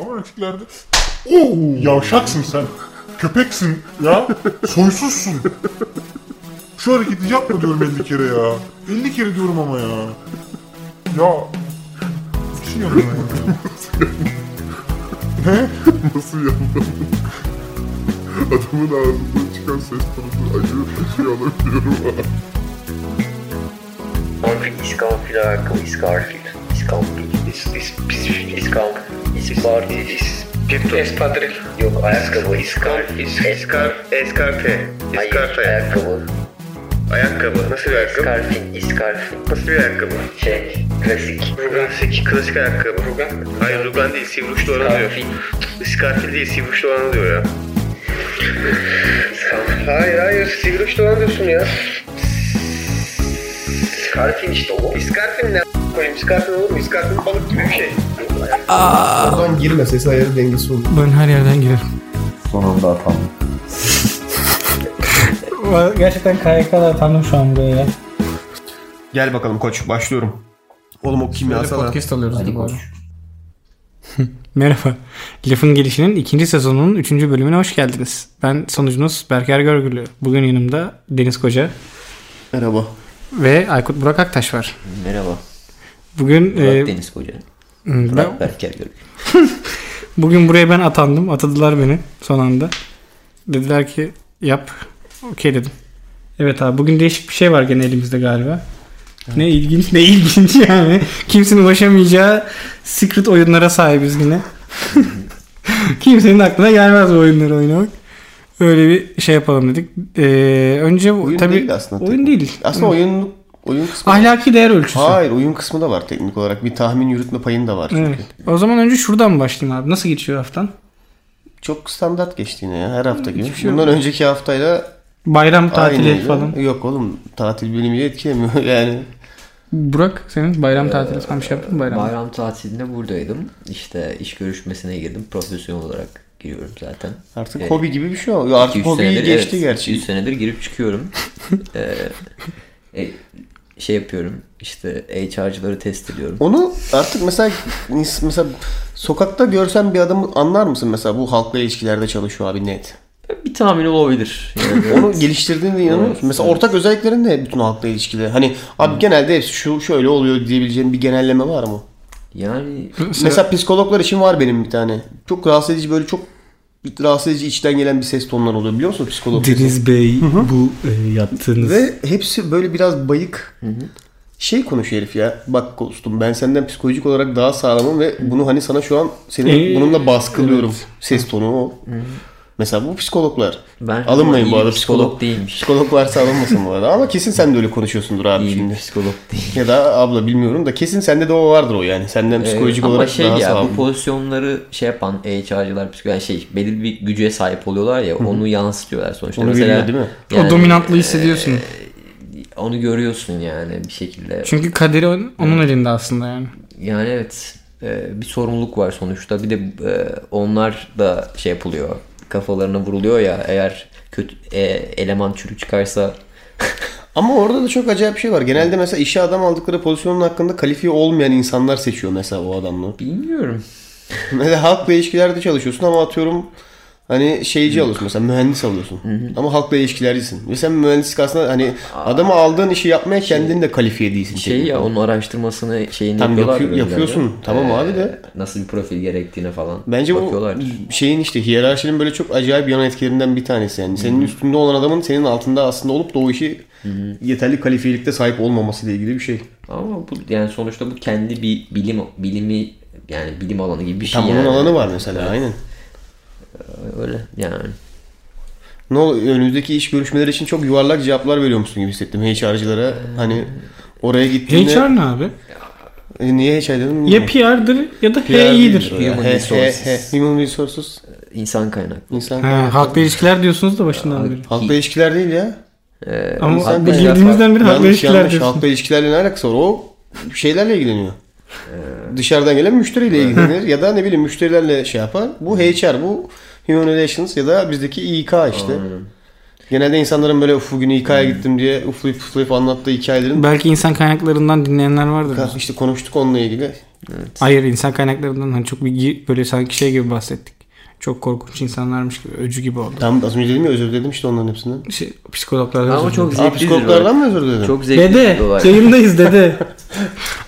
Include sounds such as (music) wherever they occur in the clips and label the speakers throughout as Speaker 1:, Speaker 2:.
Speaker 1: Ama ötükilerde... Oo, yavşaksın sen. Köpeksin ya. Soysuzsun. Şu hareketi yapma diyorum 50 kere ya. 50 kere diyorum ama ya. Ya. Düşünüyorum ben ya. ne?
Speaker 2: Nasıl yandım? Adamın ağzından çıkan ses tonundan acı bir şey alabiliyorum.
Speaker 3: Conflict is conflict is conflict is conflict is is is is conflict is party is
Speaker 4: Gitto espadril.
Speaker 3: yok ayakkabı is conflict
Speaker 4: Is- Eskar, eskarpe. Eskarpe.
Speaker 3: ayakkabı
Speaker 4: Ayakkabı. Nasıl bir ayakkabı?
Speaker 3: scarfin is scarfin
Speaker 4: Nasıl bir ayakkabı?
Speaker 3: şey klasik
Speaker 4: Rugan 8 klasik ayakkabı. Rugan? Hayır rugan değil sivri uçlu olanı diyor.
Speaker 3: scarfin
Speaker 4: Iskarfil değil sivri uçlu olanı diyor ya.
Speaker 3: is conflict
Speaker 4: Hayır hayır sivri uçlu olanı diyorsun ya.
Speaker 3: scarfin işte o
Speaker 4: İskarfil ne a- koyayım? İskarfil olur mu? İskarfil balık gibi bir şey.
Speaker 5: Oradan girme ses ayarı dengesi olur.
Speaker 6: Ben her yerden girerim.
Speaker 7: Sonunda atandım.
Speaker 8: Gerçekten KYK'da atandım şu an buraya. ya.
Speaker 9: Gel bakalım koç başlıyorum. Oğlum o
Speaker 6: Böyle
Speaker 9: kimyasal. ha.
Speaker 6: podcast alıyoruz gibi oldu. Merhaba. Lafın Gelişi'nin ikinci sezonunun üçüncü bölümüne hoş geldiniz. Ben sonucunuz Berker Görgülü. Bugün yanımda Deniz Koca
Speaker 7: Merhaba.
Speaker 6: ve Aykut Burak Aktaş var.
Speaker 7: Merhaba.
Speaker 6: Bugün
Speaker 7: Burak
Speaker 6: e,
Speaker 7: Deniz Koca.
Speaker 6: ben-
Speaker 7: Burak Berker Gölü.
Speaker 6: (laughs) bugün buraya ben atandım. Atadılar beni son anda. Dediler ki yap. Okey dedim. Evet abi bugün değişik bir şey var gene elimizde galiba. Ne ilginç ne ilginç (laughs) yani. Kimsenin ulaşamayacağı secret oyunlara
Speaker 7: (laughs)
Speaker 6: sahibiz yine. Kimsenin aklına gelmez bu oyunları oynamak. Öyle bir şey yapalım dedik. Ee, önce bu-
Speaker 9: Oyun
Speaker 6: tabii
Speaker 9: değil aslında.
Speaker 6: oyun
Speaker 9: teknik.
Speaker 6: değil.
Speaker 9: Aslında oyun oyun kısmı.
Speaker 6: Ahlaki değer ölçüsü.
Speaker 9: Hayır oyun kısmı da var teknik olarak. Bir tahmin yürütme payın da var çünkü.
Speaker 6: Evet. O zaman önce şuradan başlayayım abi. Nasıl geçiyor haftan?
Speaker 9: Çok standart geçti yine ya her hafta gibi.
Speaker 6: şey
Speaker 9: Bundan önceki haftayla
Speaker 6: Bayram tatili
Speaker 9: aynıydı.
Speaker 6: falan.
Speaker 9: Yok oğlum tatil beni bile etkilemiyor (laughs) yani.
Speaker 6: Burak senin bayram tatili falan bir şey yaptın mı bayram?
Speaker 7: Bayram tatilinde buradaydım. İşte iş görüşmesine girdim. Profesyonel olarak giriyorum zaten. Ee,
Speaker 9: Artık
Speaker 7: Evet.
Speaker 9: hobi gibi bir şey oldu. Artık hobi geçti gerçi.
Speaker 7: 3 senedir girip
Speaker 9: (laughs)
Speaker 7: çıkıyorum. ee, e, şey yapıyorum. İşte HR'cıları test ediyorum.
Speaker 9: Onu artık mesela ins- mesela sokakta görsen bir adamı anlar mısın mesela bu halkla ilişkilerde çalışıyor abi net.
Speaker 7: Bir tahmin olabilir. Yani
Speaker 9: Onu geliştirdiğine inanıyor musun? Mesela ortak özellikleri ne bütün halkla ilişkileri? Hani abi genelde hepsi şu şöyle oluyor diyebileceğin bir genelleme var mı?
Speaker 7: yani
Speaker 9: Mesela psikologlar için var benim bir tane. Çok rahatsız edici böyle çok rahatsız edici içten gelen bir ses tonları oluyor biliyor musun psikolog?
Speaker 8: Deniz Bey bu e, yaptığınız
Speaker 9: Ve hepsi böyle biraz bayık. Şey konuşuyor herif ya. Bak dostum ben senden psikolojik olarak daha sağlamım ve bunu hani sana şu an seni
Speaker 8: E,
Speaker 6: Ee,
Speaker 9: bununla baskılıyorum. Ses tonu o. Mesela bu psikologlar.
Speaker 7: ben
Speaker 9: Alınmayın
Speaker 7: iyi
Speaker 9: bu arada
Speaker 7: bir psikolog,
Speaker 9: psikolog.
Speaker 7: değilmiş.
Speaker 9: Psikolog varsa alınmasın bu arada. Ama kesin sen de öyle konuşuyorsundur abi
Speaker 7: İyi bir
Speaker 9: şimdi.
Speaker 7: psikolog değil.
Speaker 9: Ya da abla bilmiyorum da kesin sende de o vardır o yani. Senden
Speaker 7: Ee,
Speaker 9: psikolojik
Speaker 7: ama
Speaker 9: olarak
Speaker 7: şey
Speaker 9: daha
Speaker 7: ya bu
Speaker 9: sağlam.
Speaker 7: pozisyonları şey yapan HR'cılar psikolog yani şey belirli bir güce sahip oluyorlar ya onu yansıtıyorlar sonuçta.
Speaker 9: Onu
Speaker 7: Mesela,
Speaker 9: veriyor değil mi?
Speaker 7: yani,
Speaker 6: o dominantlığı hissediyorsun.
Speaker 7: onu görüyorsun yani bir şekilde.
Speaker 6: Çünkü kaderi on- onun elinde aslında yani.
Speaker 7: Yani evet e, bir sorumluluk var sonuçta. Bir de e, onlar da şey yapılıyor. Kafalarına vuruluyor ya eğer kötü e, eleman çürük çıkarsa
Speaker 9: Ama orada da çok acayip bir şey var. Genelde mesela işe adam aldıkları pozisyonun hakkında kalifiye olmayan insanlar seçiyor mesela o adamları. (laughs)
Speaker 7: bilmiyorum.
Speaker 9: Mesela halkla ilişkilerde çalışıyorsun ama atıyorum hani şeyci alıyorsun mesela mühendis alıyorsun. Ama halkla ilişkilercisin. Ve sen mühendislik aslında hani adamı aldığın işi yapmaya kendin de kalifiye değilsin.
Speaker 7: Şey
Speaker 9: teknik
Speaker 7: ya
Speaker 9: olarak.
Speaker 7: onun araştırmasını şeyini
Speaker 9: Tam
Speaker 7: yapıyorlar. Ee,
Speaker 9: yapıyor-
Speaker 7: ya böyle
Speaker 9: yapıyorsun.
Speaker 7: yani.
Speaker 9: Tamam abi de.
Speaker 7: Nasıl bir profil gerektiğine falan
Speaker 9: Bence bu
Speaker 7: bakıyorlar.
Speaker 9: şeyin işte hiyerarşinin böyle çok acayip yan etkilerinden bir tanesi yani. Senin üstünde olan adamın senin altında aslında olup da o işi yeterli kalifiyelikte sahip olmaması ile ilgili bir şey.
Speaker 7: Ama bu yani sonuçta bu kendi bir bilim bilimi yani bilim alanı gibi bir şey
Speaker 9: Tam onun
Speaker 7: yani.
Speaker 9: alanı var mesela aynen.
Speaker 7: Öyle yani.
Speaker 9: Ne oluyor? Önümüzdeki iş görüşmeleri için çok yuvarlak cevaplar veriyormuşsun gibi hissettim HR'cılara. Hani oraya gittiğinde
Speaker 6: HR ne abi?
Speaker 9: E, niye HR dedim?
Speaker 6: Ya PR'dır ya da HI'dir.
Speaker 9: He,
Speaker 7: Human
Speaker 9: he,
Speaker 7: resources.
Speaker 9: he. Human resources.
Speaker 7: İnsan kaynaklı.
Speaker 9: İnsan
Speaker 6: Ha, halkla ilişkiler diyorsunuz da başından beri.
Speaker 9: Halkla ilişkiler değil ya.
Speaker 7: Ee,
Speaker 6: Ama
Speaker 7: insan
Speaker 9: halkla
Speaker 7: kaynak-
Speaker 6: girdiğimizden beri halkla
Speaker 9: Yanlış
Speaker 6: ilişkiler
Speaker 9: yanlış.
Speaker 6: diyorsunuz.
Speaker 9: Halkla ilişkilerle ne alakası var? O şeylerle ilgileniyor. Dışarıdan gelen müşteriyle ilgilenir ya da ne bileyim müşterilerle şey yapar. Bu HR, bu Human Relations ya da bizdeki İK işte. Genelde insanların böyle uf bugün İK'ya gittim diye uflayıp uflayıp anlattığı hikayelerin
Speaker 6: Belki insan kaynaklarından dinleyenler vardır.
Speaker 9: işte konuştuk onunla ilgili.
Speaker 6: Hayır insan kaynaklarından hani çok bir gi- böyle sanki şey gibi bahsettik. Çok korkunç insanlarmış gibi, öcü gibi oldu.
Speaker 9: Tamam az önce dedim ya özür diledim işte onların hepsinden.
Speaker 6: Şey, psikologlardan
Speaker 7: Ama
Speaker 6: özür
Speaker 7: çok
Speaker 6: dilerim.
Speaker 9: Aa,
Speaker 7: zevkli
Speaker 9: psikologlardan
Speaker 7: diyorlar.
Speaker 9: mı özür diledim?
Speaker 7: Çok zevkli
Speaker 6: Dede,
Speaker 7: diyorlar. (laughs)
Speaker 6: yayındayız dede.
Speaker 7: zevkli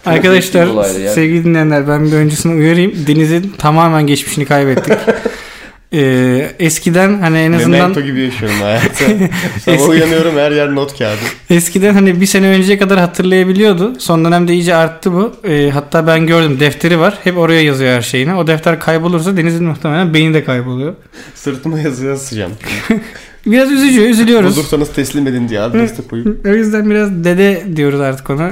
Speaker 6: (laughs) Arkadaşlar,
Speaker 7: olaydı ya.
Speaker 6: sevgili dinleyenler ben bir öncesini uyarayım. Deniz'in tamamen geçmişini kaybettik.
Speaker 7: (laughs)
Speaker 6: Ee, eskiden hani en azından
Speaker 9: Memento gibi yaşıyorum hayatı. (laughs) Sabah
Speaker 6: Eski-
Speaker 9: uyanıyorum her yer not kağıdı.
Speaker 6: Eskiden hani bir sene önceye kadar hatırlayabiliyordu. Son dönemde iyice arttı bu. Ee, hatta ben gördüm defteri var. Hep oraya yazıyor her şeyini. O defter kaybolursa Deniz'in muhtemelen beyni de kayboluyor.
Speaker 9: Sırtıma yazı yazacağım.
Speaker 6: Biraz üzücü, üzülüyoruz.
Speaker 9: Bulursanız teslim edin diye adreste koyup.
Speaker 6: O yüzden biraz dede diyoruz artık ona.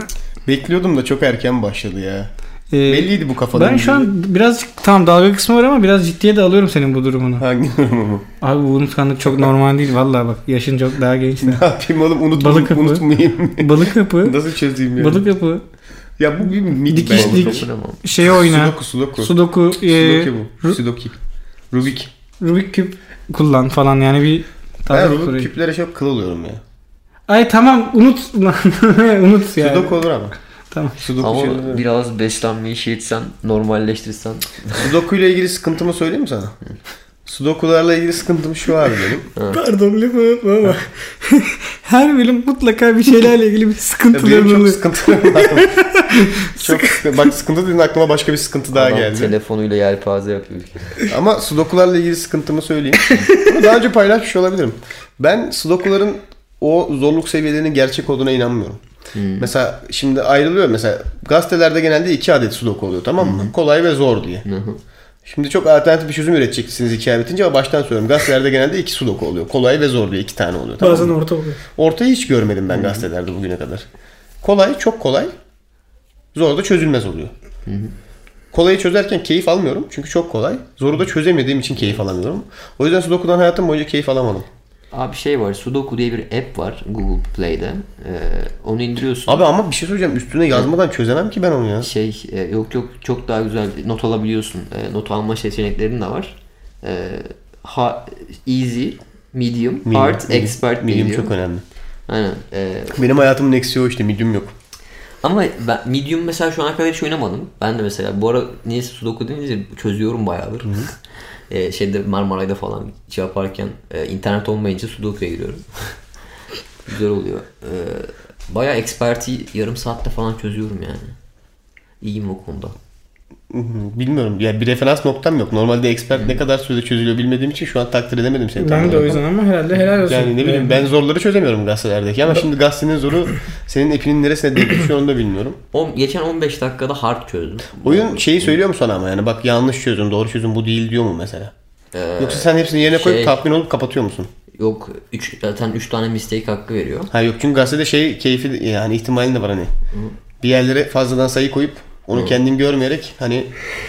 Speaker 9: Bekliyordum da çok erken başladı ya.
Speaker 6: Ee,
Speaker 9: Belliydi bu kafadan.
Speaker 6: ben şu an birazcık tamam dalga kısmı var ama biraz ciddiye de alıyorum senin bu durumunu.
Speaker 9: Hangi durumu?
Speaker 6: Abi bu unutkanlık çok normal değil vallahi bak. Yaşın çok daha genç.
Speaker 9: (laughs)
Speaker 6: de.
Speaker 9: (laughs) Ne yapayım oğlum unut,
Speaker 6: Balık kapı.
Speaker 9: unutmayayım.
Speaker 6: Balık kapı.
Speaker 9: Nasıl çözeyim ya?
Speaker 6: Balık kapı.
Speaker 9: Ya bu bir mid
Speaker 6: Dikiş
Speaker 9: bence.
Speaker 6: dik. Şey oyna.
Speaker 9: Sudoku sudoku.
Speaker 6: Sudoku. e,
Speaker 9: Sudoku bu. Sudoku. Rubik.
Speaker 6: Rubik küp kullan falan yani bir
Speaker 9: Ben
Speaker 6: tarif
Speaker 9: Rubik
Speaker 6: kurayım.
Speaker 9: küplere çok kıl oluyorum ya.
Speaker 6: Ay tamam unut (laughs) lan. unut yani.
Speaker 9: Sudoku olur ama.
Speaker 6: Tamam.
Speaker 9: Sudoku şey-
Speaker 7: Ama
Speaker 9: şeyleri-
Speaker 7: biraz beslenmeyi şey etsen, normalleştirsen.
Speaker 9: Sudoku ile ilgili sıkıntımı söyleyeyim mi sana? Sudokularla ilgili sıkıntım şu abi benim.
Speaker 6: Pardon lafı ama (laughs) her bölüm mutlaka bir şeylerle ilgili bir
Speaker 9: Ya benim
Speaker 6: sıkıntılarım
Speaker 9: çok
Speaker 6: oluyor.
Speaker 9: sıkıntılarım var. çok sıkı- Bak sıkıntı dedin aklıma başka bir sıkıntı daha
Speaker 7: adam
Speaker 9: geldi.
Speaker 7: telefonuyla yelpaze yapıyor.
Speaker 9: Ama sudokularla ilgili sıkıntımı söyleyeyim. Bunu daha önce paylaşmış olabilirim. Ben sudokuların o zorluk seviyelerinin gerçek olduğuna inanmıyorum. Mesela şimdi ayrılıyor mesela gazetelerde genelde iki adet sudoku oluyor tamam mı? Kolay ve zor diye. Şimdi çok alternatif bir çözüm üreteceksiniz hikaye bitince ama baştan söylüyorum. Gazetelerde genelde iki sudoku oluyor. Kolay ve zor diye iki tane oluyor. Tamam mı?
Speaker 6: Bazen orta oluyor.
Speaker 9: Ortayı hiç görmedim ben gazetelerde bugüne kadar. Kolay, çok kolay. Zor da çözülmez oluyor. Kolayı çözerken keyif almıyorum çünkü çok kolay. Zoru da çözemediğim için keyif alamıyorum. O yüzden Sudoku'dan hayatım boyunca keyif alamadım.
Speaker 7: Abi şey var, Sudoku diye bir app var Google Play'de. Ee, onu indiriyorsun.
Speaker 9: Abi ama bir şey söyleyeceğim üstüne yazmadan çözemem ki ben onu ya.
Speaker 7: şey e, yok yok çok daha güzel not alabiliyorsun. E, not alma seçeneklerin de var. E, ha, easy, medium, hard, expert
Speaker 9: medium
Speaker 7: diye diyor.
Speaker 9: çok önemli.
Speaker 7: Aynen. E,
Speaker 9: Benim hayatımın eksiği o işte medium yok.
Speaker 7: ama ben medium mesela şu ana kadar hiç oynamadım. Ben de mesela bu ara niye sudoku deyince çözüyorum bayağıdır. (laughs) E, şeyde Marmaray'da falan şey yaparken e, internet olmayınca sudoku'ya giriyorum. (laughs) güzel oluyor. E, bayağı expert'i yarım saatte falan çözüyorum yani. İyiyim o konuda.
Speaker 9: Bilmiyorum ya bir referans noktam yok. Normalde expert ne kadar sürede çözülüyor bilmediğim için şu an takdir edemedim seni. tam
Speaker 6: Ben de o
Speaker 9: olarak.
Speaker 6: yüzden ama herhalde helal olsun.
Speaker 9: Yani ne bileyim ben zorları çözemiyorum gazetelerdeki ama şimdi gazetenin zoru senin epinin neresine denk düşüyor onu da bilmiyorum.
Speaker 7: On, geçen 15 dakikada hard çözdüm.
Speaker 9: Oyun şeyi söylüyor mu sana ama yani bak yanlış çözüm doğru çözüm bu değil diyor mu mesela? Yoksa sen hepsini yerine koyup
Speaker 7: Ee, şey-
Speaker 9: tatmin olup kapatıyor musun?
Speaker 7: Yok üç, zaten 3 tane mistake hakkı veriyor.
Speaker 9: Ha yok çünkü gazetede şey keyfi yani ihtimalin de var hani. Bir yerlere fazladan sayı koyup onu kendin görmeyerek hani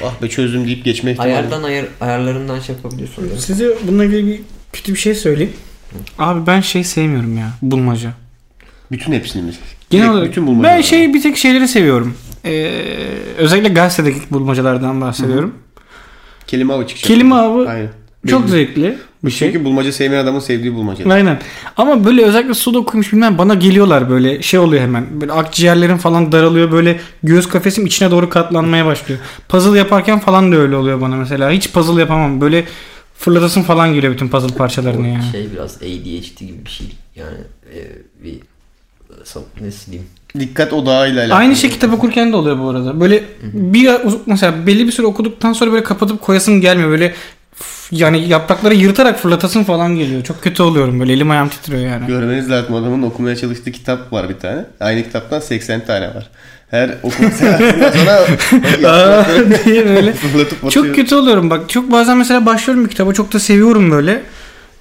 Speaker 9: ah be çözdüm deyip geçme ihtimali.
Speaker 7: Ayardan ayar, ayarlarından şey yapabiliyorsun. ya.
Speaker 6: Size bununla ilgili bir kötü bir şey söyleyeyim. Abi ben şey sevmiyorum ya bulmaca.
Speaker 9: Bütün hepsini mi?
Speaker 6: Genel
Speaker 9: Direkt
Speaker 6: olarak
Speaker 9: bütün bulmacalar.
Speaker 6: ben şey bir tek şeyleri seviyorum. Ee, özellikle gazetedeki bulmacalardan bahsediyorum.
Speaker 9: Kelime avı çıkacak.
Speaker 6: Kelime avı
Speaker 9: Aynen.
Speaker 6: Çok
Speaker 9: Benim-
Speaker 6: zevkli bir şey.
Speaker 9: Çünkü bulmaca sevmeyen adamın sevdiği bulmaca.
Speaker 6: Aynen. Ama böyle özellikle sudokuymuş bilmem bana geliyorlar böyle şey oluyor hemen. Böyle akciğerlerim falan daralıyor böyle göğüs kafesim içine doğru katlanmaya başlıyor. Puzzle yaparken falan da öyle oluyor bana mesela. Hiç puzzle yapamam. Böyle fırlatasın falan geliyor bütün puzzle parçalarını ya.
Speaker 7: Şey biraz ADHD gibi bir şey. Yani e, bir sap- nasıl diyeyim.
Speaker 9: Dikkat odağıyla alakalı.
Speaker 6: Aynı şey kitap okurken de oluyor bu arada. Böyle bir uz- mesela belli bir süre okuduktan sonra böyle kapatıp koyasım gelmiyor. Böyle f- yani yaprakları yırtarak fırlatasın falan geliyor. Çok kötü oluyorum böyle elim ayağım titriyor yani.
Speaker 9: Görmeniz lazım adamın okumaya çalıştığı kitap var bir tane. Aynı kitaptan 80 tane var. Her okuma (laughs) seansinden sonra
Speaker 6: (laughs)
Speaker 9: yaprakları
Speaker 6: diye böyle.
Speaker 9: fırlatıp atıyor.
Speaker 6: Çok kötü oluyorum bak. Çok bazen mesela başlıyorum bir kitaba çok da seviyorum böyle.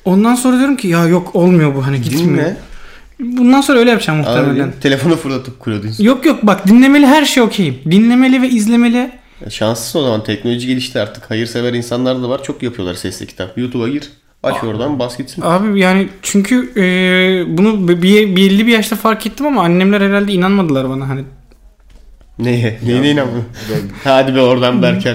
Speaker 6: Ondan sonra diyorum ki ya yok olmuyor bu hani gitmiyor.
Speaker 9: Dinle.
Speaker 6: Bundan sonra öyle yapacağım muhtemelen.
Speaker 9: Abi, telefonu fırlatıp kuruyordu. insan.
Speaker 6: Yok yok bak dinlemeli her şey okeyim. Dinlemeli ve izlemeli.
Speaker 9: Şanslısın o zaman teknoloji gelişti artık. Hayırsever insanlar da var. Çok yapıyorlar sesli kitap. YouTube'a gir. Aç oradan bas gitsin.
Speaker 6: Abi yani çünkü e, bunu bir, bir- belli bir yaşta fark ettim ama annemler herhalde inanmadılar bana hani.
Speaker 9: Neye? Neyine inanmıyorum. Hadi be oradan Berker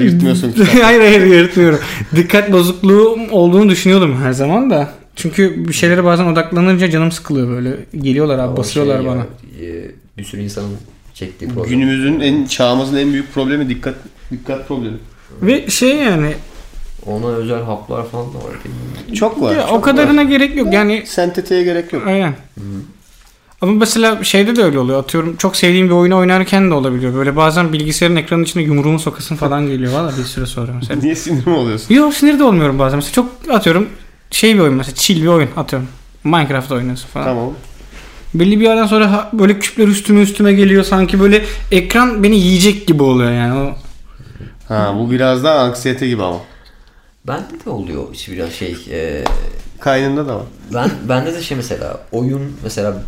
Speaker 6: (laughs)
Speaker 9: yırtmıyorsun kitap.
Speaker 6: hayır hayır yırtmıyorum. Dikkat bozukluğu olduğunu düşünüyordum her zaman da. Çünkü bir şeylere bazen odaklanınca canım sıkılıyor böyle. Geliyorlar abi
Speaker 7: o
Speaker 6: basıyorlar
Speaker 7: şey ya,
Speaker 6: bana.
Speaker 7: e, bir sürü insanın çektiği problem.
Speaker 9: Günümüzün en çağımızın en büyük problemi dikkat dikkat problemi.
Speaker 6: Ve şey yani
Speaker 7: Ona özel haplar falan da var.
Speaker 9: Çok var.
Speaker 6: ya
Speaker 9: çok
Speaker 6: o kadarına gerek yok. Yani
Speaker 9: var. senteteye gerek yok.
Speaker 6: Aynen. Ama mesela şeyde de öyle oluyor. Atıyorum çok sevdiğim bir oyunu oynarken de olabiliyor. Böyle bazen bilgisayarın ekranın içine yumruğumu sokasın falan geliyor. Valla bir süre sonra mesela.
Speaker 9: Niye sinir mi oluyorsun?
Speaker 6: Yok sinir de olmuyorum bazen. Mesela çok atıyorum şey bir oyun mesela chill bir oyun atıyorum. Minecraft oynuyorsun falan.
Speaker 9: Tamam.
Speaker 6: Belli bir yerden sonra ha- böyle küpler üstüme üstüme geliyor sanki böyle ekran beni yiyecek gibi oluyor yani. O
Speaker 7: (laughs)
Speaker 9: Ha bu biraz daha anksiyete gibi ama.
Speaker 7: Bende de oluyor işte biraz şey. E,
Speaker 9: Kaynında da var.
Speaker 7: ben bende de şey mesela oyun mesela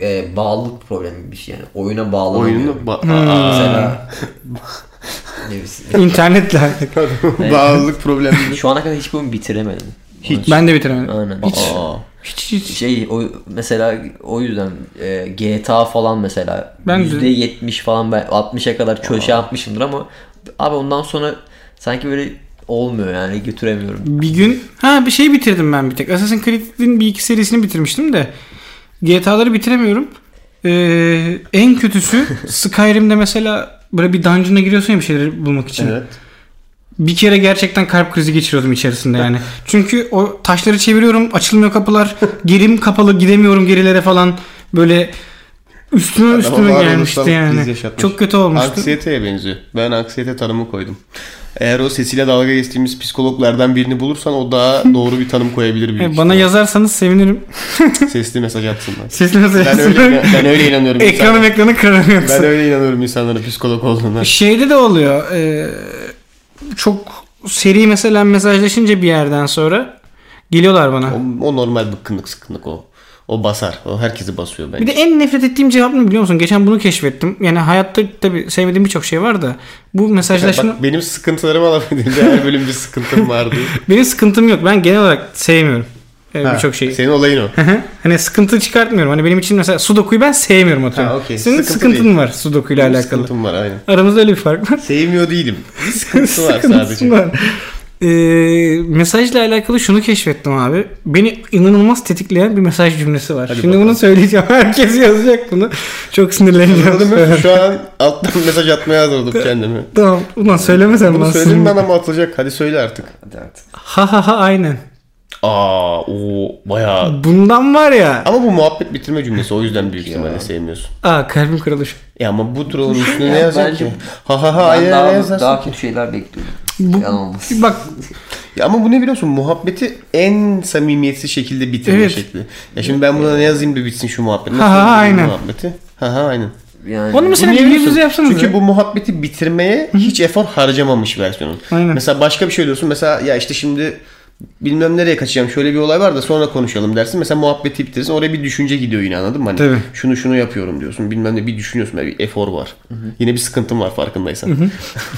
Speaker 7: e, bağlılık problemi bir şey yani. Oyuna bağlanamıyorum.
Speaker 9: Oyunun
Speaker 6: Hmm,
Speaker 9: ba- Aa, (laughs)
Speaker 7: Mesela ne bileyim.
Speaker 6: internetle alakalı. (laughs)
Speaker 9: bağlılık problemi.
Speaker 7: Şu ana kadar hiçbir oyun bitiremedim.
Speaker 9: Hiç.
Speaker 6: ben de bitiremedim.
Speaker 7: Aynen.
Speaker 6: Hiç.
Speaker 7: Aa.
Speaker 6: Hiç hiç.
Speaker 7: Şey o, mesela o yüzden e, GTA falan mesela
Speaker 6: Ben de-
Speaker 7: %70 falan ben 60'a kadar köşe atmışımdır ama abi ondan sonra sanki böyle olmuyor yani götüremiyorum.
Speaker 6: Bir gün ha bir şey bitirdim ben bir tek. Assassin's Creed'in bir iki serisini bitirmiştim de GTA'ları bitiremiyorum. Ee, en
Speaker 9: (laughs)
Speaker 6: kötüsü Skyrim'de mesela böyle bir dungeon'a giriyorsun ya bir şeyleri bulmak için.
Speaker 9: evet.
Speaker 6: Bir kere gerçekten kalp krizi geçiriyordum içerisinde yani. Çünkü o taşları çeviriyorum, açılmıyor
Speaker 9: (laughs)
Speaker 6: kapılar. Gerim kapalı, gidemiyorum gerilere falan. Böyle üstüme üstüme
Speaker 9: varoluşsal
Speaker 6: gelmişti
Speaker 9: kriz
Speaker 6: yani.
Speaker 9: yaşatmış.
Speaker 6: Çok kötü olmuştu.
Speaker 9: Anksiyeteye benziyor. Ben anksiyete tanımı koydum. Eğer o sesiyle dalga geçtiğimiz psikologlardan birini bulursan o daha doğru bir tanım koyabilir büyük
Speaker 6: E, Bana yazarsanız sevinirim.
Speaker 9: ihtimalle. Sesli mesaj atsınlar.
Speaker 6: Sesli mesaj
Speaker 9: Ben
Speaker 6: yazın.
Speaker 9: öyle, ben öyle inanıyorum.
Speaker 6: Ekranım
Speaker 9: insanlara.
Speaker 6: ekranı kırarım yoksa.
Speaker 9: ben öyle inanıyorum insanların psikolog olduğuna.
Speaker 6: Şeyde de oluyor. e, çok seri mesela mesajlaşınca bir yerden sonra geliyorlar bana.
Speaker 9: O, o normal bıkkınlık sıkınlık o. O basar. O herkesi basıyor bence.
Speaker 6: Bir de en nefret ettiğim cevap ne biliyor musun? Geçen bunu keşfettim. Yani hayatta tabii sevmediğim birçok şey var da bu mesajlaşma
Speaker 9: Bak benim sıkıntılarımı alamadığında her bölüm bir
Speaker 6: (laughs)
Speaker 9: sıkıntım vardı.
Speaker 6: benim sıkıntım yok. Ben genel olarak sevmiyorum. e,
Speaker 9: Ha,
Speaker 6: birçok şeyi.
Speaker 9: Senin olayın o.
Speaker 6: Hı hı. hani sıkıntı çıkartmıyorum. Hani benim için mesela sudoku'yu ben sevmiyorum atıyorum.
Speaker 9: Ha, okey.
Speaker 6: Senin
Speaker 9: Sıkıntı
Speaker 6: sıkıntın
Speaker 9: değil.
Speaker 6: var sudoku ile
Speaker 9: Benim
Speaker 6: alakalı.
Speaker 9: sıkıntım
Speaker 6: (laughs)
Speaker 9: var aynen.
Speaker 6: Aramızda öyle bir fark var.
Speaker 9: Sevmiyor değilim.
Speaker 6: (laughs)
Speaker 9: Bir sıkıntısı var
Speaker 6: Sıkıntısı
Speaker 9: sadece.
Speaker 6: var. Ee, mesajla alakalı şunu keşfettim abi. Beni inanılmaz tetikleyen bir mesaj cümlesi var. Şimdi
Speaker 9: bakalım.
Speaker 6: bunu söyleyeceğim. (laughs) Herkes yazacak bunu. Çok
Speaker 9: Anladın mı?
Speaker 6: sinirleneceğim.
Speaker 9: Şu an alttan mesaj
Speaker 6: (laughs)
Speaker 9: atmaya hazırladım kendimi.
Speaker 6: tamam. Ulan söylemesen
Speaker 9: Bunu
Speaker 6: ben
Speaker 9: söyledim
Speaker 6: sinirlenirim.
Speaker 9: ben ama atılacak. Hadi söyle artık.
Speaker 7: Hadi artık.
Speaker 6: Ha ha ha aynen.
Speaker 9: Aa o bayağı.
Speaker 6: Bundan var ya.
Speaker 9: Ama bu muhabbet bitirme cümlesi o yüzden büyük ihtimalle sevmiyorsun.
Speaker 6: Aa kalbim kırılır.
Speaker 9: Ya ama bu tür onun
Speaker 6: şey
Speaker 9: üstüne
Speaker 7: Ya
Speaker 9: ne yazar
Speaker 7: bence-
Speaker 9: ki? Ha ha ha
Speaker 7: Ben
Speaker 9: aynen ne
Speaker 7: daha,
Speaker 9: yazarsın
Speaker 7: daha
Speaker 9: ki?
Speaker 7: kötü şeyler bekliyorum.
Speaker 6: Bu-
Speaker 7: Yalan olmasın.
Speaker 6: Bak
Speaker 9: Ya ama bu ne biliyor musun? Muhabbeti en samimiyetsiz şekilde bitirme
Speaker 6: Evet.
Speaker 9: şekli. Ya şimdi ben buna ne yazayım da bitsin şu muhabbet.
Speaker 6: Ha, ha,
Speaker 9: bitireyim bu
Speaker 6: aynen.
Speaker 9: Muhabbeti? Ha ha aynen.
Speaker 7: Yani
Speaker 6: onu mesela
Speaker 9: Niye biliyor
Speaker 6: birbirinize
Speaker 9: musun?
Speaker 6: yapsanız.
Speaker 9: Çünkü bu muhabbeti bitirmeye hiç efor harcamamış versiyonun.
Speaker 6: Aynen.
Speaker 9: Mesela başka bir şey diyorsun. Mesela ya işte şimdi bilmem nereye kaçacağım. Şöyle bir olay var da sonra konuşalım dersin. Mesela muhabbeti bitirirsin. Oraya bir düşünce gidiyor yine anladın mı? Hani
Speaker 6: Tabii.
Speaker 9: şunu şunu yapıyorum diyorsun. Bilmem ne bir düşünüyorsun. Yani Bir efor var. Yine bir sıkıntın var farkındaysan. (laughs)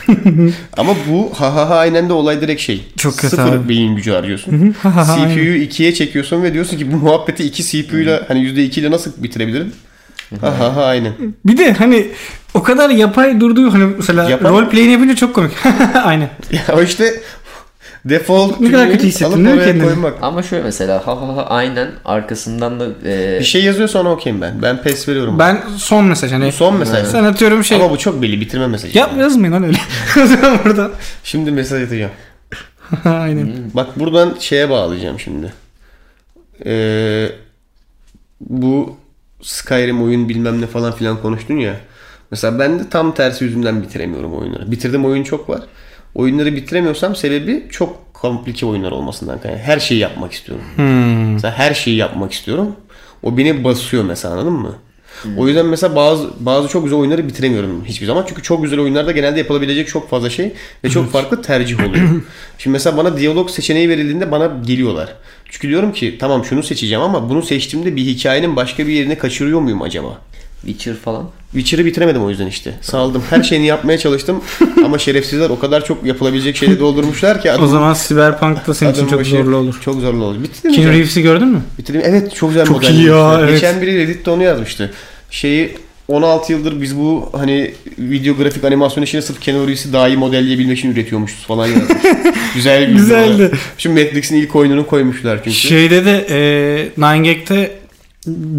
Speaker 9: Ama bu ha ha ha aynen de olay direkt şey.
Speaker 6: Çok kötü
Speaker 9: Sıfır
Speaker 6: abi.
Speaker 9: beyin gücü arıyorsun.
Speaker 6: Ha ha ha,
Speaker 9: CPU'yu 2'ye çekiyorsun ve diyorsun ki bu muhabbeti 2 CPU'yla hani %2 ile nasıl bitirebilirim? Ha ha ha aynen.
Speaker 6: Bir de hani o kadar yapay durduğu hani mesela
Speaker 9: Yapay-
Speaker 6: rol play'ini yapınca çok komik. (laughs) aynen.
Speaker 9: Ya o işte default
Speaker 6: Ne kadar
Speaker 9: cümleyi
Speaker 6: kötü hissettin
Speaker 9: alıp
Speaker 6: değil mi
Speaker 9: oraya
Speaker 6: kendini?
Speaker 9: koymak.
Speaker 7: ama şöyle mesela ha ha ha aynen arkasından da e,
Speaker 9: Bir şey yazıyorsa ona okeyim ben. Ben pes veriyorum.
Speaker 6: Ben son mesaj hani.
Speaker 9: Son mesaj.
Speaker 6: Sen atıyorum şey.
Speaker 9: Ama bu çok belli bitirme mesajı.
Speaker 6: Yap yazmayın lan öyle. (laughs) O zaman buradan.
Speaker 9: Şimdi mesaj atacağım.
Speaker 6: (laughs) Aynen.
Speaker 9: Bak buradan şeye bağlayacağım şimdi. Ee, bu Skyrim oyun bilmem ne falan filan konuştun ya. Mesela ben de tam tersi yüzümden bitiremiyorum oyunları. Bitirdim oyun çok var. Oyunları bitiremiyorsam sebebi çok komplike oyunlar olmasından kaynaklı. Her şeyi yapmak istiyorum. Mesela her şeyi yapmak istiyorum. O beni basıyor mesela anladın mı? O yüzden mesela bazı bazı çok güzel oyunları bitiremiyorum hiçbir zaman. Çünkü çok güzel oyunlarda genelde yapılabilecek çok fazla şey ve çok farklı tercih oluyor.
Speaker 6: (clears throat)
Speaker 9: Şimdi mesela bana diyalog seçeneği verildiğinde bana geliyorlar. Çünkü diyorum ki tamam şunu seçeceğim ama bunu seçtiğimde bir hikayenin başka bir yerine kaçırıyor muyum acaba?
Speaker 7: Witcher falan.
Speaker 9: Witcher'ı bitiremedim o yüzden işte. Saldım. Her şeyini
Speaker 6: (laughs)
Speaker 9: yapmaya çalıştım ama şerefsizler o kadar çok yapılabilecek şeyle doldurmuşlar ki
Speaker 6: O
Speaker 9: adam,
Speaker 6: zaman Cyberpunk da senin için
Speaker 9: adamın
Speaker 6: çok
Speaker 9: başı-
Speaker 6: zorlu olur.
Speaker 9: Çok zorlu olur. Bitti mi?
Speaker 6: Keanu
Speaker 9: canım?
Speaker 6: Reeves'i gördün mü?
Speaker 9: Bitireyim. Evet çok güzel
Speaker 6: Çok
Speaker 9: model
Speaker 6: iyi ya,
Speaker 9: yapmışlar.
Speaker 6: evet.
Speaker 9: Geçen biri Reddit'te onu yazmıştı. Şeyi 16 yıldır biz bu hani video grafik animasyon işini sırf Keanu Reeves'i daha iyi modelleyebilmek için üretiyormuşuz falan yazmış.
Speaker 6: (laughs)
Speaker 9: güzel bir
Speaker 6: Güzeldi.
Speaker 9: video. Şimdi Matrix'in ilk oyununu koymuşlar çünkü.
Speaker 6: Şeyde de e, Nine Gag'te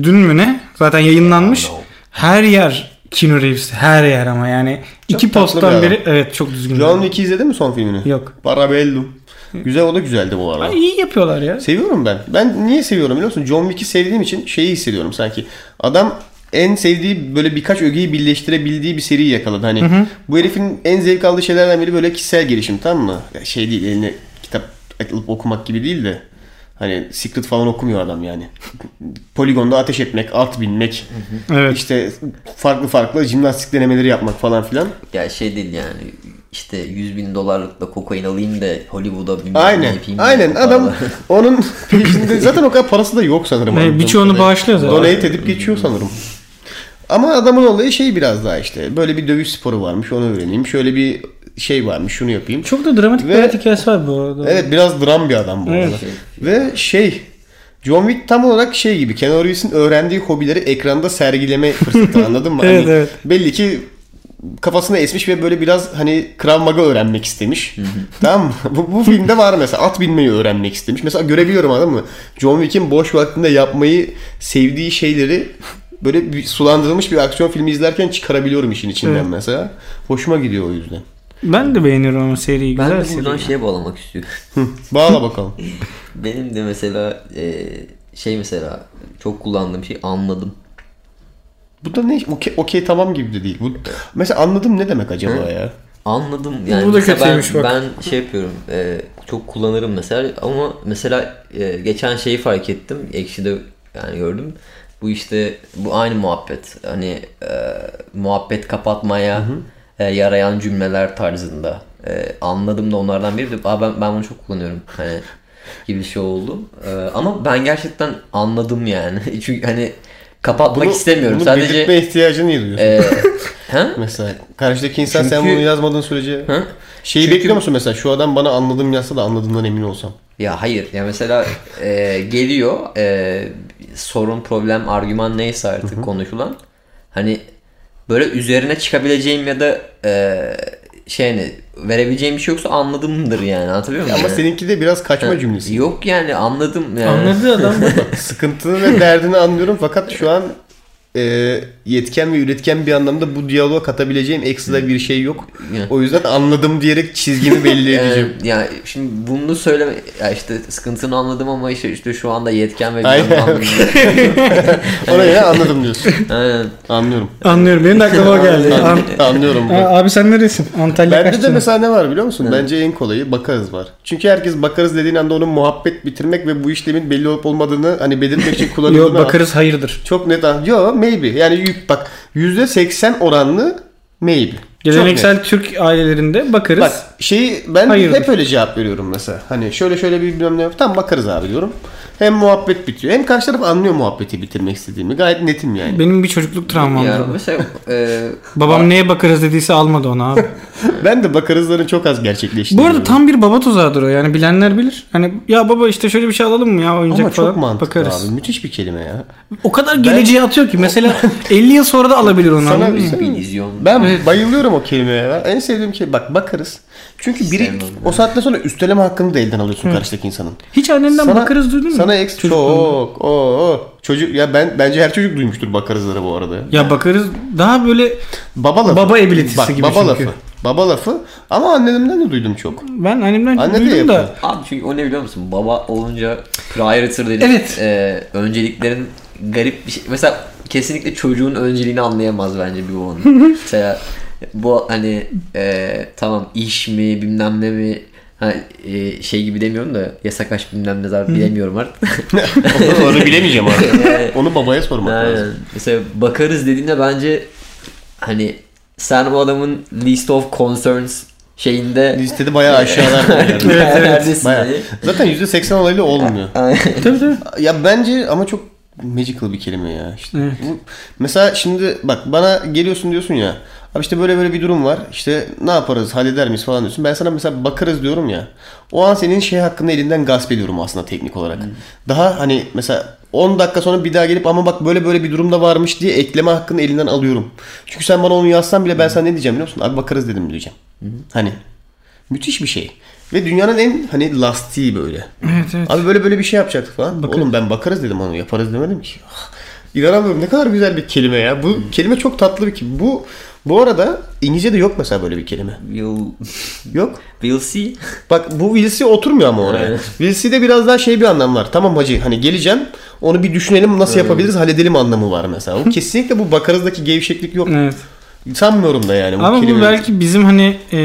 Speaker 6: dün mü ne? Zaten yayınlanmış. Her yer Keanu Reeves her yer ama yani iki
Speaker 9: tatlı bir
Speaker 6: posttan
Speaker 9: adam.
Speaker 6: biri evet çok düzgün. bir
Speaker 9: John
Speaker 6: adam.
Speaker 9: Wick izledin mi son filmini?
Speaker 6: Yok.
Speaker 9: Parabellum. Güzel o da güzeldi bu arada.
Speaker 6: Ay, iyi yapıyorlar ya.
Speaker 9: Seviyorum ben. Ben niye seviyorum biliyor musun? John Wick'i sevdiğim için şeyi hissediyorum sanki. Adam en sevdiği böyle birkaç ögeyi birleştirebildiği bir seri yakaladı. Hani bu herifin en zevk aldığı şeylerden biri böyle kişisel gelişim tamam mı? Ya şey değil eline kitap alıp okumak gibi değil de hani Secret falan okumuyor adam yani. (laughs) Poligonda ateş etmek, at binmek,
Speaker 6: Evet.
Speaker 9: işte farklı farklı jimnastik denemeleri yapmak falan filan.
Speaker 7: Ya şey değil yani işte 100 bin dolarlık da kokain alayım da Hollywood'a bilmem ne
Speaker 9: Aynen.
Speaker 7: yapayım.
Speaker 9: Aynen.
Speaker 7: Yani.
Speaker 9: Adam (laughs) onun peşinde zaten o kadar parası da yok sanırım.
Speaker 6: Ve
Speaker 9: adamın.
Speaker 6: birçoğunu bağışlıyor zaten.
Speaker 9: Donate edip geçiyor sanırım. Ama adamın olayı şey biraz daha işte. Böyle bir dövüş sporu varmış onu öğreneyim. Şöyle bir şey varmış şunu yapayım.
Speaker 6: Çok da dramatik
Speaker 9: Ve-
Speaker 6: bir hayat hikayesi var bu arada.
Speaker 9: Evet biraz dram bir adam bu
Speaker 6: Evet.
Speaker 9: arada. Ve şey John Wick tam olarak şey gibi Keanu Reeves'in öğrendiği hobileri ekranda
Speaker 6: (laughs)
Speaker 9: sergileme fırsatı anladın mı?
Speaker 6: Evet,
Speaker 9: Hani
Speaker 6: evet.
Speaker 9: Belli ki kafasına esmiş ve böyle biraz hani Krav Maga öğrenmek istemiş. tamam mı? Bu, bu filmde var mesela at binmeyi öğrenmek istemiş. Mesela görebiliyorum anladın mı? John Wick'in boş vaktinde yapmayı sevdiği şeyleri böyle bir sulandırılmış bir aksiyon filmi izlerken çıkarabiliyorum işin içinden
Speaker 6: Evet.
Speaker 9: mesela. Hoşuma gidiyor o yüzden.
Speaker 6: Ben de beğeniyorum o seriyi.
Speaker 7: Ben
Speaker 6: Güzel
Speaker 7: de
Speaker 6: seri.
Speaker 7: buradan şey- şeye bağlamak istiyorum.
Speaker 9: Bağla bakalım.
Speaker 7: Benim de mesela e, şey mesela çok kullandığım şey anladım.
Speaker 9: Bu da ne? Okey, okey tamam gibi de değil. Bu mesela anladım ne demek acaba ya?
Speaker 7: Anladım yani.
Speaker 6: Bu da
Speaker 7: mesela
Speaker 6: kötüymüş
Speaker 7: ben,
Speaker 6: bak.
Speaker 7: Ben şey yapıyorum. e, çok kullanırım mesela ama mesela e, geçen şeyi fark ettim. Ekşi'de yani gördüm. Bu işte bu aynı muhabbet. Hani e, muhabbet kapatmaya e, yarayan cümleler tarzında. E, anladım da onlardan biri de Aa, ben ben bunu çok kullanıyorum. Hani gibi bir şey oldu. E, ama ben gerçekten anladım yani. (laughs) Çünkü hani kapatmak istemiyorum.
Speaker 9: bunu
Speaker 7: Sadece
Speaker 9: belirtme ihtiyacı niye duyuyorsun?
Speaker 7: e, (laughs) ha?
Speaker 9: mesela karşıdaki insan sen
Speaker 7: Çünkü-
Speaker 9: bunu yazmadığın sürece
Speaker 7: Ha?
Speaker 9: şeyi
Speaker 7: Çünkü-
Speaker 9: bekliyor musun mesela şu adam bana anladım yazsa da anladığımdan emin olsam.
Speaker 7: Ya hayır ya mesela e, geliyor e, sorun problem argüman neyse artık konuşulan hani böyle üzerine çıkabileceğim ya da e, şey hani verebileceğim bir şey yoksa anladımdır yani anlatabiliyor muyum?
Speaker 9: Ama
Speaker 7: Yani?
Speaker 9: seninki de biraz kaçma cümlesi.
Speaker 7: Yok yani anladım yani.
Speaker 6: Anladı adam.
Speaker 9: (laughs) Sıkıntını ve derdini anlıyorum fakat şu an e, yetken ve üretken bir anlamda bu diyaloğa katabileceğim ekstra bir şey yok.
Speaker 7: Yani.
Speaker 9: O yüzden anladım diyerek çizgimi belli
Speaker 7: Yani, (laughs)
Speaker 9: edeceğim.
Speaker 7: E, ya şimdi bunu söyleme ya işte sıkıntını anladım ama işte, işte şu anda yetken ve bilmem ne
Speaker 9: Aynen. (laughs)
Speaker 7: anladım.
Speaker 9: Ona göre anladım diyorsun.
Speaker 7: Aynen.
Speaker 9: Anlıyorum.
Speaker 6: (laughs) Anlıyorum. Benim de aklıma
Speaker 7: (laughs)
Speaker 6: o geldi. An-
Speaker 9: An- anlıyorum.
Speaker 6: Aa, abi sen neresin? Antalya
Speaker 9: Bende
Speaker 6: kaç
Speaker 9: de
Speaker 6: tane?
Speaker 9: mesela ne var biliyor musun? Bence en kolayı bakarız var. Çünkü herkes bakarız dediğin anda onun muhabbet bitirmek ve bu işlemin belli olup olmadığını hani belirtmek
Speaker 6: (laughs)
Speaker 9: için kullanıldığını
Speaker 6: Yok bakarız hayırdır.
Speaker 9: Çok net. an- Yo maybe. Yani yük bak %80 oranlı maybe. Çok net.
Speaker 6: Geleneksel Türk ailelerinde bakarız.
Speaker 9: Bak şeyi ben
Speaker 6: Hayırdır.
Speaker 9: hep öyle cevap veriyorum mesela. Hani şöyle şöyle bir bilmem ne yap. Tam bakarız abi diyorum. Hem muhabbet bitiyor. Hem karşı taraf anlıyor muhabbeti bitirmek istediğimi. Gayet netim yani.
Speaker 6: Benim bir çocukluk
Speaker 7: Ya
Speaker 6: travmamdır bu.
Speaker 7: mesela e,
Speaker 6: Babam neye bakarız dediyse almadı onu
Speaker 9: (laughs)
Speaker 6: abi.
Speaker 9: Ben de bakarızların çok az gerçekleştiğini.
Speaker 6: Bu arada
Speaker 9: biliyorum.
Speaker 6: tam bir baba tuzağıdır o yani bilenler bilir. Hani ya baba işte şöyle bir şey alalım mı ya oyuncak
Speaker 9: ama çok
Speaker 6: falan
Speaker 9: mantıklı
Speaker 6: bakarız.
Speaker 9: abi. Müthiş bir kelime ya.
Speaker 6: O kadar geleceğe atıyor ki mesela
Speaker 9: (laughs)
Speaker 6: 50 yıl sonra da alabilir onu.
Speaker 9: Sana
Speaker 6: anladın mı?
Speaker 9: bir-
Speaker 7: bir vizyon.
Speaker 9: Ben bayılıyorum o kelimeye. ya. En sevdiğim şey bak bakarız. Çünkü biri
Speaker 7: Sevmem
Speaker 9: o saatten sonra üsteleme hakkını da elden alıyorsun karşıdaki insanın.
Speaker 6: Hiç annenden bakarız duydun mu?
Speaker 9: Sana eks çok.
Speaker 6: Çocukluğunda.
Speaker 9: Oo, oo. Çocuk ya ben bence her çocuk duymuştur bakarızları bu arada.
Speaker 6: Ya bakarız daha böyle
Speaker 9: Baba lafı.
Speaker 6: Baba ebilitisi
Speaker 9: Bak,
Speaker 6: gibi
Speaker 9: baba
Speaker 6: çünkü.
Speaker 9: lafı. Baba lafı ama annemden de duydum
Speaker 7: (laughs)
Speaker 9: çok.
Speaker 6: ben annemden
Speaker 9: Anne de
Speaker 6: duydum da
Speaker 9: yapıyor.
Speaker 7: Abi çünkü o ne biliyor musun? Baba olunca priority dediğin
Speaker 6: Evet.
Speaker 7: e, önceliklerin garip bir şey. Mesela kesinlikle çocuğun önceliğini anlayamaz bence bir babanın. Mesela bu hani e, tamam iş mi bilmem ne mi ha, e, şey gibi demiyorum da yasak aşk bilmem ne zar bilemiyorum artık.
Speaker 9: onu, onu bilemeyeceğim abi.
Speaker 7: (laughs)
Speaker 9: onu babaya sormak
Speaker 7: Aynen.
Speaker 9: lazım.
Speaker 7: Mesela bakarız dediğinde bence hani sen o adamın list of concerns şeyinde
Speaker 9: Listede bayağı aşağılarda. yani.
Speaker 7: Neredesin
Speaker 9: Bayağı.
Speaker 7: hani?
Speaker 9: Zaten %80 olayla olmuyor.
Speaker 6: tabii tabii.
Speaker 9: Ee, Ya bence ama çok magical bir kelime ya. İşte bu, mesela şimdi bak bana geliyorsun diyorsun ya. Abi işte böyle böyle bir durum var. İşte ne yaparız halleder miyiz falan diyorsun. Ben sana mesela bakarız diyorum ya. O an senin şey hakkında elinden gasp ediyorum aslında teknik olarak. Daha hani mesela 10 dakika sonra bir daha gelip ama bak böyle böyle bir durumda varmış diye ekleme hakkını elinden alıyorum. Çünkü sen bana onu yazsan bile ben sana ne diyeceğim biliyor musun? Abi bakarız dedim diyeceğim. Hani müthiş bir şey. Ve dünyanın en hani lastiği böyle.
Speaker 6: Evet evet.
Speaker 9: Abi böyle böyle bir şey yapacaktık falan. Oğlum ben bakarız dedim onu yaparız demedim ki. İnanamıyorum ne kadar güzel bir kelime ya. Bu
Speaker 6: Hmm.
Speaker 9: kelime çok tatlı bir kelime. Bu bu arada İngilizce'de yok mesela böyle bir kelime.
Speaker 7: (laughs) We'll,
Speaker 9: Yok.
Speaker 7: we'll see.
Speaker 9: Bak bu Wils'i oturmuyor ama oraya.
Speaker 7: Evet.
Speaker 9: Wils'i'de biraz daha şey bir anlam var. Tamam hacı hani geleceğim onu bir düşünelim nasıl yapabiliriz halledelim anlamı
Speaker 6: (laughs)
Speaker 9: var mesela. O kesinlikle bu bakarızdaki gevşeklik yok.
Speaker 6: Evet.
Speaker 9: Sanmıyorum da yani.
Speaker 6: Ama bu
Speaker 9: kelime-
Speaker 6: belki bizim hani e,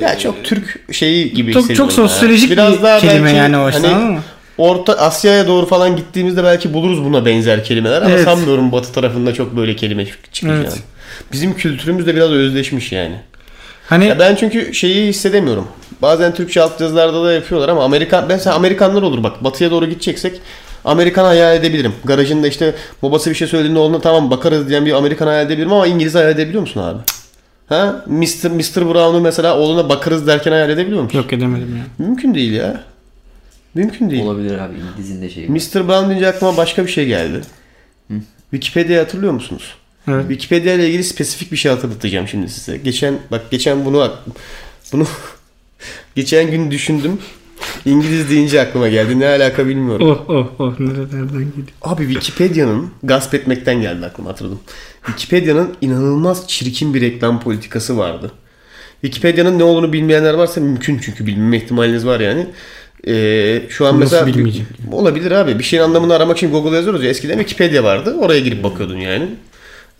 Speaker 9: Ya çok Türk şeyi gibi
Speaker 6: Çok-
Speaker 9: hissediyorum
Speaker 6: çok
Speaker 9: ya.
Speaker 6: sosyolojik bir kelime
Speaker 9: belki hani
Speaker 6: yani o işte, anladın mı?
Speaker 9: Orta Asya'ya doğru falan gittiğimizde belki buluruz buna benzer kelimeler ama
Speaker 6: Evet.
Speaker 9: sanmıyorum Batı tarafında çok böyle kelime çıkacağını.
Speaker 6: Evet.
Speaker 9: Bizim kültürümüz de biraz özdeşmiş yani.
Speaker 6: hani
Speaker 9: Ya ben çünkü şeyi hissedemiyorum. Bazen Türkçe alt yazılarda da yapıyorlar ama Amerikan mesela Amerikanlar olur bak. Batıya doğru gideceksek Amerikan hayal edebilirim. Garajında işte babası bir şey söylediğinde onunla tamam bakarız diyen bir Amerikan hayal edebilirim ama İngiliz hayal edebiliyor musun abi? Ha? Mr. Mr. Brown'u mesela oğluna bakarız derken hayal edebiliyor musun?
Speaker 6: yok edemedim ya.
Speaker 9: Mümkün değil ya. Mümkün değil.
Speaker 7: Olabilir abi İngiliz'in de şeyi.
Speaker 9: Mr. Brown deyince aklıma başka bir şey geldi. Wikipedia'yı hatırlıyor musunuz?
Speaker 6: Evet.
Speaker 9: Wikipedia ile ilgili spesifik bir şey hatırlatacağım şimdi size. Geçen bak geçen bunu bunu (laughs) geçen gün düşündüm. İngiliz deyince aklıma geldi. Ne alaka bilmiyorum.
Speaker 6: Oh oh oh nerelerden geliyor.
Speaker 9: Abi Wikipedia'nın gasp etmekten geldi aklıma hatırladım. Wikipedia'nın inanılmaz çirkin bir reklam politikası vardı. Wikipedia'nın ne olduğunu bilmeyenler varsa mümkün çünkü bilmeme ihtimaliniz var yani. Ee, şu
Speaker 6: Nasıl
Speaker 9: an mesela
Speaker 6: bilmeyeceğim?
Speaker 9: olabilir abi. Bir şeyin anlamını aramak için Google yazıyoruz ya. Eskiden Wikipedia vardı. Oraya girip bakıyordun yani.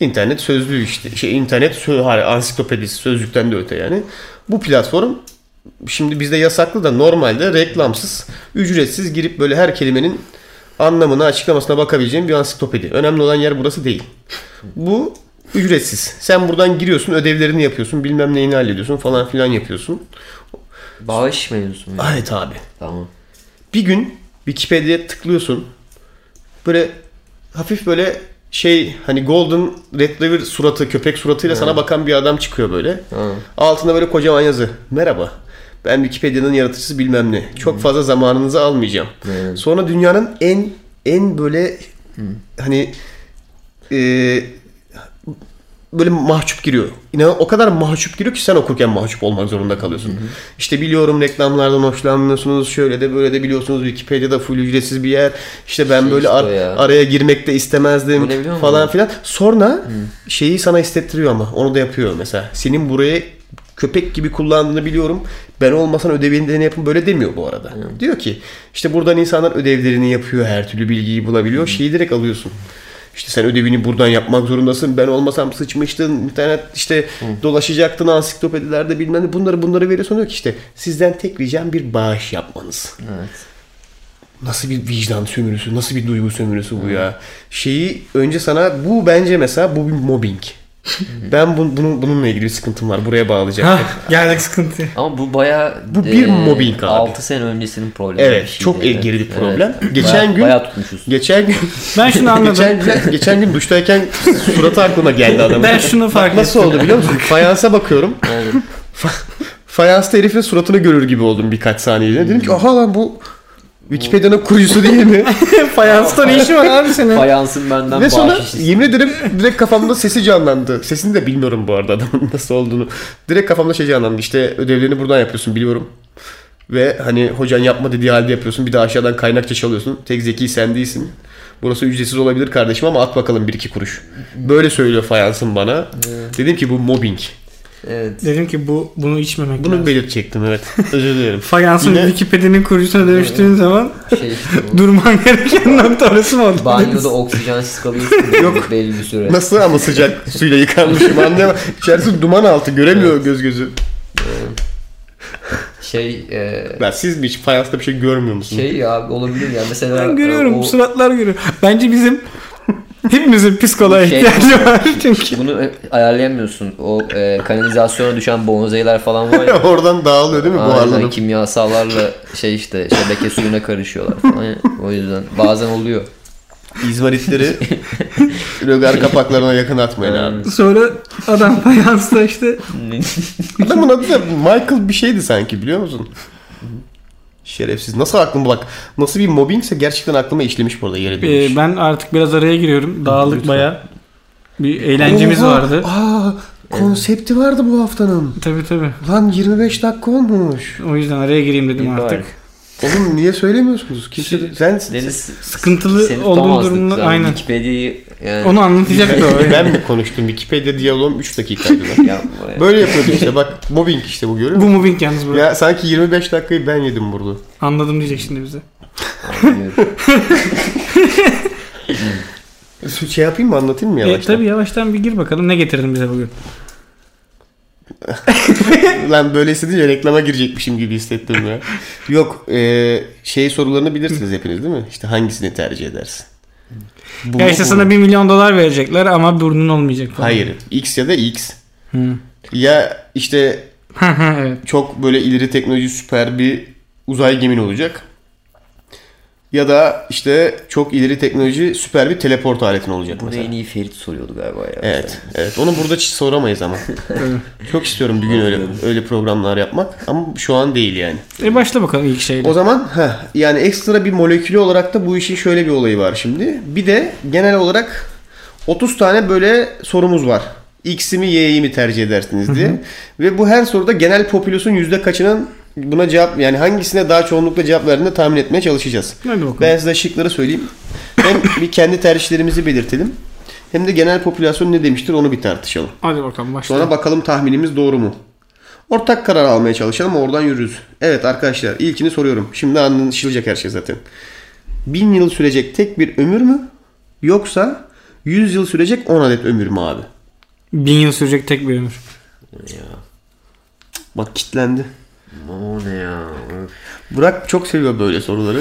Speaker 9: İnternet sözlüğü işte. Şey internet sö hayır, ansiklopedisi sözlükten de öte yani. Bu platform şimdi bizde yasaklı da normalde reklamsız, ücretsiz girip böyle her kelimenin anlamına, açıklamasına bakabileceğin bir ansiklopedi. Önemli olan yer burası değil. Bu ücretsiz. Sen buradan giriyorsun, ödevlerini yapıyorsun, bilmem neyini hallediyorsun falan filan yapıyorsun.
Speaker 7: Bağış mevzusu mu?
Speaker 9: Evet abi.
Speaker 7: Tamam.
Speaker 9: Bir gün Wikipedia'ya tıklıyorsun. Böyle hafif böyle şey hani golden retriever suratı, köpek suratıyla sana bakan bir adam çıkıyor böyle.
Speaker 7: Ha.
Speaker 9: Altında böyle kocaman yazı. Merhaba. Ben Wikipedia'nın yaratıcısı bilmem ne. Çok fazla zamanınızı almayacağım.
Speaker 7: Evet.
Speaker 9: Sonra dünyanın en en böyle hani e, böyle mahcup giriyor. İnan o kadar mahcup giriyor ki sen okurken mahcup olmak zorunda kalıyorsun. İşte biliyorum reklamlardan hoşlanmıyorsunuz. Şöyle de böyle de biliyorsunuz Wikipedia'da full ücretsiz bir yer. İşte ben
Speaker 7: Şey
Speaker 9: böyle
Speaker 7: işte
Speaker 9: ar-
Speaker 7: o ya.
Speaker 9: araya girmek de istemezdim
Speaker 7: Öyle biliyor musun?
Speaker 9: falan filan. Sonra şeyi sana hissettiriyor ama onu da yapıyor mesela. Senin buraya köpek gibi kullandığını biliyorum. Ben olmasan ödevlerini yapın böyle demiyor bu arada. Diyor ki işte buradan insanlar ödevlerini yapıyor. Her türlü bilgiyi bulabiliyor. Şeyi direkt alıyorsun. İşte sen ödevini buradan yapmak zorundasın. Ben olmasam sıçmıştın. internet işte dolaşacaktın ansiklopedilerde bilmem ne. Bunları bunları veriyor. Sonra diyor ki işte sizden tek ricam bir bağış yapmanız.
Speaker 7: Evet.
Speaker 9: Nasıl bir vicdan sömürüsü, nasıl bir duygu sömürüsü bu ya? Şeyi önce sana bu bence mesela bu
Speaker 6: (laughs)
Speaker 9: bir mobbing. ben bu, bunun, bununla ilgili bir sıkıntım var. Buraya bağlayacağım.
Speaker 6: Hah geldik sıkıntıya.
Speaker 7: Ama bu baya
Speaker 9: Bu bir mobbing abi.
Speaker 7: 6 sene öncesinin problemi. bir
Speaker 6: Şey,
Speaker 9: evet,
Speaker 7: şeydi,
Speaker 6: e,
Speaker 9: çok
Speaker 7: evet.
Speaker 9: geri bir
Speaker 7: Evet.
Speaker 9: problem. Geçen
Speaker 7: Bayağı-
Speaker 9: gün
Speaker 7: Bayağı tutmuşuz.
Speaker 9: geçen gün
Speaker 6: Ben (laughs) şunu
Speaker 9: (laughs)
Speaker 6: anladım.
Speaker 9: geçen, gün- geçen gün duştayken suratı aklıma geldi adamın.
Speaker 6: Ben şunu fark
Speaker 9: Bak Nasıl
Speaker 6: ettim.
Speaker 9: oldu biliyor musun? Fayansa bakıyorum.
Speaker 7: Evet.
Speaker 9: Fayansta herifin suratını görür gibi oldum birkaç saniyede. Dedim ki
Speaker 6: Hmm.
Speaker 9: aha lan bu Wikipedia'nın kurucusu değil mi?
Speaker 6: (laughs)
Speaker 7: (laughs)
Speaker 6: Fayansta ne işi var abi senin?
Speaker 7: Fayansın benden
Speaker 9: Ve
Speaker 7: bağış
Speaker 9: sonra
Speaker 7: işi.
Speaker 9: yemin ederim direkt kafamda sesi canlandı. Sesini de bilmiyorum bu arada adamın (laughs) nasıl olduğunu. Direkt kafamda şey canlandı. İşte ödevlerini buradan yapıyorsun biliyorum. Ve hani hocan yapma dediği halde yapıyorsun. Bir de aşağıdan kaynakça çalıyorsun. Tek zeki sen değilsin. Burası ücretsiz olabilir kardeşim ama at bakalım bir iki kuruş. Böyle söylüyor fayansın bana. Dedim ki bu mobbing.
Speaker 7: Evet.
Speaker 6: Dedim ki bu bunu içmemek
Speaker 9: Bunu
Speaker 6: lazım.
Speaker 9: belirtecektim evet. Özür dilerim.
Speaker 6: Fayansın
Speaker 9: Yine-
Speaker 6: Wikipedia'nın kurucusuna dönüştüğün zaman
Speaker 7: Şey işte
Speaker 9: (laughs)
Speaker 7: bu.
Speaker 6: durman (laughs) gereken nokta orası mı oldu?
Speaker 7: Banyoda oksijensiz kalıyorsun. Yok. Belli bir süre.
Speaker 9: Nasıl ama sıcak suyla yıkanmışım anlayamam. İçerisi duman altı göremiyor göz gözü.
Speaker 7: Şey e,
Speaker 9: Ben siz mi hiç fayansta bir şey görmüyor musunuz?
Speaker 7: şey ya olabilir ya mesela
Speaker 6: Ben
Speaker 7: e,
Speaker 6: görüyorum
Speaker 7: o-
Speaker 6: suratlar görüyorum. Bence bizim hepimizin psikoloğa
Speaker 7: Şey-
Speaker 6: ihtiyacı var (laughs) çünkü.
Speaker 7: bunu e, ayarlayamıyorsun. O e, kanalizasyona düşen bonzailer falan var ya.
Speaker 9: (laughs) Oradan dağılıyor değil mi
Speaker 7: Aynen hani
Speaker 9: buharlanıp?
Speaker 7: kimyasallarla şey işte şebeke suyuna karışıyorlar falan. ya. O yüzden bazen
Speaker 9: (laughs)
Speaker 7: oluyor.
Speaker 9: İzmaritleri
Speaker 7: (laughs)
Speaker 9: rögar kapaklarına yakın atmayın abi.
Speaker 6: Sonra adam fayansla işte
Speaker 9: Adamın adı da Michael bir şeydi sanki biliyor musun? Şerefsiz. Nasıl aklıma bak. Nasıl bir mobbingse gerçekten aklıma işlemiş burada yere
Speaker 6: Ee,
Speaker 9: dönmüş.
Speaker 6: ben artık biraz araya giriyorum. Dağıldık baya. Bir eğlencemiz
Speaker 9: Oha!
Speaker 6: vardı.
Speaker 9: Aa, konsepti vardı bu haftanın.
Speaker 6: Tabii tabii.
Speaker 9: Lan 25 dakika olmuş.
Speaker 6: O yüzden araya gireyim dedim
Speaker 7: İyi
Speaker 6: artık.
Speaker 7: bari.
Speaker 9: Oğlum niye söylemiyorsunuz? Kimse de- sen
Speaker 7: Deniz
Speaker 6: Sıkıntılı
Speaker 7: seni
Speaker 6: olduğum
Speaker 7: tutamazdık
Speaker 6: durumlar-
Speaker 7: zaten.
Speaker 6: aynen.
Speaker 7: Wikipedia'yı yani.
Speaker 6: Onu
Speaker 7: (laughs)
Speaker 6: anlatacaktı o.
Speaker 9: ben mi konuştum? Wikipedia diyaloğum 3 dakikaydı
Speaker 6: (laughs)
Speaker 9: lan.
Speaker 7: Ya,
Speaker 9: Böyle yapıyorduk işte bak mobbing işte bu görüyor
Speaker 6: Bu
Speaker 9: musun?
Speaker 6: moving yalnız burada.
Speaker 9: Ya sanki 25 dakikayı ben yedim burada.
Speaker 6: Anladım diyecek şimdi bize.
Speaker 9: Şey yapayım mı anlatayım mı
Speaker 6: E,
Speaker 9: yavaştan?
Speaker 6: tabii yavaştan bir gir bakalım ne getirdin bize bugün.
Speaker 9: (laughs) Lan böyle hissedince reklama girecekmişim gibi
Speaker 6: (laughs)
Speaker 9: hissettim ya. Yok e, şey sorularını bilirsiniz hepiniz değil mi? İşte hangisini tercih edersin? Bu
Speaker 6: ya
Speaker 9: mu,
Speaker 6: işte
Speaker 9: bu
Speaker 6: sana
Speaker 9: mu?
Speaker 6: 1 milyon dolar verecekler ama burnun olmayacak falan.
Speaker 9: Hayır. X ya da X.
Speaker 6: Hı.
Speaker 9: Ya işte
Speaker 6: (laughs) evet.
Speaker 9: çok böyle ileri teknoloji süper bir uzay gemin olacak. Ya da işte çok ileri teknoloji süper bir teleport aletin olacak
Speaker 7: Bunu
Speaker 9: mesela.
Speaker 7: en iyi Ferit soruyordu galiba ya.
Speaker 9: Evet, evet. Onu burada hiç soramayız ama. çok istiyorum bir gün öyle öyle programlar yapmak ama şu an değil yani.
Speaker 6: E başla bakalım ilk şeyle.
Speaker 9: O zaman heh, yani ekstra bir molekülü olarak da bu işin şöyle bir olayı var şimdi. Bir de genel olarak 30 tane böyle sorumuz var. X'i mi Y'yi mi tercih edersiniz diye. Ve bu her soruda genel popülusun yüzde kaçının buna cevap yani hangisine daha çoğunlukla cevap verdiğini tahmin etmeye çalışacağız.
Speaker 6: Hadi bakalım.
Speaker 9: Ben size şıkları söyleyeyim. Hem bir kendi tercihlerimizi belirtelim. Hem de genel popülasyon ne demiştir onu bir tartışalım.
Speaker 6: Hadi bakalım başla.
Speaker 9: Sonra bakalım tahminimiz doğru mu? Ortak karar almaya çalışalım oradan yürürüz. Evet arkadaşlar ilkini soruyorum. Şimdi anlaşılacak her şey zaten. Bin yıl sürecek tek bir ömür mü? Yoksa 100 yıl sürecek 10 adet ömür mü abi?
Speaker 6: Bin yıl sürecek tek bir ömür.
Speaker 9: Bak kitlendi.
Speaker 7: O ne ya?
Speaker 9: Burak çok seviyor
Speaker 7: (laughs)
Speaker 9: böyle soruları.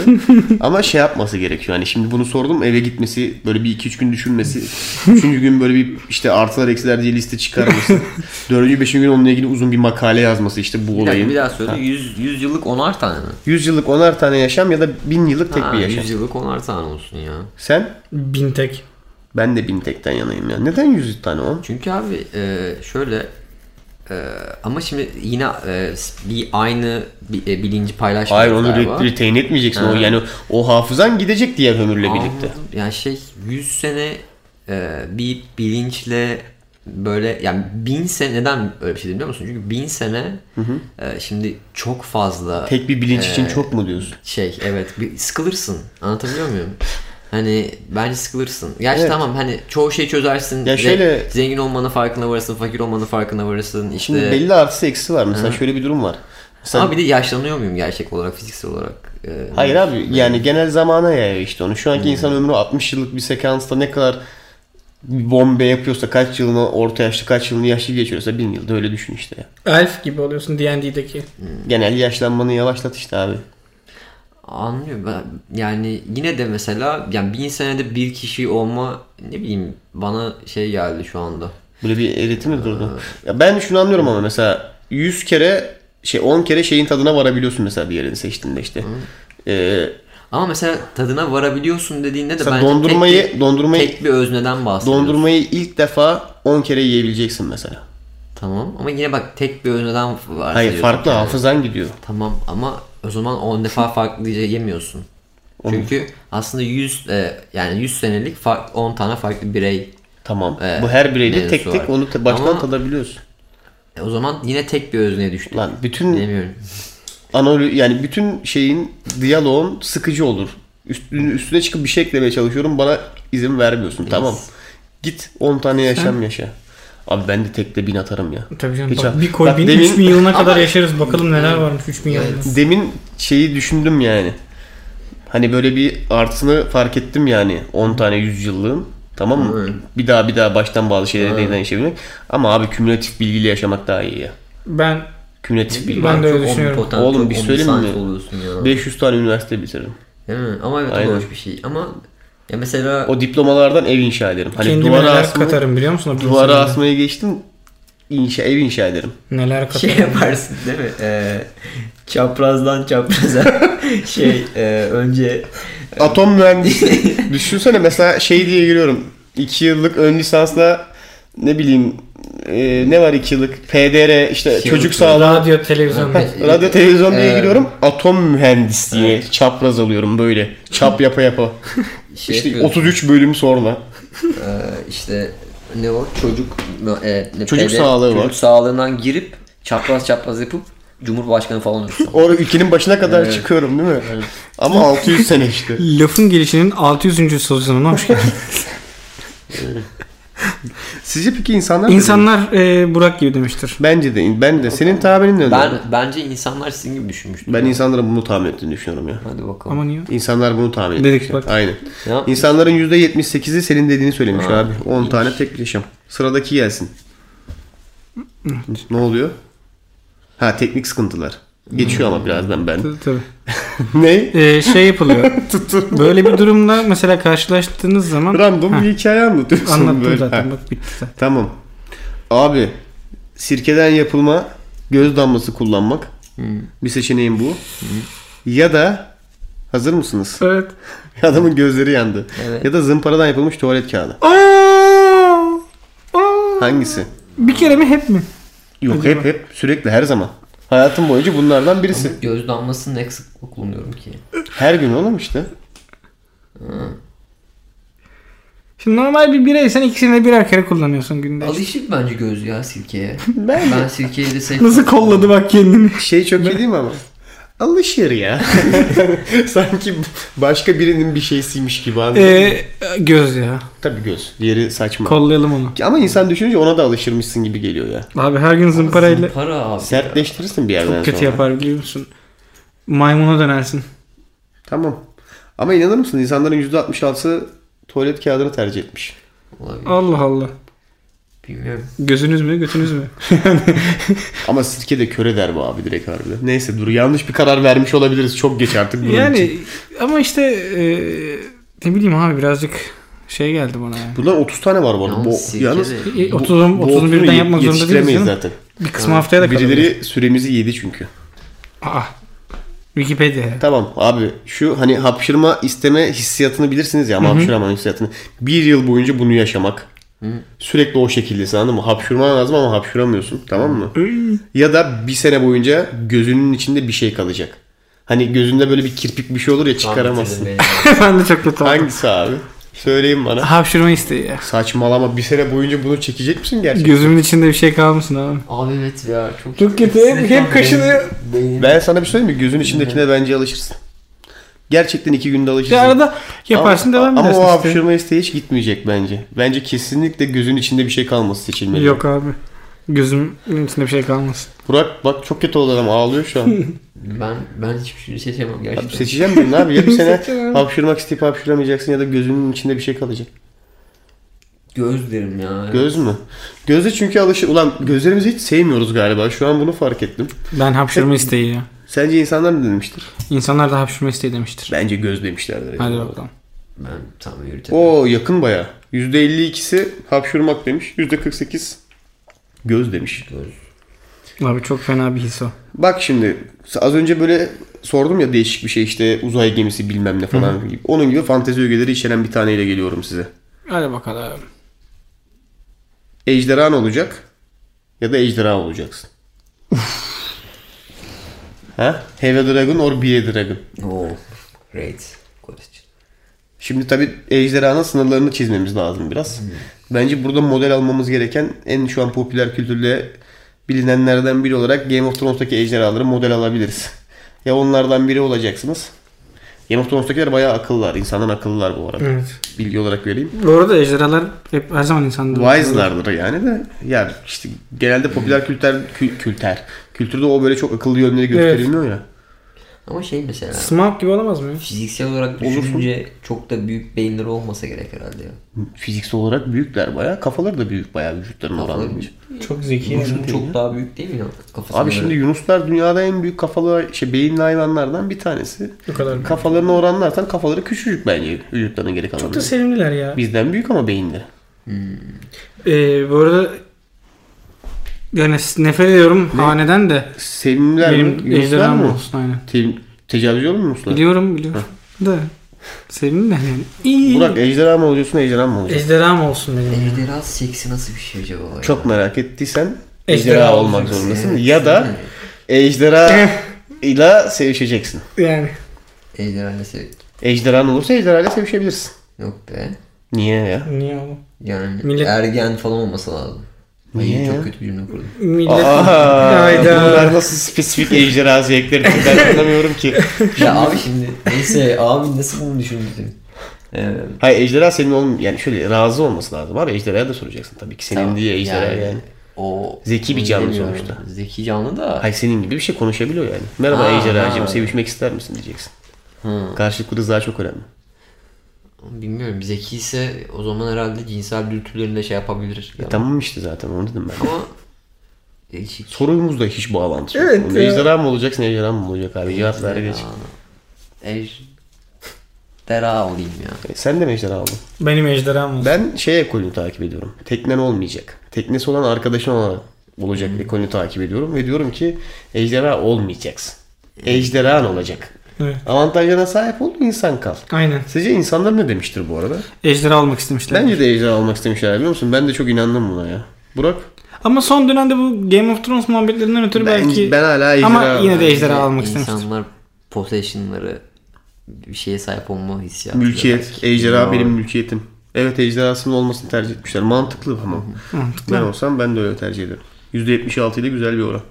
Speaker 9: Ama şey yapması gerekiyor. Hani şimdi bunu sordum eve gitmesi böyle bir iki üç gün düşünmesi. Üçüncü gün böyle bir işte artılar eksiler diye
Speaker 7: (laughs)
Speaker 9: liste çıkarması. Dördüncü beşinci gün onunla ilgili uzun bir makale yazması işte bu
Speaker 7: Bir dakika
Speaker 9: olayın.
Speaker 7: bir daha söyle. 100, 100 yıllık onar tane mi?
Speaker 9: 100 yıllık onar tane yaşam ya da 1000 yıllık tek
Speaker 7: Ha,
Speaker 9: bir yaşam.
Speaker 7: 100 yıllık onar tane olsun ya.
Speaker 9: Sen?
Speaker 6: Bin tek.
Speaker 9: Ben de bin tekten yanayım ya. Neden 100 tane o?
Speaker 7: Çünkü abi e, şöyle e, ama şimdi yine e, bir aynı bi- e, bilinci paylaşmak
Speaker 9: Hayır onu
Speaker 7: galiba.
Speaker 9: re- retain etmeyeceksin. O
Speaker 7: Ha.
Speaker 9: yani o hafızan gidecek diğer ömürle birlikte.
Speaker 7: Anladım. Yani şey 100 sene e, bir bilinçle böyle yani 1000 sene neden öyle bir şey dedim biliyor musun? Çünkü 1000 sene e, şimdi çok fazla
Speaker 9: Tek bir bilinç için çok mu diyorsun?
Speaker 7: şey evet bir sıkılırsın anlatabiliyor muyum? Hani bence sıkılırsın. Gerçi
Speaker 9: Evet.
Speaker 7: tamam hani çoğu şeyi çözersin.
Speaker 9: Ya
Speaker 7: Ze-
Speaker 9: şöyle-
Speaker 7: Zengin olmanın farkına varırsın, fakir olmanın farkına varırsın. işte
Speaker 9: Şimdi belli artısı eksi var. Mesela şöyle bir durum var. Mesela,
Speaker 7: Ama bir de yaşlanıyor muyum gerçek olarak, fiziksel olarak? Ee,
Speaker 9: Hayır abi yani genel zamana yayıyor işte onu. Şu anki insan ömrü 60 yıllık bir sekansta ne kadar bombe yapıyorsa kaç yılını orta yaşlı kaç yılını yaşlı geçiyorsa bin yılda öyle düşün işte ya.
Speaker 6: Elf gibi oluyorsun D&D'deki.
Speaker 9: Genel yaşlanmanı yavaşlat işte abi.
Speaker 7: Anlıyorum ben. Yani yine de mesela yani bin senede bir kişi olma ne bileyim bana şey geldi şu anda.
Speaker 9: Böyle bir eriti mi durdu? Ya ben şunu anlıyorum ama mesela 100 kere şey 10 kere şeyin tadına varabiliyorsun mesela bir yerini seçtiğinde işte. Ee,
Speaker 7: Ama mesela tadına varabiliyorsun dediğinde de
Speaker 9: Mesela
Speaker 7: bence
Speaker 9: dondurmayı-
Speaker 7: tek bir,
Speaker 9: dondurmayı-
Speaker 7: tek bir özneden bahsediyorsun.
Speaker 9: dondurmayı ilk defa 10 kere yiyebileceksin mesela.
Speaker 7: Tamam ama yine bak tek bir özneden bahsediyorsun.
Speaker 9: Hayır farklı
Speaker 7: yani.
Speaker 9: hafızan gidiyor.
Speaker 7: Tamam ama o zaman 10
Speaker 9: (laughs)
Speaker 7: defa farklı yemiyorsun. Çünkü aslında 100 e, yani 100 senelik fark- 10 tane farklı birey.
Speaker 9: Tamam.
Speaker 7: Evet,
Speaker 9: Bu her bireyde
Speaker 7: mevzusu
Speaker 9: tek tek
Speaker 7: var.
Speaker 9: onu te- baştan
Speaker 7: Ama-
Speaker 9: tadabiliyorsun.
Speaker 7: E, o zaman yine tek bir özneye düştük.
Speaker 9: Lan bütün
Speaker 7: Bilemiyorum.
Speaker 9: analo yani bütün şeyin diyaloğun sıkıcı olur. Üstüne, üstüne çıkıp bir şey eklemeye çalışıyorum. Bana izin vermiyorsun. Tamam. Git 10 tane yaşam yaşa. Abi ben de tekte bin atarım ya.
Speaker 6: Tabii canım.
Speaker 9: Hiç
Speaker 6: Bak,
Speaker 9: al-
Speaker 6: bir koy
Speaker 9: Bak
Speaker 6: bin,
Speaker 9: demin-
Speaker 6: 3000 (laughs) yılına kadar yaşarız. Bakalım neler varmış 3000 yılında.
Speaker 9: Demin şeyi düşündüm yani. Hani böyle bir artısını fark ettim yani 10 tane 100 yıllığın. Tamam mı? Bir daha bir daha baştan bazı şeyleri yeniden yaşayabilmek. Ama abi kümülatif bilgiyle yaşamak daha iyi ya.
Speaker 6: Ben
Speaker 9: Kümülatif bilgi.
Speaker 6: Ben de öyle
Speaker 7: Çok
Speaker 6: düşünüyorum.
Speaker 7: omnipotent,
Speaker 9: Oğlum
Speaker 7: çok
Speaker 9: bir söyleyeyim mi?
Speaker 7: omniscient Oluyorsun ya.
Speaker 9: 500 tane üniversite bitiririm.
Speaker 7: Değil mi? Ama evet o
Speaker 9: Aynen.
Speaker 7: da hoş bir şey. Ama ya mesela
Speaker 9: O diplomalardan ev inşa ederim. Hani
Speaker 6: kendime
Speaker 9: duvara
Speaker 6: neler
Speaker 9: asmayı,
Speaker 6: katarım biliyor musun? O bin
Speaker 9: duvara
Speaker 6: senede?
Speaker 9: asmayı geçtim. inşa ev inşa ederim.
Speaker 6: Neler
Speaker 7: (laughs) şey
Speaker 6: katarım.
Speaker 7: yaparsın değil mi? Ee, çaprazdan çapraza (laughs) şey e, önce
Speaker 9: Atom mühendisi. Düşünsene mesela şey diye giriyorum. 2 yıllık ön lisansla ne bileyim e, ne var 2 yıllık PDR işte
Speaker 7: İki
Speaker 9: çocuk
Speaker 7: yıllık
Speaker 9: sağlığı
Speaker 6: Radyo, televizyon.
Speaker 7: Ee,
Speaker 9: Radyo televizyon diye
Speaker 7: Ee,
Speaker 9: giriyorum. Atom mühendisliği çapraz alıyorum böyle. Çap yapa yapa.
Speaker 7: şey
Speaker 9: işte
Speaker 7: yapıyorsun.
Speaker 9: 33 bölüm sonra.
Speaker 7: Ee, işte ne o çocuk e, ne,
Speaker 9: Çocuk sağlığı var.
Speaker 7: Çocuk sağlığından girip çapraz çapraz yapıp Cumhurbaşkanı falan olursun.
Speaker 9: (laughs) O ülkenin başına kadar çıkıyorum değil mi? Ama 600
Speaker 6: (laughs)
Speaker 9: sene işte.
Speaker 6: Lafın gelişinin 600. sözünün hoş
Speaker 9: (laughs)
Speaker 6: geldin.
Speaker 9: Sizce peki insanlar
Speaker 6: İnsanlar e, Burak gibi demiştir.
Speaker 9: Bence de ben de senin tahminin ne? Ben,
Speaker 7: ben, bence insanlar sizin gibi düşünmüştür.
Speaker 9: ben insanların bunu tahmin ettiğini düşünüyorum ya.
Speaker 7: Hadi bakalım.
Speaker 6: Ama niye?
Speaker 9: İnsanlar bunu tahmin
Speaker 6: Dedik
Speaker 9: etmişler.
Speaker 6: bak.
Speaker 9: Aynen.
Speaker 7: Ya,
Speaker 9: İnsanların %78'i senin dediğini söylemiş
Speaker 7: Ha,
Speaker 9: abi. 10
Speaker 7: iyiymiş.
Speaker 9: tane tek bir yaşam. Sıradaki gelsin. ne oluyor? Ha teknik sıkıntılar. Geçiyor ama birazdan ben.
Speaker 6: Tabii, tabii.
Speaker 9: (laughs) ne?
Speaker 6: E, şey yapılıyor. Böyle bir durumla mesela karşılaştığınız zaman
Speaker 9: Random bir hikaye anlatıyorsun
Speaker 6: anlattım
Speaker 9: böyle.
Speaker 6: zaten
Speaker 9: Ha,
Speaker 6: bak bitti zaten.
Speaker 9: Tamam. Abi sirkeden yapılma göz damlası kullanmak.
Speaker 7: Hmm.
Speaker 9: Bir seçeneğim bu. Ya da hazır mısınız? (laughs)
Speaker 6: Evet.
Speaker 9: Adamın gözleri yandı.
Speaker 7: Evet.
Speaker 9: Ya da zımparadan yapılmış tuvalet kağıdı.
Speaker 6: Aa! Aa!
Speaker 9: Hangisi?
Speaker 6: Bir kere mi hep mi?
Speaker 9: Yok hep hep sürekli her zaman. Hayatım boyunca bunlardan birisi.
Speaker 7: Göz damlasını ne sıklıkla kullanıyorum ki?
Speaker 9: Her gün oğlum işte.
Speaker 6: Şimdi normal bir bireysen ikisini de birer kere kullanıyorsun günde.
Speaker 7: Alışık bence göz ya sirkeye. ben sirkeyi de seçtim.
Speaker 6: Nasıl kolladı bak kendini.
Speaker 9: Şey çok iyi değil mi ama? Alışır ya. (laughs) Sanki başka birinin bir şeysiymiş gibi anladın mı?
Speaker 6: Ee, göz ya.
Speaker 9: Tabii göz. Diğeri saçma.
Speaker 6: Kollayalım onu.
Speaker 9: Ama insan düşününce ona da alışırmışsın gibi geliyor ya.
Speaker 6: Abi her gün zımparayla
Speaker 7: Para abi.
Speaker 9: Sertleştirirsin bir yerden sonra.
Speaker 6: kötü yapar biliyor musun? Maymuna dönersin.
Speaker 9: Tamam. Ama inanır mısın insanların %66'sı tuvalet kağıdını tercih etmiş.
Speaker 7: Olabilir.
Speaker 6: Allah Allah.
Speaker 7: Bilmiyorum.
Speaker 6: Gözünüz mü götünüz mü?
Speaker 9: Ama sirke de kör eder bu abi direkt harbiden. Neyse dur yanlış bir karar vermiş olabiliriz. Çok geç artık bunun için.
Speaker 6: yani ama işte e, ne bileyim abi birazcık şey geldi bana yani.
Speaker 9: Bundan 30 tane var bu arada.
Speaker 7: Yalnız
Speaker 9: Bu,
Speaker 7: sirke
Speaker 9: yalnız
Speaker 7: de-
Speaker 6: E,
Speaker 9: bu-
Speaker 6: 30
Speaker 9: bu
Speaker 6: 31'den
Speaker 9: ye-
Speaker 6: yapmak zorunda değiliz
Speaker 9: yetiştiremeyiz
Speaker 6: canım.
Speaker 9: zaten.
Speaker 6: Bir kısmı haftaya da kalabilir.
Speaker 9: Birileri süremizi yedi çünkü.
Speaker 6: Aa. Wikipedia.
Speaker 9: Tamam abi şu hani hapşırma isteme hissiyatını bilirsiniz ya ama hapşırama hissiyatını. Bir yıl boyunca bunu yaşamak. Sürekli o şekildesin anladın mı? Hapşırman lazım ama hapşıramıyorsun tamam mı? Ya da bir sene boyunca gözünün içinde bir şey kalacak. Hani gözünde böyle bir kirpik bir şey olur ya çıkaramazsın.
Speaker 7: Bitirdin
Speaker 6: (laughs) ben de çok kötü oldum.
Speaker 9: Hangisi abi? Söyleyin bana.
Speaker 6: Hapşırma isteği ya.
Speaker 9: Saçmalama bir sene boyunca bunu çekecek misin gerçekten?
Speaker 6: Gözümün içinde bir şey kalmasın abi.
Speaker 7: beni. Abi evet ya çok
Speaker 6: Çok kötü, hep- hep kaşınıyor.
Speaker 7: Beyin.
Speaker 9: Ben sana bir şey söyleyeyim mi? Gözün içindekine bence alışırsın. Gerçekten iki günde alışırsın.
Speaker 6: Bir arada yaparsın
Speaker 9: ama,
Speaker 6: devam
Speaker 9: ama
Speaker 6: edersin
Speaker 9: o
Speaker 6: işte.
Speaker 9: hapşırma isteği hiç gitmeyecek bence. Bence kesinlikle gözün içinde bir şey kalması seçilmeli.
Speaker 6: Yok abi. Gözümün içinde bir şey kalmasın.
Speaker 9: Burak bak çok kötü oldu adam ağlıyor şu an.
Speaker 6: (laughs)
Speaker 7: Ben, ben hiçbir şey seçemem gerçekten.
Speaker 9: Abi seçeceğim birini abi. Ya
Speaker 6: (laughs)
Speaker 9: bir sene hapşırmak isteyip hapşıramayacaksın ya da gözünün içinde bir şey kalacak.
Speaker 7: Göz derim ya.
Speaker 9: Göz mü? Gözde çünkü alışı... Ulan gözlerimizi hiç sevmiyoruz galiba. Şu an bunu fark ettim.
Speaker 6: Ben hapşırma isteği ya.
Speaker 9: Sence insanlar ne demiştir?
Speaker 6: İnsanlar da hapşırma isteği demiştir.
Speaker 9: Bence göz demişlerdir.
Speaker 6: Hadi bakalım.
Speaker 7: Ben tam yürütemem.
Speaker 9: O yakın baya. %52'si hapşırmak demiş. %48 göz demiş.
Speaker 6: Abi çok fena bir his o.
Speaker 9: Bak şimdi az önce böyle sordum ya değişik bir şey işte uzay gemisi bilmem ne falan. gibi. Onun gibi fantezi ögeleri içeren bir taneyle geliyorum size.
Speaker 6: Hadi bakalım.
Speaker 9: Ejderhan olacak ya da ejderha olacaksın. ha? Have a dragon or be a dragon.
Speaker 7: Oo. Great. Question.
Speaker 9: Şimdi tabii ejderhanın sınırlarını çizmemiz lazım biraz. Bence burada model almamız gereken en şu an popüler kültürde bilinenlerden biri olarak Game of Thrones'taki ejderhaları model alabiliriz. (laughs) Ya onlardan biri olacaksınız. Game of Thrones'takiler bayağı akıllılar. İnsandan akıllılar bu arada.
Speaker 6: Evet.
Speaker 9: Bilgi olarak vereyim.
Speaker 6: Bu arada ejderhalar hep her zaman insanda.
Speaker 9: Wise'lardır yani de. Yani işte genelde popüler kültür, kü- kültür. Kültürde o böyle çok akıllı yönleri gösterilmiyor ya.
Speaker 7: Ama şey mesela
Speaker 6: Smart gibi olamaz mı ya?
Speaker 7: fiziksel olarak düşününce çok da büyük beyinleri olmasa gerek herhalde ya.
Speaker 9: Fiziksel olarak büyükler bayağı. Kafaları da büyük bayağı vücutlarına oranla.
Speaker 6: Çok zeki.
Speaker 7: Çünkü çok daha büyük değil mi ya kafasına
Speaker 9: Abi şimdi
Speaker 7: göre?
Speaker 9: yunuslar dünyada en büyük kafalı şey beyinli hayvanlardan bir tanesi.
Speaker 6: Bu kadar.
Speaker 9: Kafalarını oranlarsan kafaları küçücük bence vücutlarının geri kalanı.
Speaker 6: Çok da sevimliler ya.
Speaker 9: Bizden büyük ama beyinli.
Speaker 6: Ee, bu arada yani nefret ediyorum haneden de.
Speaker 9: Sevimliler
Speaker 6: Benim
Speaker 9: mi? Yunuslar
Speaker 6: ejderham
Speaker 9: mı?
Speaker 6: olsun aynen.
Speaker 9: Te- tecavüz olur mu yunuslar?
Speaker 6: Biliyorum biliyorum. Da sevimli de yani. İyi.
Speaker 9: Burak ejderha mı oluyorsun ejderha mı olacaksın?
Speaker 6: Ejderham olsun benim. ya.
Speaker 7: Ejderha seksi nasıl bir şey acaba? ya?
Speaker 9: Çok merak ettiysen
Speaker 6: Ejderha
Speaker 9: ejderha, olmak
Speaker 6: olacaksın.
Speaker 9: zorundasın.
Speaker 7: Evet.
Speaker 6: (laughs)
Speaker 9: Ya da ejderha
Speaker 6: Eh.
Speaker 9: ile sevişeceksin.
Speaker 6: Yani.
Speaker 7: Ejderha ne sevk?
Speaker 9: Ejderhan olursa ejderha ile sevişebilirsin.
Speaker 7: Yok be.
Speaker 9: Niye ya?
Speaker 6: Niye oğlum?
Speaker 7: Yani
Speaker 6: Millet-
Speaker 7: ergen falan olması lazım. Hayır
Speaker 9: Niye
Speaker 7: çok
Speaker 9: ya?
Speaker 7: kötü bir cümle kurdum.
Speaker 6: Millet
Speaker 9: Aa,
Speaker 6: Hayda.
Speaker 9: Bunlar nasıl spesifik ejderha zevkleri
Speaker 6: (laughs)
Speaker 9: ben anlamıyorum ki.
Speaker 7: ya abi şimdi neyse abi nasıl bunu düşündün? Ee,
Speaker 9: Hayır ejderha senin olm yani şöyle razı olması lazım abi ejderhaya da soracaksın tabii ki senin
Speaker 7: tamam,
Speaker 9: diye ejderha yani.
Speaker 7: O
Speaker 9: Zeki bir canlı
Speaker 7: bilmiyorum.
Speaker 9: sonuçta.
Speaker 7: Zeki canlı da.
Speaker 9: Hayır senin gibi bir şey konuşabiliyor yani. Merhaba
Speaker 7: Ha, Hmm.
Speaker 9: ejderhacığım
Speaker 7: ha.
Speaker 9: sevişmek ister misin diyeceksin.
Speaker 7: Hı.
Speaker 9: Karşılıklı rıza çok önemli.
Speaker 7: Bilmiyorum zeki ise o zaman herhalde cinsel dürtülerinde şey yapabilir. Yani.
Speaker 9: E, Tamam işte zaten onu dedim ben.
Speaker 7: Ama değişik.
Speaker 9: Sorumuzda hiç bağlantısı yok.
Speaker 6: Evet
Speaker 9: Bunun
Speaker 6: ya.
Speaker 9: Ejderha mı olacaksın ejderha mı olacak abi? Cevap ver geç.
Speaker 7: Dera olayım ya.
Speaker 9: E, Sen de mi ejderha aldın?
Speaker 6: benim ejderham olsun.
Speaker 9: Ben şey ekolünü takip ediyorum. Teknen olmayacak. Teknesi olan arkadaşın olarak olacak
Speaker 7: Hmm.
Speaker 9: ekolünü takip ediyorum. Ve diyorum ki ejderha olmayacaksın. Ejderhan olacak.
Speaker 6: Evet.
Speaker 9: Avantajlarına sahip ol insan kal.
Speaker 6: Aynen.
Speaker 9: Sizce insanlar ne demiştir bu arada?
Speaker 6: Ejderha almak istemişler.
Speaker 9: Bence de ejderha almak istemişler biliyor musun? Ben de çok inandım buna ya. Burak?
Speaker 6: Ama son dönemde bu Game of Thrones muhabbetlerinden ötürü
Speaker 9: Ben-
Speaker 6: belki
Speaker 9: ben hala
Speaker 6: ama
Speaker 9: ejderha-
Speaker 6: yine de ejderha almak
Speaker 7: İnsanlar
Speaker 6: istemiştim.
Speaker 7: possession'ları bir şeye sahip olma hissiyatı.
Speaker 9: Mülkiyet. E,
Speaker 7: belki.
Speaker 9: Ejderha
Speaker 7: Doğru.
Speaker 9: benim mülkiyetim. Evet ejderhasının olmasını tercih etmişler. Mantıklı ama. Ben olsam ben de öyle tercih ederim. %76 ile güzel bir oran.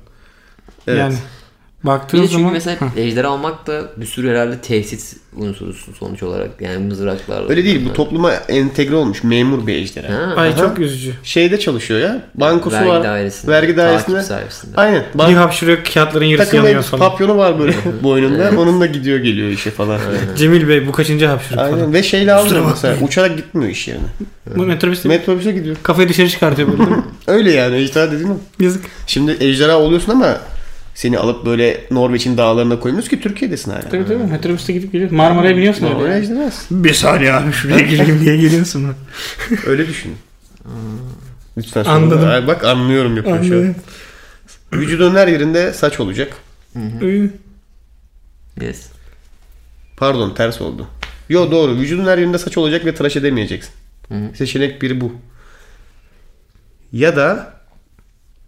Speaker 9: Evet.
Speaker 6: Yani
Speaker 7: Bir de
Speaker 6: baktığın
Speaker 7: çünkü
Speaker 6: zaman
Speaker 7: mesela
Speaker 6: Hı.
Speaker 7: ejderha almak da bir sürü herhalde tehdit unsuru sonuç olarak. Yani mızraklar.
Speaker 9: Öyle değil bu topluma entegre olmuş memur bir ejderha.
Speaker 7: Ha,
Speaker 6: ay çok üzücü.
Speaker 9: Şeyde çalışıyor ya. Bankosu
Speaker 7: Vergi
Speaker 9: var.
Speaker 7: dairesinde,
Speaker 9: Vergi dairesinde.
Speaker 7: takip servisinde.
Speaker 9: Aynen. Bank-
Speaker 6: Bir hapşırıyor kağıtların yarısı
Speaker 9: takım
Speaker 6: yanıyor
Speaker 9: elbise
Speaker 6: falan.
Speaker 9: papyonu
Speaker 7: (laughs)
Speaker 9: var böyle boynunda. Onunla gidiyor geliyor işe falan.
Speaker 6: Cemil Bey bu kaçıncı hapşırık falan.
Speaker 9: Aynen. Ve şeyle almıyor mesela. Uçarak gitmiyor iş yerine.
Speaker 6: Bu metrobüste
Speaker 9: Metrobüse gidiyor.
Speaker 6: kafayı dışarı çıkartıyor böyle değil mi?
Speaker 9: Öyle yani ejderha dediğin o.
Speaker 6: Yazık.
Speaker 9: Şimdi ejderha oluyorsun ama seni alıp böyle Norveç'in dağlarına koymuyoruz ki Türkiye'desin hala.
Speaker 6: Tabii tabii metrobüste gidip geliyorsun. Marmara'ya biniyorsun
Speaker 9: Normal
Speaker 6: öyle. (laughs)
Speaker 9: ejderhasın.
Speaker 6: Bir saniye abi şuraya gireyim diye geliyorsun.
Speaker 9: Öyle düşün. Lütfen sonra-
Speaker 6: Hmm. Anladım.
Speaker 9: Ay, Bak anlıyorum yapıyor şu an.
Speaker 6: Anladım.
Speaker 9: Vücudun her yerinde saç olacak.
Speaker 6: Ee,
Speaker 7: Yes.
Speaker 9: Pardon ters oldu. Yo doğru. Vücudun her yerinde saç olacak ve tıraş edemeyeceksin. Seçenek biri bu. Ya da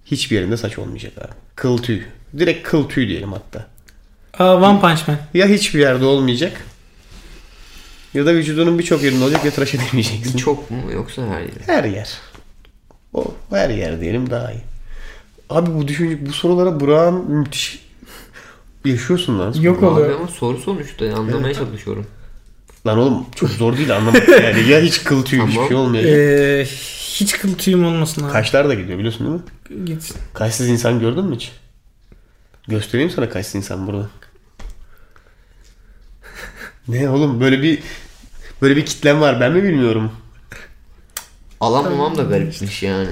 Speaker 9: hiçbir yerinde saç olmayacak abi. Kıl tüy. Direkt kıl tüy diyelim hatta.
Speaker 6: Aa One Punch Man.
Speaker 9: Ya hiçbir yerde olmayacak ya da vücudunun birçok yerinde olacak ve tıraş edemeyeceksin.
Speaker 7: Çok mu yoksa her yeri?
Speaker 9: Her yer. O her yer diyelim daha iyi. Abi bu düşünce bu sorulara Burak'ın müthiş (laughs) yaşıyorsun lan.
Speaker 6: Yok
Speaker 7: Abi
Speaker 6: oluyor.
Speaker 7: ama soru sonuçta anlamaya çalışıyorum.
Speaker 9: Lan oğlum çok zor değil anlamak yani. Ya hiç kıl tüy hiçbir
Speaker 7: Tamam.
Speaker 9: şey olmayacak.
Speaker 6: Ee, hiç kıl tüyüm olmasın abi.
Speaker 9: Kaşlar da gidiyor biliyorsun değil mi?
Speaker 6: Git.
Speaker 9: Kaşsız insan gördün mü hiç? Göstereyim sana kaşsız insan burada. (laughs) ne oğlum böyle bir böyle bir kitlem var ben mi bilmiyorum.
Speaker 7: Alan bulmam da garipmiş yani.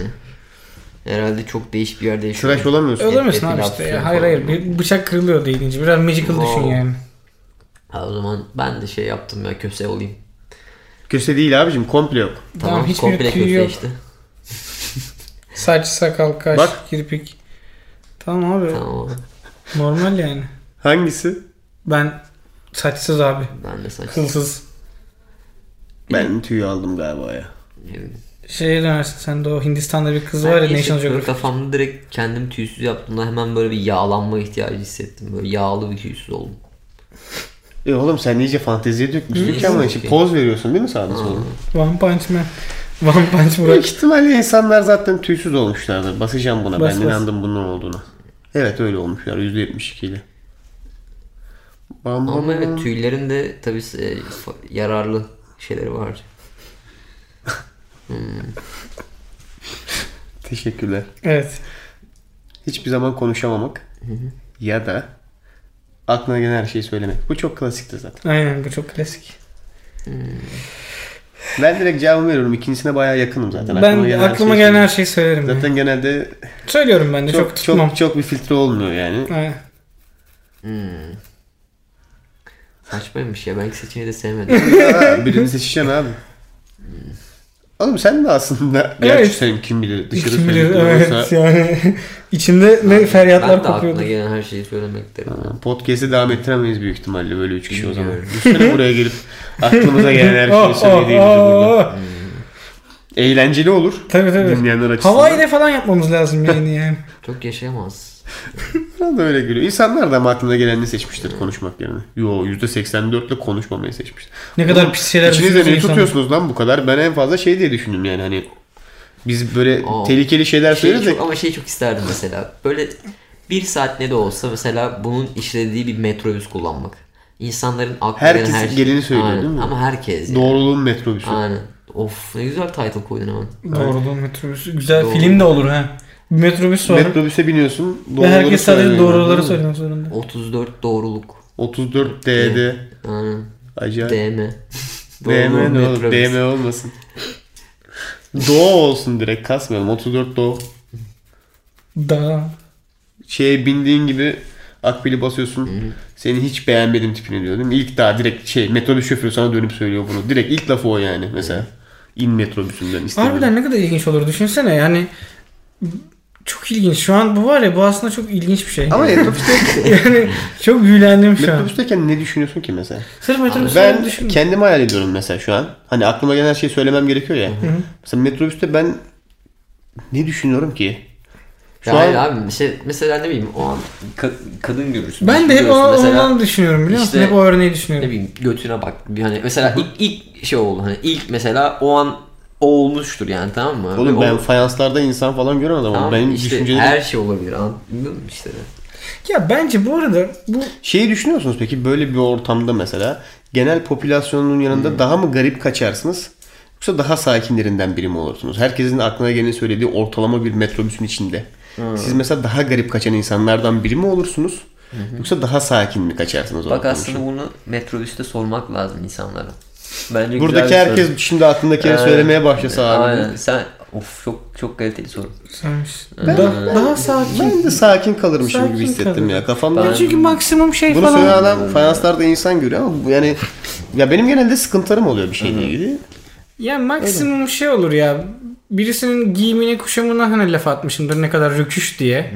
Speaker 7: Herhalde çok değişik bir yerde yaşıyorum.
Speaker 9: Tıraş olamıyorsun.
Speaker 7: Etin
Speaker 6: Olamıyorsun abi işte
Speaker 7: hapsi
Speaker 6: ya.
Speaker 7: falan.
Speaker 6: Hayır hayır. Bir bıçak kırılıyor değilince. Biraz magical düşün
Speaker 7: Wow.
Speaker 6: yani.
Speaker 7: Ha, o zaman ben de şey yaptım ya köse olayım.
Speaker 9: Köse değil abicim komple yok.
Speaker 6: Tamam,
Speaker 7: Tamam,
Speaker 6: hiçbir
Speaker 7: komple
Speaker 6: tüyü
Speaker 7: köse
Speaker 6: yok.
Speaker 7: işte.
Speaker 6: Saç, sakal, kaş,
Speaker 9: Bak.
Speaker 6: kirpik. Tamam abi.
Speaker 7: Tamam
Speaker 6: Normal yani.
Speaker 9: Hangisi?
Speaker 6: Ben saçsız abi.
Speaker 7: ben de saç.
Speaker 6: Kılsız.
Speaker 9: Ben tüyü aldım galiba ya.
Speaker 6: Şeye dönersin sen de o Hindistan'da bir kız var
Speaker 7: Ben
Speaker 6: ya National
Speaker 7: işte böyle
Speaker 6: Geographic.
Speaker 7: Kafamda direkt kendim tüysüz yaptığımda hemen böyle bir yağlanma ihtiyacı hissettim. Böyle yağlı bir tüysüz oldum.
Speaker 9: E oğlum sen iyice fanteziye dökmüşsün ki
Speaker 7: Hı,
Speaker 9: ama
Speaker 7: hı.
Speaker 9: işte poz veriyorsun değil mi sağda solda?
Speaker 6: One Punch Man. One Punch Burak.
Speaker 9: Büyük ihtimalle insanlar zaten tüysüz olmuşlardır. Basacağım buna.
Speaker 6: Bas,
Speaker 9: ben
Speaker 6: bas.
Speaker 9: inandım bunun olduğuna. Evet öyle olmuşlar. %72 ile. Bam, bam,
Speaker 7: Ama evet
Speaker 9: bam.
Speaker 7: tüylerin de tabii e, fa- yararlı şeyleri var.
Speaker 9: Teşekkürler.
Speaker 6: evet.
Speaker 9: Hiçbir zaman konuşamamak. Ya da aklına gelen her şeyi söylemek. Bu çok klasiktir zaten.
Speaker 6: Aynen bu çok klasik.
Speaker 9: Ben direkt cevabımı veriyorum. İkincisine bayağı yakınım zaten.
Speaker 6: ben aklıma gelen her
Speaker 9: şeyi söylüyorum.
Speaker 6: şeyi söylerim. ya.
Speaker 9: şey Zaten genelde
Speaker 6: Söylüyorum ben de çok,
Speaker 9: çok, çok,
Speaker 6: tutmam.
Speaker 9: çok, bir filtre
Speaker 6: (laughs)
Speaker 9: olmuyor yani.
Speaker 6: Aynen.
Speaker 7: Saçmaymış ya ben ilk seçeneği de
Speaker 6: (laughs)
Speaker 7: sevmedim.
Speaker 9: Ya, birini seçeceksin abi. Oğlum sen de aslında gerçi
Speaker 6: Evet.
Speaker 9: senin kim bilir dışarı
Speaker 6: Kim bilir
Speaker 9: söyledikleri
Speaker 6: evet
Speaker 9: olsa
Speaker 6: yani. (laughs) İçimde ne feryatlar
Speaker 7: ben de aklına
Speaker 6: kopuyordu.
Speaker 7: gelen her şeyi söylemek derim.
Speaker 9: ıı, podcast'i devam ettiremeyiz büyük ihtimalle böyle üç kişi o zaman.
Speaker 7: Bilmiyorum.
Speaker 9: Düşünün buraya gelip
Speaker 6: (laughs)
Speaker 9: aklımıza gelen
Speaker 6: Oh,
Speaker 9: her şeyi söylediğimizi burada. Eğlenceli olur
Speaker 6: Tabii tabii.
Speaker 9: dinleyenler açısından.
Speaker 6: Havai de falan yapmamız lazım yayını yani.
Speaker 7: Çok yaşayamaz.
Speaker 9: Bana da öyle gülüyor. İnsanlar da ama aklına geleni seçmiştir konuşmak yerine. Yo %84 ile konuşmamayı seçmiştir.
Speaker 6: Ne kadar pis şeyler
Speaker 9: İçinizde
Speaker 6: düşünüyorsun
Speaker 9: neyi
Speaker 6: insanlar.
Speaker 9: tutuyorsunuz lan bu kadar? Ben en fazla şey diye düşündüm yani hani Biz böyle
Speaker 7: Aa.
Speaker 9: tehlikeli şeyler
Speaker 7: Şeyi
Speaker 9: söyleriz de
Speaker 7: şey çok- ama şeyi çok isterdim mesela. Böyle bir saat ne de olsa mesela bunun işlediği bir metrobüs kullanmak. İnsanların aklına
Speaker 9: Herkes
Speaker 7: gelen her şey.
Speaker 9: geleni söylüyor,
Speaker 7: Aynen.
Speaker 9: değil mi?
Speaker 7: Ama herkes yani.
Speaker 9: doğruluğun metrobüsü.
Speaker 7: Aynen. Of ne güzel title koydun hemen.
Speaker 6: Doğruluğun metrobüsü. Güzel
Speaker 7: Doğru.
Speaker 6: film de olur ha. Bir metrobüs sonra.
Speaker 9: Metrobüse biniyorsun.
Speaker 6: Ve
Speaker 9: Doğruları
Speaker 6: herkes sadece
Speaker 9: söylüyor.
Speaker 6: doğruları söylemek zorunda.
Speaker 7: 34 doğruluk.
Speaker 9: 34 DD.
Speaker 7: Aynen.
Speaker 9: Acayip.
Speaker 7: DM. Doğruluğun
Speaker 9: DM ne olur?
Speaker 7: metrobüsü.
Speaker 9: DM olmasın. (laughs) Doğu olsun direkt kasmayalım. 34 Doğu.
Speaker 6: Da.
Speaker 9: Şeye bindiğin gibi akbili basıyorsun. Seni hiç beğenmedim tipini diyor değil mi? İlk daha direkt şey metrobüs şoförü sana dönüp söylüyor bunu. Direkt ilk lafı o yani mesela. İn metrobüsünden istemiyorum.
Speaker 6: Harbiden ne kadar ilginç olur düşünsene yani. Çok ilginç. Şu an bu var ya bu aslında çok ilginç bir şey.
Speaker 9: Ama metrobüste,
Speaker 6: (laughs) yani çok büyülendim şu an.
Speaker 9: metrobüsteyken ne düşünüyorsun ki mesela?
Speaker 6: Sırf metrobüs
Speaker 9: Ben
Speaker 6: ben düşün.
Speaker 9: kendimi hayal ediyorum mesela şu an. Hani aklıma gelen her şeyi söylemem gerekiyor ya. Mesela metrobüste ben ne düşünüyorum ki? Şu
Speaker 7: Ya hayır
Speaker 9: an
Speaker 7: abi işte mesela ne bileyim o an ka- kadın görürsün.
Speaker 6: ben de hep
Speaker 7: görüyorsun.
Speaker 6: o-
Speaker 7: Mesela-
Speaker 6: ondan düşünüyorum biliyor musun?
Speaker 7: işte-
Speaker 6: hep o örneği
Speaker 7: ne
Speaker 6: düşünüyorum.
Speaker 7: bileyim götüne bak. Bir hani mesela ilk, ilk şey oldu hani ilk mesela o an o olmuştur yani tamam mı?
Speaker 9: Oğlum
Speaker 7: Ve
Speaker 9: ben
Speaker 7: o-
Speaker 9: fayanslarda insan falan gören adamım.
Speaker 7: tamam,
Speaker 9: Benim
Speaker 7: işte
Speaker 9: düşüncelerim...
Speaker 7: her şey olabilir anladın mı işte.
Speaker 6: Ya bence bu arada bu
Speaker 9: Şeyi düşünüyorsunuz peki böyle bir ortamda mesela genel popülasyonun yanında
Speaker 7: Hmm.
Speaker 9: daha mı garip kaçarsınız? Yoksa daha sakinlerinden biri mi olursunuz? Herkesin aklına geleni söylediği ortalama bir metrobüsün içinde.
Speaker 7: Hmm.
Speaker 9: Siz mesela daha garip kaçan insanlardan biri mi olursunuz? Yoksa daha sakin mi kaçarsınız?
Speaker 7: Bak
Speaker 9: ortamın içinde?
Speaker 7: aslında bunu metrobüste sormak lazım insanlara. Bence güzel
Speaker 9: Buradaki
Speaker 7: bir
Speaker 9: herkes
Speaker 7: soru.
Speaker 9: şimdi aklındakileri
Speaker 7: Aynen.
Speaker 9: söylemeye başlasa abi.
Speaker 7: Aynen. Sen of çok çok kaliteli soru.
Speaker 6: Güzelmiş. Da- daha sakin.
Speaker 9: Ben de sakin kalırmışım
Speaker 6: Sakin
Speaker 9: gibi hissettim
Speaker 6: kalırım.
Speaker 9: ya. Kafamda
Speaker 7: Ben-
Speaker 6: Çünkü maksimum şey
Speaker 9: Bunu
Speaker 6: falan.
Speaker 9: söyleyen adam fayanslarda insan görüyor ama bu yani ya benim genelde sıkıntılarım oluyor bir şeyle ilgili.
Speaker 6: Ya maksimum şey olur ya. Birisinin giyimine kuşamına hani laf atmışımdır ne kadar rüküş diye.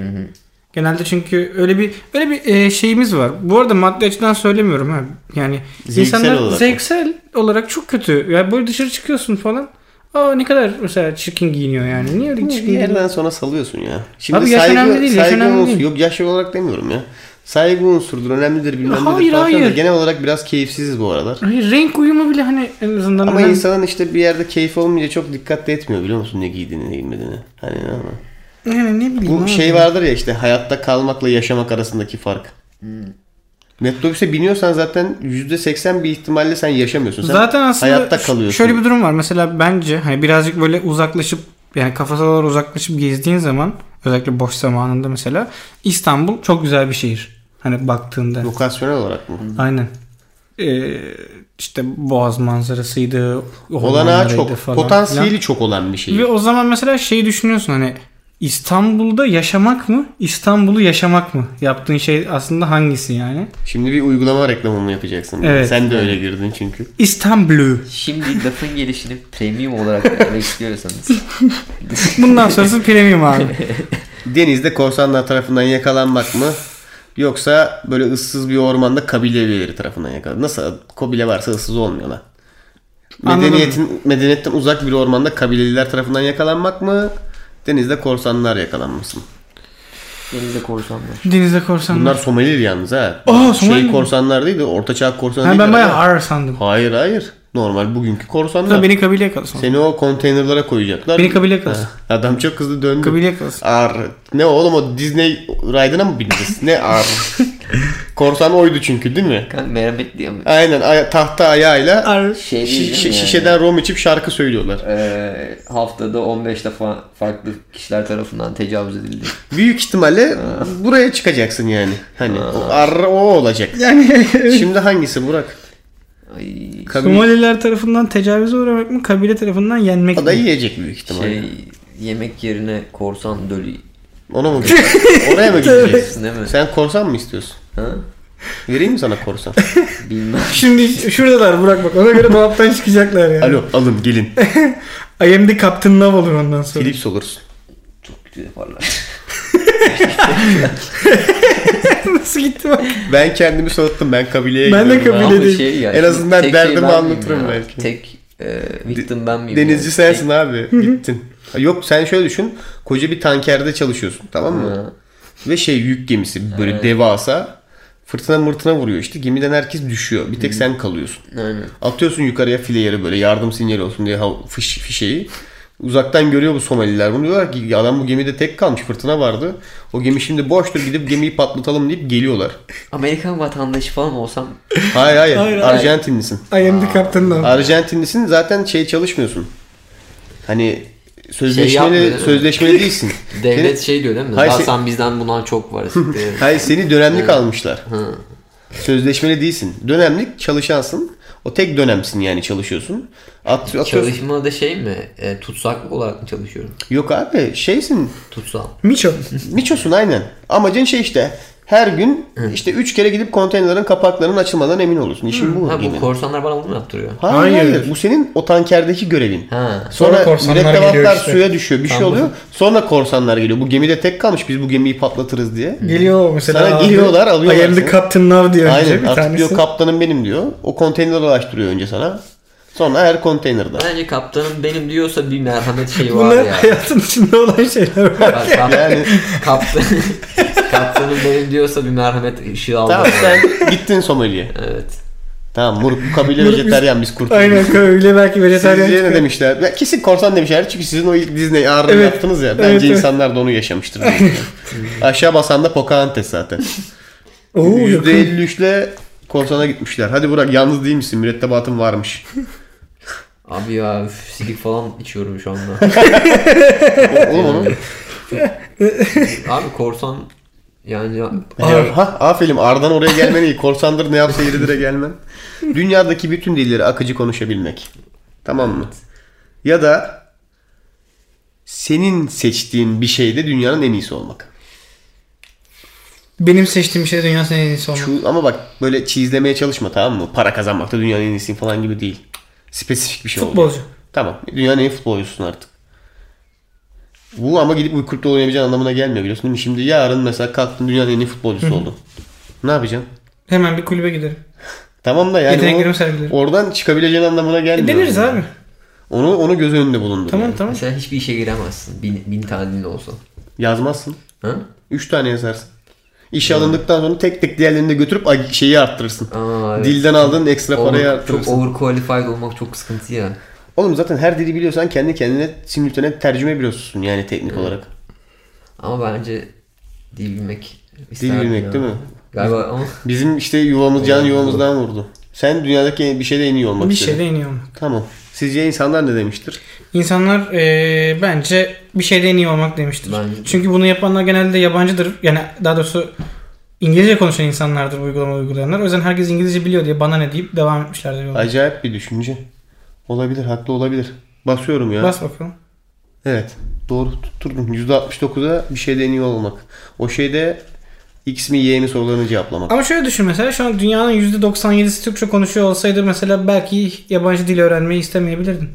Speaker 6: Genelde çünkü öyle bir öyle bir e, şeyimiz var. Bu arada maddi açıdan söylemiyorum ha. Yani
Speaker 9: Zevksel
Speaker 6: insanlar
Speaker 9: olarak mı?
Speaker 6: zevksel olarak çok kötü. Ya böyle dışarı çıkıyorsun falan. Aa ne kadar mesela çirkin giyiniyor yani. Niye öyle
Speaker 9: Bir
Speaker 6: çirkin giyiniyor?
Speaker 9: yerden sonra salıyorsun ya. Şimdi
Speaker 6: Abi yaş
Speaker 9: saygı,
Speaker 6: önemli değil, yaş
Speaker 9: saygı
Speaker 6: önemli
Speaker 9: unsuru-
Speaker 6: değil.
Speaker 9: Yok yaş olarak demiyorum ya. Saygı unsurdur, önemlidir bilmem nedir
Speaker 6: Hayır,
Speaker 9: falan filan da
Speaker 6: hayır.
Speaker 9: Genel olarak biraz keyifsiziz bu aralar.
Speaker 6: Hayır, renk uyumu bile hani en azından
Speaker 9: Ama
Speaker 6: hani-
Speaker 9: insanın işte bir yerde keyif olmayınca çok dikkat de etmiyor biliyor musun ne giydiğini ne giymediğini. Hani ne ama.
Speaker 6: yani ne bileyim.
Speaker 9: Bu
Speaker 6: abi.
Speaker 9: şey vardır ya işte hayatta kalmakla yaşamak arasındaki fark. Metrobüse biniyorsan zaten %80 bir ihtimalle sen yaşamıyorsun. Sen
Speaker 6: Zaten aslında
Speaker 9: hayatta
Speaker 6: ş-
Speaker 9: kalıyorsun.
Speaker 6: şöyle bir durum var. Mesela bence hani birazcık böyle uzaklaşıp yani kafasalar uzaklaşıp gezdiğin zaman özellikle boş zamanında mesela İstanbul çok güzel bir şehir. Hani baktığında.
Speaker 9: Lokasyonel olarak mı?
Speaker 6: Aynen. Ee, işte boğaz manzarasıydı.
Speaker 9: Olanağı
Speaker 6: ormanlarıydı
Speaker 9: çok,
Speaker 6: falan
Speaker 9: potansiyeli
Speaker 6: filan.
Speaker 9: çok olan bir şey.
Speaker 6: Ve o zaman mesela şeyi düşünüyorsun hani İstanbul'da yaşamak mı? İstanbul'u yaşamak mı? Yaptığın şey aslında hangisi yani?
Speaker 9: Şimdi bir uygulama reklamı mı yapacaksın?
Speaker 6: Evet.
Speaker 9: Sen de öyle girdin çünkü.
Speaker 6: İstanbul'u.
Speaker 7: Şimdi lafın gelişini premium olarak bekliyorsanız.
Speaker 6: Bundan
Speaker 9: (laughs)
Speaker 6: sonrası premium abi.
Speaker 9: Denizde korsanlar tarafından yakalanmak mı? Yoksa böyle ıssız bir ormanda kabile üyeleri tarafından yakalanmak. Nasıl kabile varsa ıssız olmuyor lan.
Speaker 6: Anladım.
Speaker 9: Medeniyetin, medeniyetten uzak bir ormanda kabileliler tarafından yakalanmak mı? Denizde korsanlar yakalanmasın.
Speaker 7: Denizde korsanlar.
Speaker 6: Denizde korsanlar.
Speaker 9: Bunlar Somalili yalnız ha.
Speaker 6: Aa, Somali
Speaker 9: şey
Speaker 6: mi?
Speaker 9: korsanlar değil de ortaçağ korsanlar
Speaker 6: Ha,
Speaker 9: değil.
Speaker 6: ben
Speaker 9: de-
Speaker 6: bayağı ağır sandım.
Speaker 9: Hayır hayır. Normal bugünkü
Speaker 6: Bu da
Speaker 9: korsanlar.
Speaker 6: beni kabile yakalasın.
Speaker 9: Seni o konteynerlara koyacaklar.
Speaker 6: Beni kabile
Speaker 9: Ee.
Speaker 6: yakalasın.
Speaker 9: Adam çok hızlı döndü.
Speaker 6: Kabile yakalasın.
Speaker 9: Ar. Ne oğlum o Disney raydına mı bindiniz? Ne
Speaker 7: (laughs)
Speaker 9: ar? Korsan oydu çünkü değil mi?
Speaker 7: Kanka merhametli ama.
Speaker 9: Aynen aya- tahta ayağıyla
Speaker 7: Şey
Speaker 9: şi-
Speaker 7: değil
Speaker 9: şi-
Speaker 7: değil mi yani?
Speaker 9: şişeden rom içip şarkı söylüyorlar.
Speaker 7: Ee, haftada 15 defa farklı kişiler tarafından tecavüz edildi.
Speaker 9: Büyük ihtimalle buraya çıkacaksın yani. Hani o ar o olacak.
Speaker 6: (laughs)
Speaker 9: Şimdi hangisi Burak?
Speaker 7: Ay,
Speaker 9: Kabile
Speaker 6: Somaliler tarafından tecavüze uğramak mı? Kabile tarafından yenmek
Speaker 9: o da
Speaker 6: mi?
Speaker 9: yiyecek büyük ihtimalle.
Speaker 7: şey yemek yerine korsan dölü
Speaker 9: Ona
Speaker 7: (laughs)
Speaker 9: mı gideceksin? Oraya mı gideceksin?
Speaker 7: değil mi?
Speaker 9: Sen korsan mı istiyorsun?
Speaker 7: Ha?
Speaker 9: Vereyim mi sana korsan?
Speaker 7: Bilmem.
Speaker 6: Şimdi şuradalar Burak bak. Ona göre dolaptan çıkacaklar yani.
Speaker 9: Alo
Speaker 6: (laughs)
Speaker 9: alın gelin.
Speaker 6: I am the Captain Love olur ondan sonra.
Speaker 9: Philips olursun.
Speaker 7: Çok kötü yaparlar.
Speaker 6: (laughs) Nasıl gitti bak.
Speaker 9: Ben kendimi soğuttum ben kabileye
Speaker 6: Ben de
Speaker 9: gidiyorum.
Speaker 6: kabile-
Speaker 7: Ama
Speaker 6: değil.
Speaker 7: şey ya,
Speaker 9: En azından
Speaker 7: tek
Speaker 9: derdimi
Speaker 7: ben miyim
Speaker 9: anlatırım
Speaker 7: ya?
Speaker 9: belki.
Speaker 7: Tek e, victim ben miyim?
Speaker 9: Denizci
Speaker 7: ya?
Speaker 9: sensin abi. Bittin. Yok sen şöyle düşün. Koca bir tankerde çalışıyorsun tamam
Speaker 7: Tek-
Speaker 9: mı?
Speaker 7: Ha.
Speaker 9: Ve şey yük gemisi böyle devasa. Fırtına mırtına vuruyor işte. Gemiden herkes düşüyor. Bir tek sen kalıyorsun.
Speaker 7: Aynen.
Speaker 9: Atıyorsun yukarıya fileyeri böyle yardım sinyali olsun diye hav- fiş, fişeği. Uzaktan görüyor bu Somaliler bunu diyorlar ki "Ya adam bu gemide tek kalmış fırtına vardı. O gemi şimdi boştur gidip gemiyi patlatalım deyip geliyorlar.
Speaker 7: Amerikan vatandaşı falan
Speaker 9: (laughs)
Speaker 7: olsam
Speaker 9: Hayır hayır, Arjantinlisin.
Speaker 6: I am the captain now.
Speaker 9: Arjantinlisin zaten şey çalışmıyorsun. Hani sözleşmeli
Speaker 7: Şey yapmıyor değil mi?
Speaker 9: sözleşmeli değilsin.
Speaker 7: (laughs) devlet
Speaker 9: Seni-
Speaker 7: şey diyor değil mi?
Speaker 9: Hayır,
Speaker 7: Daha
Speaker 9: şey-
Speaker 7: sen bizden bundan çok var.
Speaker 9: (laughs)
Speaker 7: siktir.
Speaker 9: Hayır seni dönemlik almışlar. Sözleşmeli değilsin. Dönemlik çalışansın. O tek dönemsin yani çalışıyorsun. At, atıyorsun.
Speaker 7: Çalışmada şey mi? E, tutsak olarak mı çalışıyorum?
Speaker 9: Yok abi şeysin.
Speaker 7: Tutsal.
Speaker 6: Miço.
Speaker 9: Miçosun aynen. Amacın şey işte. Her gün işte 3 kere gidip konteynerin kapaklarının açılmadan emin olursun. İşin bu.
Speaker 7: Ha bu
Speaker 9: gibi.
Speaker 7: korsanlar bana bunu mu yaptırıyor?
Speaker 9: Hayır, hayır. Bu senin o tankerdeki görevin.
Speaker 7: Ha.
Speaker 9: Sonra,
Speaker 6: Sonra korsanlar
Speaker 9: mürettebatlar
Speaker 6: geliyor işte.
Speaker 9: suya düşüyor. Bir şey
Speaker 7: Anladım.
Speaker 9: oluyor. Sonra korsanlar geliyor. Bu gemide tek kalmış. Biz bu gemiyi patlatırız diye.
Speaker 6: Geliyor mesela.
Speaker 9: Sana
Speaker 6: abi,
Speaker 9: geliyorlar, alıyorlar
Speaker 6: I am the
Speaker 9: seni.
Speaker 6: captain now diyor önce
Speaker 9: Aynen.
Speaker 6: bir
Speaker 9: Artık
Speaker 6: tanesi.
Speaker 9: diyor kaptanım benim diyor. O konteyneri açtırıyor önce sana. Sonra her konteynerde.
Speaker 7: Bence kaptanım benim diyorsa bir merhamet şeyi var
Speaker 6: Bunlar
Speaker 9: (laughs)
Speaker 7: ya.
Speaker 6: hayatın içinde olan şeyler var.
Speaker 7: Bak, kap-
Speaker 9: Yani-
Speaker 7: kaptan, (laughs) kaptanım benim diyorsa bir merhamet ışığı aldı.
Speaker 9: Tamam sen gittin Somali'ye.
Speaker 7: Evet.
Speaker 9: Tamam Muruk bu kabile
Speaker 6: Muruk biz-
Speaker 9: vejeteryan biz kurtulduk.
Speaker 6: Aynen öyle belki vejetaryen
Speaker 9: Sizce ne
Speaker 6: çıkıyor.
Speaker 9: demişler? Ya kesin korsan demişler çünkü sizin o ilk Disney ağrını
Speaker 6: Evet.
Speaker 9: yaptınız ya.
Speaker 6: Evet,
Speaker 9: Bence
Speaker 6: evet.
Speaker 9: insanlar da onu yaşamıştır. Aşağı basan da Pocahontas zaten.
Speaker 6: Oo, yakın.
Speaker 9: %53'le korsana gitmişler. Hadi Burak yalnız değil misin? Mürettebatın varmış.
Speaker 7: Abi ya üf, silik falan içiyorum şu anda.
Speaker 9: Oğlum onu.
Speaker 7: Abi korsan yani ya-
Speaker 9: Ya, Ha, aferin Ardan oraya gelmen iyi. Korsandır ne yapsa yeridir'e gelmen. Dünyadaki bütün dilleri akıcı konuşabilmek. Tamam mı? Ya da senin seçtiğin bir şeyde dünyanın en iyisi olmak.
Speaker 6: Benim seçtiğim şey dünya senin en iyisi olmak.
Speaker 9: Şu, ama bak böyle çizlemeye çalışma tamam mı? Para kazanmakta dünyanın en iyisi falan gibi değil. Spesifik bir şey olacak.
Speaker 6: Futbolcu.
Speaker 9: Tamam. Dünyanın en futbolcusun artık. Bu ama gidip uykulukta oynayabileceğin anlamına gelmiyor biliyorsun değil mi? Şimdi yarın mesela kalktın dünyanın en iyi futbolcusu oldun. Ne yapacaksın?
Speaker 6: Hemen bir kulübe giderim.
Speaker 9: Tamam da yani
Speaker 6: Yeteneklerimi
Speaker 9: onu-
Speaker 6: sergilerim.
Speaker 9: oradan çıkabileceğin anlamına gelmiyor.
Speaker 6: Deniriz E, abi.
Speaker 9: Onu onu göz önünde bulundur.
Speaker 6: Tamam
Speaker 9: yani.
Speaker 6: tamam.
Speaker 7: mesela hiçbir işe giremezsin. Bin, bin tane din olsa.
Speaker 9: Yazmazsın.
Speaker 7: Ha?
Speaker 9: Üç tane yazarsın. İşe alındıktan sonra tek tek diğerlerini de götürüp ag- şeyi arttırırsın.
Speaker 7: Aa, evet.
Speaker 9: Dilden aldığın ekstra parayı
Speaker 7: Over, çok
Speaker 9: arttırırsın.
Speaker 7: overqualified olmak çok sıkıntı ya.
Speaker 9: Oğlum zaten her dili biliyorsan kendi kendine simultane tercüme biliyorsun yani teknik olarak.
Speaker 7: Ama bence dil bilmek
Speaker 9: Dil
Speaker 7: isterdim
Speaker 9: bilmek
Speaker 7: ya.
Speaker 9: değil mi?
Speaker 7: Galiba ama
Speaker 9: Bizim işte yuvamız can yuvamızdan vurdu. Sen dünyadaki en- bir şeyde en iyi olmak
Speaker 6: Bir
Speaker 9: istedin.
Speaker 6: şeyde iniyor olmak.
Speaker 9: Tamam. Sizce insanlar ne demiştir?
Speaker 6: İnsanlar eee, bence bir şeyde en iyi olmak demiştir.
Speaker 7: Bence de.
Speaker 6: Çünkü bunu yapanlar genelde yabancıdır. Yani daha doğrusu İngilizce konuşan insanlardır bu uygulama uygulayanlar. O yüzden herkes İngilizce biliyor diye bana ne deyip devam etmişlerdir. yoluna.
Speaker 9: Acayip bir düşünce. Olabilir, haklı olabilir. Basıyorum ya.
Speaker 6: Bas bakalım.
Speaker 9: Evet. Doğru tutturdum. %69'a bir şeyde en iyi olmak. O şeyde X mi Y mi sorularını cevaplamak.
Speaker 6: Ama şöyle düşün mesela şu an dünyanın %97'si Türkçe konuşuyor olsaydı mesela belki yabancı dil öğrenmeyi istemeyebilirdin.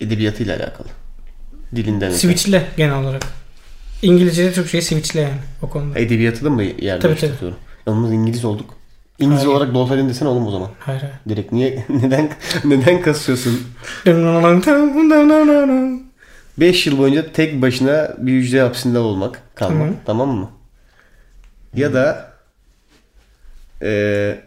Speaker 9: Edebiyatıyla alakalı. Dilinden öte.
Speaker 6: Switch'le genel olarak. İngilizce'de Türkçe'yi switch'le yani o konuda.
Speaker 9: Edebiyatı da mı yer
Speaker 6: Tabii,
Speaker 9: değiştiriyorum? Yalnız İngiliz olduk. İngiliz
Speaker 6: Hayır.
Speaker 9: olarak dolfenin desene oğlum o zaman.
Speaker 6: Hayır hayır.
Speaker 9: Direkt niye (laughs) neden neden kasıyorsun? 5 yıl boyunca tek başına bir hücre hapsinde olmak, kalmak.
Speaker 6: Tamam.
Speaker 9: Tamam mı? Ya da eee,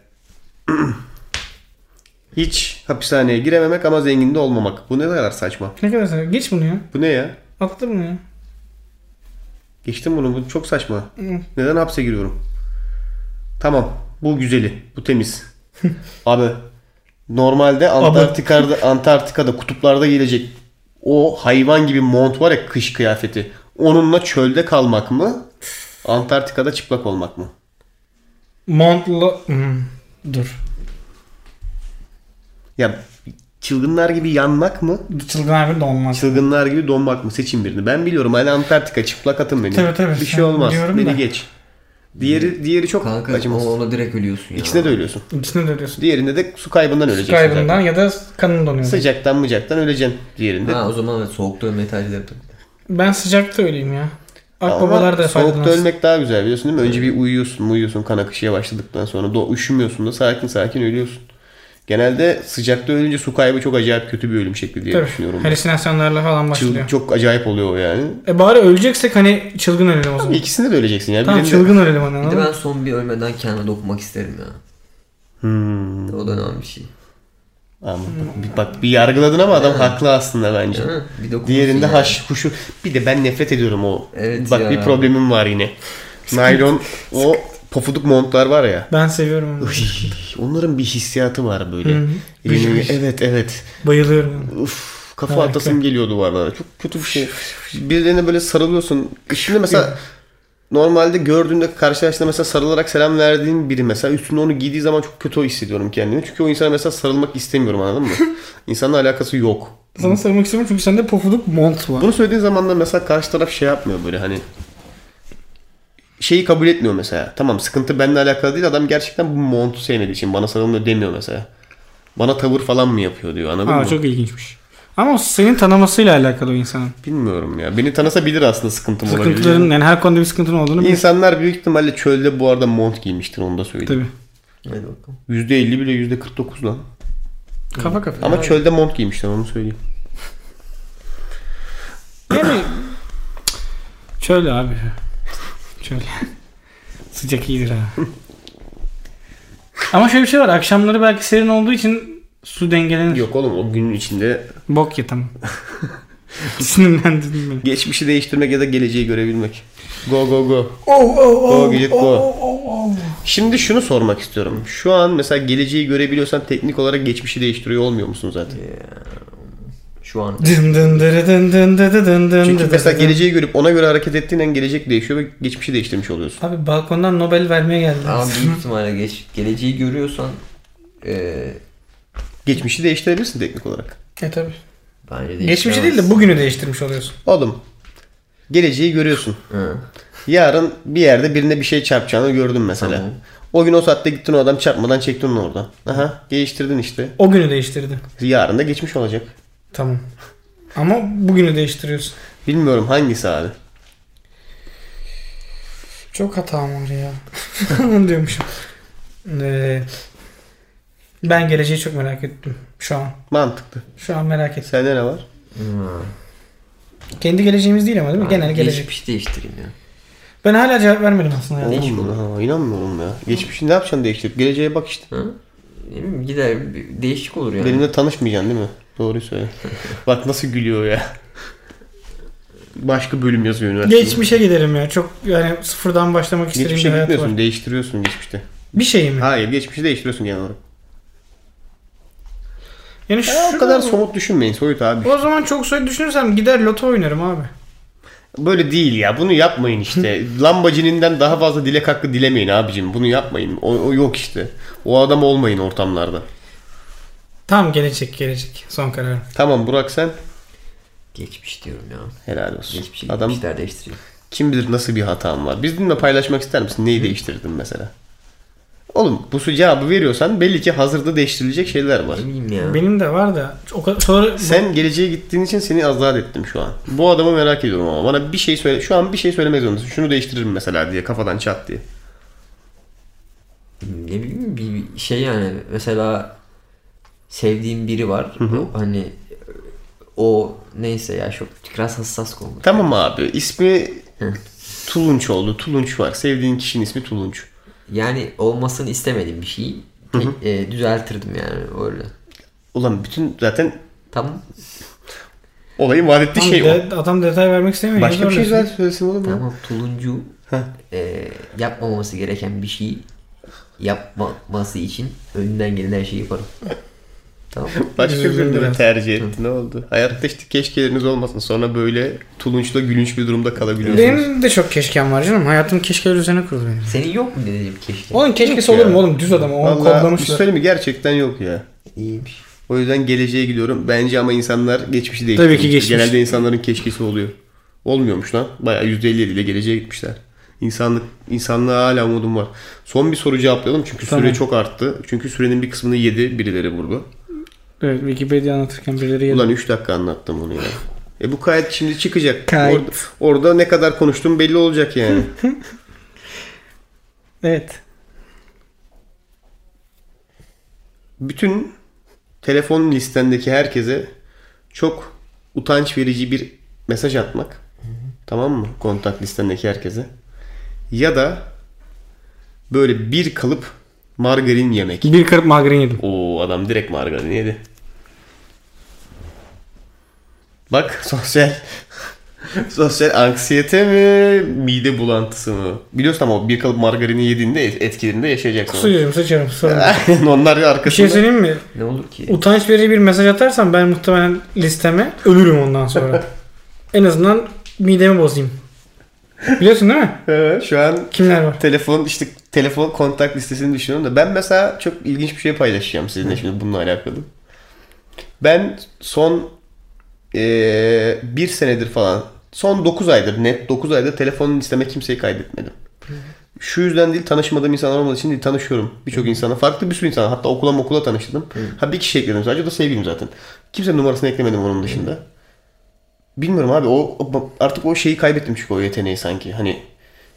Speaker 9: (clears throat) hiç hapishaneye girememek ama zengin de olmamak. Bu ne kadar saçma.
Speaker 6: ne kadar saçma. Geç bunu ya.
Speaker 9: Bu ne ya?
Speaker 6: Atla bunu ya.
Speaker 9: Geçtim bunu. Bu çok saçma. Neden hapse giriyorum? Tamam. Bu güzeli.
Speaker 6: (laughs)
Speaker 9: Bu temiz. Abi normalde Antarktika'da, Antarktika'da kutuplarda gelecek o hayvan gibi mont var ya kış kıyafeti. Onunla çölde kalmak mı? Antarktika'da çıplak olmak mı?
Speaker 6: Montla... Hmm, dur.
Speaker 9: Ya çılgınlar gibi yanmak mı?
Speaker 6: Çılgın abi de olmaz.
Speaker 9: Çılgınlar gibi donmak mı? Seçin birini. Ben biliyorum. Hala Antarktika çıplak atın beni.
Speaker 6: Tabii, tabii.
Speaker 9: Bir şey olmaz.
Speaker 6: Diyorum
Speaker 9: Beni
Speaker 6: da.
Speaker 9: geç. Diğeri diğeri çok
Speaker 7: kanka
Speaker 9: acımasız.
Speaker 7: ona, ona direkt ölüyorsun ya.
Speaker 9: İkisine de ölüyorsun.
Speaker 6: İçine de ölüyorsun.
Speaker 9: Diğerinde de su kaybından öleceksin.
Speaker 6: Kaybından
Speaker 9: zaten.
Speaker 6: ya da kanın donuyor.
Speaker 9: Sıcaktan mıcaktan öleceksin diğerinde.
Speaker 7: Ha o zaman evet, soğukta ölmeyi tercih ederdim.
Speaker 6: Ben sıcakta öleyim ya.
Speaker 9: Ama
Speaker 6: Akbabalar da
Speaker 9: soğukta
Speaker 6: faydalansın.
Speaker 9: ölmek daha güzel biliyorsun değil mi? Önce bir uyuyorsun uyuyorsun kan akışıya başladıktan sonra do üşümüyorsun da sakin sakin ölüyorsun. Genelde sıcakta ölünce su kaybı çok acayip kötü bir ölüm şekli diye düşünüyorum.
Speaker 6: Tabii.
Speaker 9: ben.
Speaker 6: Halüsinasyonlarla falan
Speaker 9: Çılgın,
Speaker 6: başlıyor.
Speaker 9: çok acayip oluyor o yani.
Speaker 6: E bari öleceksek hani çılgın ölelim o zaman.
Speaker 9: İkisinde de öleceksin ya.
Speaker 6: Tamam
Speaker 9: Birinde-
Speaker 6: çılgın ölelim hani.
Speaker 7: Bir de
Speaker 6: anladın mı?
Speaker 7: ben son bir ölmeden kendime dokunmak isterim ya. O da önemli bir şey.
Speaker 9: Ama bir- Hmm. bak bir yargıladın ama adam haklı aslında bence.
Speaker 7: Değil mi? Bir dokunursun
Speaker 9: Diğerinde
Speaker 7: yani.
Speaker 9: haş huşu. Bir de ben nefret ediyorum o.
Speaker 7: Evet
Speaker 9: bak
Speaker 7: ya.
Speaker 9: bir problemim var yine. Naylon o pofuduk montlar var ya.
Speaker 6: Ben seviyorum onu.
Speaker 9: Onların bir hissiyatı var böyle.
Speaker 6: Hı hı.
Speaker 9: Elini-
Speaker 6: Vış vış.
Speaker 9: evet evet.
Speaker 6: Bayılıyorum.
Speaker 9: Uf, kafa
Speaker 6: Harika.
Speaker 9: atasım geliyor duvarlara. Çok kötü bir şey. Birilerine böyle sarılıyorsun. Şimdi mesela normalde gördüğünde karşılaştığında mesela sarılarak selam verdiğin biri mesela üstüne onu giydiği zaman çok kötü hissediyorum kendimi. Çünkü o insana mesela sarılmak istemiyorum anladın
Speaker 6: (laughs)
Speaker 9: mı? İnsanla alakası yok.
Speaker 6: Sana sarılmak istiyorum çünkü sende pofuduk mont var.
Speaker 9: Bunu söylediğin zaman da mesela karşı taraf şey yapmıyor böyle hani şeyi kabul etmiyor mesela. Tamam sıkıntı benimle alakalı değil adam gerçekten bu montu sevmediği için bana sarılmıyor demiyor mesela. Bana tavır falan mı yapıyor diyor anladın
Speaker 6: Aa,
Speaker 9: mı?
Speaker 6: çok ilginçmiş. Ama o senin tanımasıyla alakalı o insanın.
Speaker 9: Bilmiyorum ya. Beni tanısa bilir aslında sıkıntım olabilir.
Speaker 6: Sıkıntıların yani her konuda bir sıkıntın olduğunu bil.
Speaker 9: İnsanlar büyük ihtimalle çölde bu arada mont giymiştir onu da söyleyeyim.
Speaker 6: Tabii.
Speaker 7: Hadi bakalım.
Speaker 9: %50 bile %49 lan.
Speaker 6: Kafa kafa.
Speaker 9: Ama çölde mont giymişler onu söyleyeyim.
Speaker 6: Yani şöyle abi. Şöyle. Sıcak iyidir ha. Ama şöyle bir şey var. Akşamları belki serin olduğu için su dengelenir.
Speaker 9: Yok oğlum o günün içinde
Speaker 6: Bok ye tamam. (laughs) Sinirlendirdin beni.
Speaker 9: geçmişi değiştirmek ya da geleceği görebilmek. Go go go.
Speaker 6: Oh oh
Speaker 9: Go git go. Şimdi şunu sormak istiyorum. Şu an mesela geleceği görebiliyorsan teknik olarak geçmişi değiştiriyor olmuyor musun zaten?
Speaker 7: Şu an
Speaker 6: Dın dın dırı dın dın dı dı dın dın
Speaker 9: Çünkü
Speaker 6: dı dı
Speaker 9: mesela
Speaker 6: dın.
Speaker 9: geleceği görüp ona göre hareket ettiğin an gelecek değişiyor ve geçmişi değiştirmiş oluyorsun.
Speaker 6: Abi balkondan Nobel vermeye geldi.
Speaker 7: ama büyük ihtimalle geç, geleceği görüyorsan eee
Speaker 9: Geçmişi değiştirebilirsin teknik olarak.
Speaker 6: E tabi.
Speaker 7: bence de
Speaker 6: Geçmişi değil de bugünü değiştirmiş oluyorsun.
Speaker 9: Oğlum geleceği görüyorsun.
Speaker 7: Hı.
Speaker 9: Yarın bir yerde birine bir şey çarpacağını gördün mesela.
Speaker 7: Tamam.
Speaker 9: O gün o saatte gittin o adam çarpmadan çektin onu oradan. Aha değiştirdin işte.
Speaker 6: O günü değiştirdi.
Speaker 9: Yarın da geçmiş olacak.
Speaker 6: Tamam. Ama bugünü değiştiriyorsun.
Speaker 9: Bilmiyorum hangisi abi.
Speaker 6: Çok hatam var ya. (laughs) Onu diyormuşum. Ee, ben geleceği çok merak ettim şu an.
Speaker 9: Mantıklı.
Speaker 6: Şu an merak ettim.
Speaker 9: Sende ne var?
Speaker 6: Kendi geleceğimiz değil ama değil mi? Genel gelecek.
Speaker 7: Geçmişi değiştireyim ya.
Speaker 6: Ben hala cevap vermedim aslında yani.
Speaker 9: Oğlum ha, inanmıyorum ya. Geçmişi ne yapacaksın değiştirip geleceğe bak işte.
Speaker 7: Hı? Ne bileyim, Gider bir değişik olur yani.
Speaker 9: Benimle tanışmayacaksın değil mi? Doğruyu söyle. bak nasıl gülüyor ya. Başka bölüm yazıyor üniversitede.
Speaker 6: Geçmişe giderim ya. Çok yani sıfırdan başlamak istediğim
Speaker 9: Geçmişe
Speaker 6: bir hayat var.
Speaker 9: gitmiyorsun, değiştiriyorsun geçmişte.
Speaker 6: Bir şey mi?
Speaker 9: Hayır, geçmişi değiştiriyorsun genel olarak.
Speaker 6: Yani şu
Speaker 9: Ya, o kadar somut düşünmeyin soyut abi.
Speaker 6: O zaman çok soyut düşünürsem gider loto oynarım abi.
Speaker 9: Böyle değil ya.
Speaker 6: (laughs)
Speaker 9: Bunu yapmayın işte. Lambacininden daha fazla dilek hakkı dilemeyin abicim. Bunu yapmayın. O, o yok işte. O adam olmayın ortamlarda.
Speaker 6: Tam gelecek gelecek. Son kararım.
Speaker 9: Tamam Burak sen
Speaker 7: Geçmiş diyorum ya.
Speaker 9: helal olsun.
Speaker 7: Geçmişi
Speaker 9: adam
Speaker 7: gitmişler değiştireyim.
Speaker 9: kim bilir nasıl bir hatam var. Bizimle paylaşmak ister misin? Neyi değiştirdin mesela? Oğlum bu su cevabı veriyorsan belli ki hazırda değiştirilecek şeyler var.
Speaker 7: Ne bileyim ya.
Speaker 6: Benim de var da o kadar sonra
Speaker 9: Sen geleceğe gittiğin için seni azat ettim şu an. Bu adamı merak ediyorum ama bana bir şey söyle. Şu an bir şey söylemek zorundasın. Şunu değiştiririm mesela diye kafadan çat diye.
Speaker 7: ne bileyim bir şey yani mesela sevdiğim biri var. O Hani o neyse ya çok biraz hassas konu.
Speaker 9: Tamam abi. ismi Tulunç oldu. Tulunç var. Sevdiğin kişinin ismi Tulunç.
Speaker 7: Yani olmasını istemediğim bir şeyi e, düzeltirdim yani öyle.
Speaker 9: Ulan bütün zaten
Speaker 7: Tamam.
Speaker 9: olayın vaat ettiği
Speaker 6: Tam
Speaker 9: şey o.
Speaker 6: de- adam detay vermek istemiyor.
Speaker 9: Başka bir şey
Speaker 6: Zorluyorsun.
Speaker 9: zaten söylesin oğlum ya.
Speaker 7: Tamam tuluncu
Speaker 9: Heh.
Speaker 7: e, yapmaması gereken bir şeyi yapmaması için önünden gelen her şeyi yaparım. tamam.
Speaker 9: Başka
Speaker 6: Üzüldüm
Speaker 9: birini
Speaker 6: biraz.
Speaker 9: tercih etti. Ne oldu? Hayatta işte keşkeleriniz olmasın. Sonra böyle tulunçla gülünç bir durumda kalabiliyorsunuz.
Speaker 6: Benim de çok keşkem var canım. Hayatım keşkeler üzerine kurulu benim.
Speaker 7: Senin yok mu dediğim keşke?
Speaker 6: Oğlum keşkesi olur mu oğlum? Düz adam. Onu
Speaker 9: Valla bir şey
Speaker 6: kodlamışlar.
Speaker 9: söyleyeyim mi? Gerçekten yok ya.
Speaker 7: İyiymiş.
Speaker 9: O yüzden geleceğe gidiyorum. Bence ama insanlar geçmişi değil.
Speaker 6: Tabii ki geçmiş.
Speaker 9: Genelde insanların keşkesi oluyor. Olmuyormuş lan. Bayağı %50 ile geleceğe gitmişler. İnsanlık, insanlığa hala umudum var. Son bir soru cevaplayalım çünkü süre
Speaker 6: Tamam.
Speaker 9: çok arttı. Çünkü sürenin bir kısmını yedi birileri burada.
Speaker 6: Evet Wikipedia anlatırken birileri yedi.
Speaker 9: Ulan 3 dakika anlattım onu ya. E bu kayıt şimdi çıkacak.
Speaker 6: Kayıt.
Speaker 9: Orada, orada ne kadar konuştuğum belli olacak yani.
Speaker 6: Evet.
Speaker 9: Bütün telefon listendeki herkese çok utanç verici bir mesaj atmak. Tamam mı? Kontak listendeki herkese. Ya da böyle bir kalıp margarin yemek.
Speaker 6: Bir kırıp margarin yedim.
Speaker 9: Oo Oo adam direkt margarini yedi. Bak (laughs) sosyal sosyal anksiyete mi mide bulantısı mı? Biliyorsun ama bir kalıp margarini yediğinde et- etkilerini de yaşayacaksın.
Speaker 6: Kusuyorum sıçarım sorun. değil.
Speaker 9: (laughs) Aynen, Onlar arkasında.
Speaker 6: Bir şey söyleyeyim mi?
Speaker 7: Ne olur ki?
Speaker 6: Utanç verici bir mesaj atarsam ben muhtemelen listeme ölürüm ondan
Speaker 9: (laughs)
Speaker 6: sonra. en azından midemi bozayım. Biliyorsun değil mi?
Speaker 9: Evet, Şu an
Speaker 6: Kimler var?
Speaker 9: telefon işte telefon kontak listesini düşünüyorum da ben mesela çok ilginç bir şey paylaşacağım sizinle şimdi bununla alakalı. Ben son eee, bir senedir falan son 9 aydır net 9 aydır telefonun listeme kimseyi kaydetmedim. Şu yüzden değil tanışmadığım insanlar olmadığı için değil tanışıyorum birçok insana. Farklı bir sürü insana hatta okula okula tanıştım. Ha bir kişi ekledim sadece o da sevgilim zaten. Kimsenin numarasını eklemedim onun dışında. Bilmiyorum abi o o- artık o şeyi kaybettim çünkü o yeteneği sanki. Hani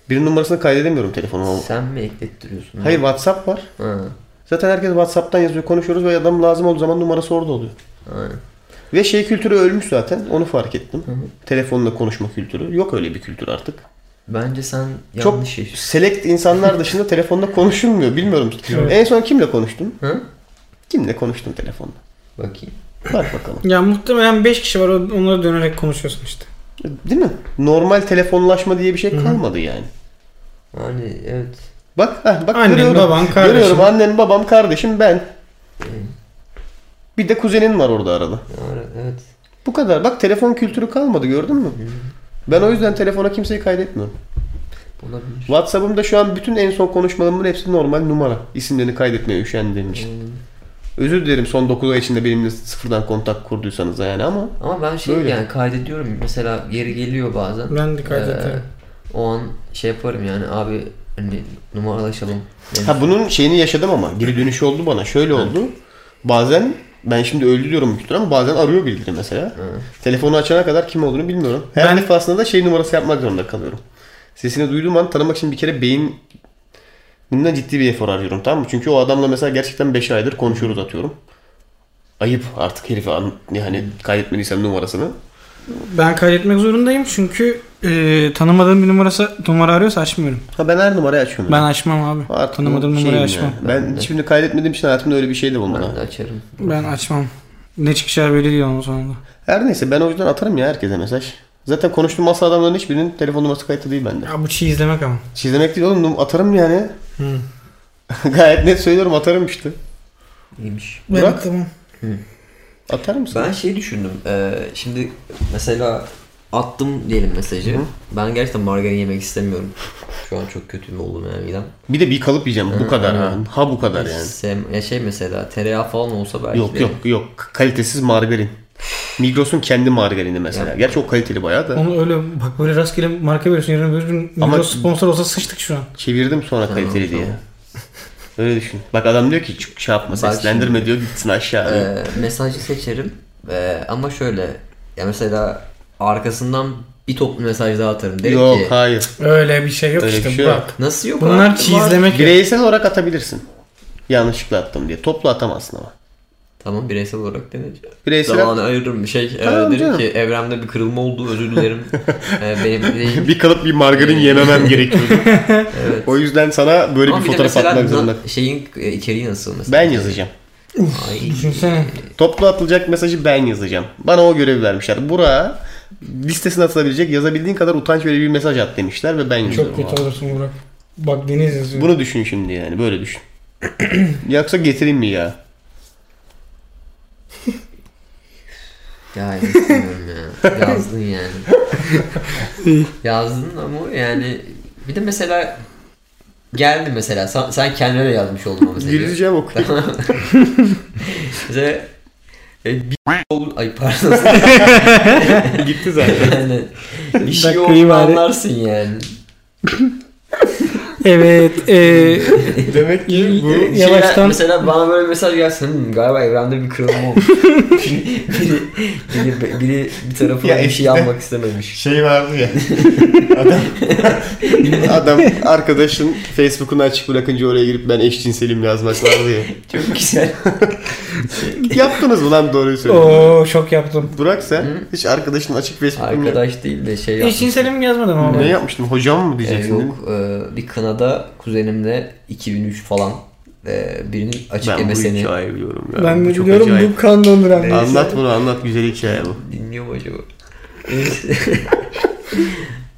Speaker 9: birinin numarasını kaydedemiyorum telefonuma.
Speaker 7: Sen mi eklettiriyorsun?
Speaker 9: Hayır WhatsApp var.
Speaker 7: Ha.
Speaker 9: Zaten herkes WhatsApp'tan yazıyor, konuşuyoruz ve adam lazım olduğu zaman numarası orada oluyor.
Speaker 7: Aynen.
Speaker 9: Ve şey kültürü ölmüş zaten. Onu fark ettim. Telefonla konuşma kültürü. Yok öyle bir kültür artık.
Speaker 7: Bence sen yanlış
Speaker 9: Çok
Speaker 7: yaşıyorsun.
Speaker 9: select insanlar dışında telefonla konuşulmuyor. Bilmiyorum. En son kimle konuştun?
Speaker 7: Hı?
Speaker 9: Kimle konuştun telefonda?
Speaker 7: Bakayım.
Speaker 9: Bak bakalım.
Speaker 6: Ya muhtemelen 5 kişi var o- onlara dönerek konuşuyorsun işte.
Speaker 9: Değil mi? Normal telefonlaşma diye bir şey kalmadı yani.
Speaker 7: Yani evet.
Speaker 9: Bak, heh, bak
Speaker 6: Annen,
Speaker 9: görüyorum.
Speaker 6: baban, kardeşin.
Speaker 9: Görüyorum annen, babam, kardeşim, ben. Bir de kuzenin var orada arada.
Speaker 7: Yani, evet.
Speaker 9: Bu kadar. Bak telefon kültürü kalmadı gördün mü? Ben o yüzden telefona kimseyi kaydetmiyorum.
Speaker 7: Olabilir.
Speaker 9: WhatsApp'ımda şu an bütün en son konuşmalarımın hepsi normal numara. İsimlerini kaydetmeye üşendiğim için. Özür dilerim son 9 ay içinde benimle sıfırdan kontak kurduysanız da yani ama
Speaker 7: Ama ben şey
Speaker 9: Böyle.
Speaker 7: yani kaydediyorum. Mesela yeri geliyor bazen.
Speaker 6: Ben de kaydederim.
Speaker 7: Ee, o an şey yaparım yani abi hani numaralaşalım. Yani
Speaker 9: Ha bunun şeyini yaşadım ama geri dönüşü oldu bana. Şöyle oldu. Bazen ben şimdi öldü diyorum büyüktür ama bazen arıyor birileri mesela. Telefonu açana kadar kim olduğunu bilmiyorum. Her
Speaker 6: Ben-
Speaker 9: defasında da şey numarası yapmak zorunda kalıyorum. Sesini duyduğum an tanımak için bir kere beyin bundan ciddi bir efor arıyorum tamam mı? Çünkü o adamla mesela gerçekten 5 aydır konuşuyoruz atıyorum. Ayıp artık herifi an, yani kaydetmediysem numarasını.
Speaker 6: Ben kaydetmek zorundayım çünkü e, tanımadığım bir numarası numara arıyorsa açmıyorum.
Speaker 9: Ha ben her numarayı açıyorum.
Speaker 6: Ben açmam abi.
Speaker 9: Artık şey
Speaker 6: tanımadığım
Speaker 9: şeyim
Speaker 6: numarayı
Speaker 9: ya.
Speaker 6: açmam.
Speaker 9: Ben hiçbirini kaydetmediğim için hayatımda öyle bir şey de olmadı.
Speaker 7: ben de açarım.
Speaker 6: Ben açmam. Ne çıkacağı belli değil onun sonunda.
Speaker 9: Her neyse ben o yüzden atarım ya herkese mesaj. Zaten konuştuğum masa adamların hiçbirinin telefon numarası kayıtlı değil bende.
Speaker 6: Ya bu çiğ izlemek ama.
Speaker 9: Çizmek değil oğlum atarım yani. (laughs) Gayet net söylüyorum atarım işte.
Speaker 7: İyiymiş.
Speaker 9: Bırak.
Speaker 6: Evet, tamam.
Speaker 9: Atar mısın?
Speaker 7: Ben şey düşündüm. ee, şimdi mesela attım diyelim mesajı. Ben gerçekten margarin yemek istemiyorum. Şu an çok kötü mü oldum yani midem.
Speaker 9: Bir de bir kalıp yiyeceğim bu kadar ha. Ha bu kadar yani.
Speaker 7: Sem- ya şey mesela tereyağı falan olsa belki
Speaker 9: Yok
Speaker 7: de-
Speaker 9: yok yok kalitesiz margarin. Migros'un kendi margarini mesela. Gerçi o kaliteli bayağı da.
Speaker 6: Onu öyle bak böyle rastgele marka veriyorsun. Yarın öbür gün
Speaker 9: Ama-
Speaker 6: Migros sponsor olsa sıçtık şu an.
Speaker 9: Çevirdim sonra kaliteli diye. Öyle düşün. Bak adam diyor ki "Çık, şey yapma
Speaker 7: Bak
Speaker 9: seslendirme diyor gitsin aşağı. diyor.
Speaker 7: Ee, mesajı seçerim Ee, ama şöyle ya mesela arkasından bir toplu mesaj daha atarım. Derim
Speaker 9: yok
Speaker 7: ki
Speaker 9: hayır.
Speaker 6: Öyle bir şey yok
Speaker 9: Öyle
Speaker 6: işte
Speaker 9: bir şey
Speaker 6: bak.
Speaker 7: nasıl yok
Speaker 6: Bunlar
Speaker 7: abi?
Speaker 6: çizlemek.
Speaker 9: Bireysel olarak atabilirsin. Yanlışlıkla attım diye. Toplu atamazsın ama.
Speaker 7: Tamam bireysel olarak deneyeceğim.
Speaker 9: Bireysel
Speaker 7: Zamanı ayırırım. Şey e,
Speaker 9: Tamam
Speaker 7: derim
Speaker 9: canım.
Speaker 7: ki evremde bir kırılma oldu özür
Speaker 9: (laughs)
Speaker 7: dilerim. Ee, benim değil.
Speaker 9: bir kalıp bir margarin (laughs) yememem gerekiyordu. O yüzden sana böyle
Speaker 7: Ama
Speaker 9: bir
Speaker 7: bir de
Speaker 9: fotoğraf
Speaker 7: mesela
Speaker 9: atmak
Speaker 7: na-
Speaker 9: zorunda.
Speaker 7: şeyin e, içeriği nasıl mesela?
Speaker 9: Ben yazacağım.
Speaker 7: Ay,
Speaker 6: Düşünsene.
Speaker 9: Toplu atılacak mesajı ben yazacağım. Bana o görevi vermişler. Burak'a listesine atılabilecek yazabildiğin kadar utanç verici bir mesaj at demişler ve ben yazıyorum.
Speaker 6: Çok kötü
Speaker 9: abi.
Speaker 6: olursun Burak. Bak Deniz yazıyor.
Speaker 9: Bunu düşün şimdi yani böyle düşün. (clears throat) Yoksa getireyim mi ya?
Speaker 7: ya istemiyorum ya.
Speaker 9: (laughs)
Speaker 7: Yazdın yani. Yazdın ama yani bir de mesela geldi mesela sen, sen kendine de yazmış oldun ama mesela.
Speaker 9: Gireceğim okuyayım. (laughs)
Speaker 7: Bize e, bir ol... Ay pardon.
Speaker 9: (laughs) Gitti zaten.
Speaker 7: yani, bir şey
Speaker 6: Dakikayı
Speaker 7: olduğunu
Speaker 6: bari.
Speaker 7: anlarsın yani.
Speaker 6: Evet. eee
Speaker 9: (laughs) Demek ki bu
Speaker 7: Ee, Şeyler,
Speaker 6: yavaştan
Speaker 7: mesela bana böyle mesaj gelsin. "Hmm, galiba evrende bir kırılma olmuş. biri, biri, biri, biri bir tarafına
Speaker 9: Ya
Speaker 7: bir şey
Speaker 9: eskiden-
Speaker 7: yapmak istememiş.
Speaker 9: şey vardı (laughs) ya. adam, adam arkadaşın Facebook'unu açık bırakınca oraya girip ben eşcinselim yazmak vardı (laughs) ya.
Speaker 7: Çok güzel.
Speaker 9: Yaptınız mı lan doğruyu söylüyorum.
Speaker 6: Oo şok yaptım.
Speaker 9: Burak sen hiç arkadaşın açık Facebook'unu
Speaker 7: Arkadaş değil de şey yapmış.
Speaker 6: Eşcinselim yazmadım ama.
Speaker 9: Ne
Speaker 6: ben.
Speaker 9: yapmıştım? Hocam mı
Speaker 7: E,
Speaker 9: diyeceksin?
Speaker 7: yok e, bir kanada kuzenimle 2003 falan e, birinin açık
Speaker 9: Ben bu
Speaker 7: ebeseni
Speaker 9: hikayeyi biliyorum ya.
Speaker 6: Ben de
Speaker 9: Çok
Speaker 6: biliyorum
Speaker 9: acayip.
Speaker 6: bu kan donduran. bir-
Speaker 9: Anlat bunu anlat güzel hikaye bu.
Speaker 7: dinliyor mu acaba?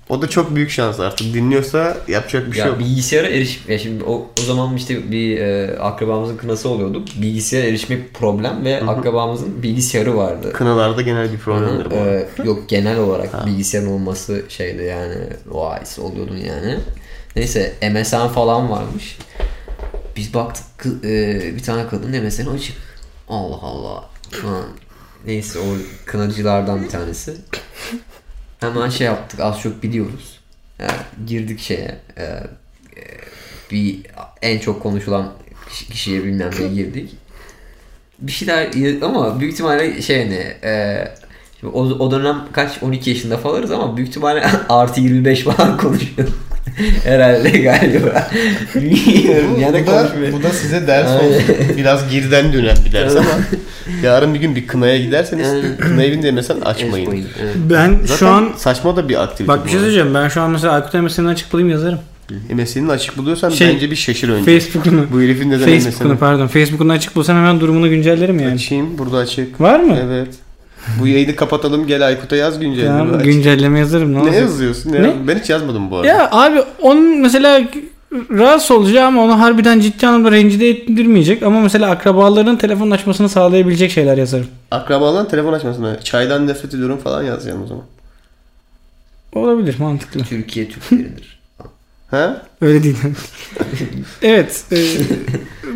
Speaker 9: O da çok büyük şans artık. Dinliyorsa yapacak bir şey
Speaker 7: ya
Speaker 9: yok.
Speaker 7: bilgisayara erişim ya şimdi o, o zaman işte bir e, akrabamızın kınası oluyordu. Bilgisayara erişmek problem ve akrabamızın bilgisayarı vardı.
Speaker 9: Kınalarda genel bir problemdir bu. arada.
Speaker 7: Ee, yok genel olarak bilgisayarın olması şeydi yani vay oluyordun yani. Neyse MSN falan varmış. Biz baktık kı- e, bir tane kadın MSN açık. Allah Allah. Ulan, Neyse o kınacılardan bir tanesi. Hemen şey yaptık az çok biliyoruz. Ee, girdik şeye. e, e, bir en çok konuşulan kişi- kişiye bilmem ne girdik. Bir şeyler ama büyük ihtimalle şey ne e, Şimdi o, o dönem kaç 12 yaşında falanız ama büyük ihtimalle (laughs) artı 25 falan (laughs) konuşuyor. Herhalde galiba. Bilmiyorum yani
Speaker 9: bu, da,
Speaker 7: konuşmuyor.
Speaker 9: bu da size ders olsun.
Speaker 7: (laughs)
Speaker 9: Biraz geriden dönen bir ders ama yarın bir gün bir kınaya giderseniz
Speaker 7: Evet.
Speaker 9: kınaya bin demesen açmayın.
Speaker 7: Açmayın, evet.
Speaker 6: Ben
Speaker 9: Zaten
Speaker 6: şu an
Speaker 9: saçma da bir aktivite
Speaker 6: bak bir şey söyleyeceğim. Ben şu an mesela Aykut MSN'ini açık bulayım yazarım.
Speaker 9: MSN'ini açık buluyorsan
Speaker 6: Şey,
Speaker 9: bence bir şaşır önce.
Speaker 6: Facebook'unu.
Speaker 9: Bu herifin neden
Speaker 6: Facebook'unu
Speaker 9: MSN'i
Speaker 6: pardon. Facebook'unu açık bulsam hemen durumunu güncellerim yani.
Speaker 9: açayım? Burada açık.
Speaker 6: Var mı?
Speaker 9: Evet. Bu yayını kapatalım gel Aykut'a yaz güncelleme.
Speaker 6: Tamam,
Speaker 9: Aç.
Speaker 6: güncelleme yazarım ne
Speaker 9: Ne
Speaker 6: olacak?
Speaker 9: yazıyorsun? Ne?
Speaker 6: Ne?
Speaker 9: yaz- Ben hiç yazmadım bu arada.
Speaker 6: Ya abi onun mesela rahatsız olacağı ama onu harbiden ciddi anlamda rencide ettirmeyecek ama mesela akrabalarının telefon açmasını sağlayabilecek şeyler yazarım.
Speaker 9: Akrabalardan telefon açmasına. Çaydan nefret ediyorum falan yazacaksın o zaman.
Speaker 6: Olabilir mantıklı.
Speaker 7: Türkiye Türkleridir.
Speaker 9: He?
Speaker 6: Öyle
Speaker 9: (laughs)
Speaker 6: değil. evet. e,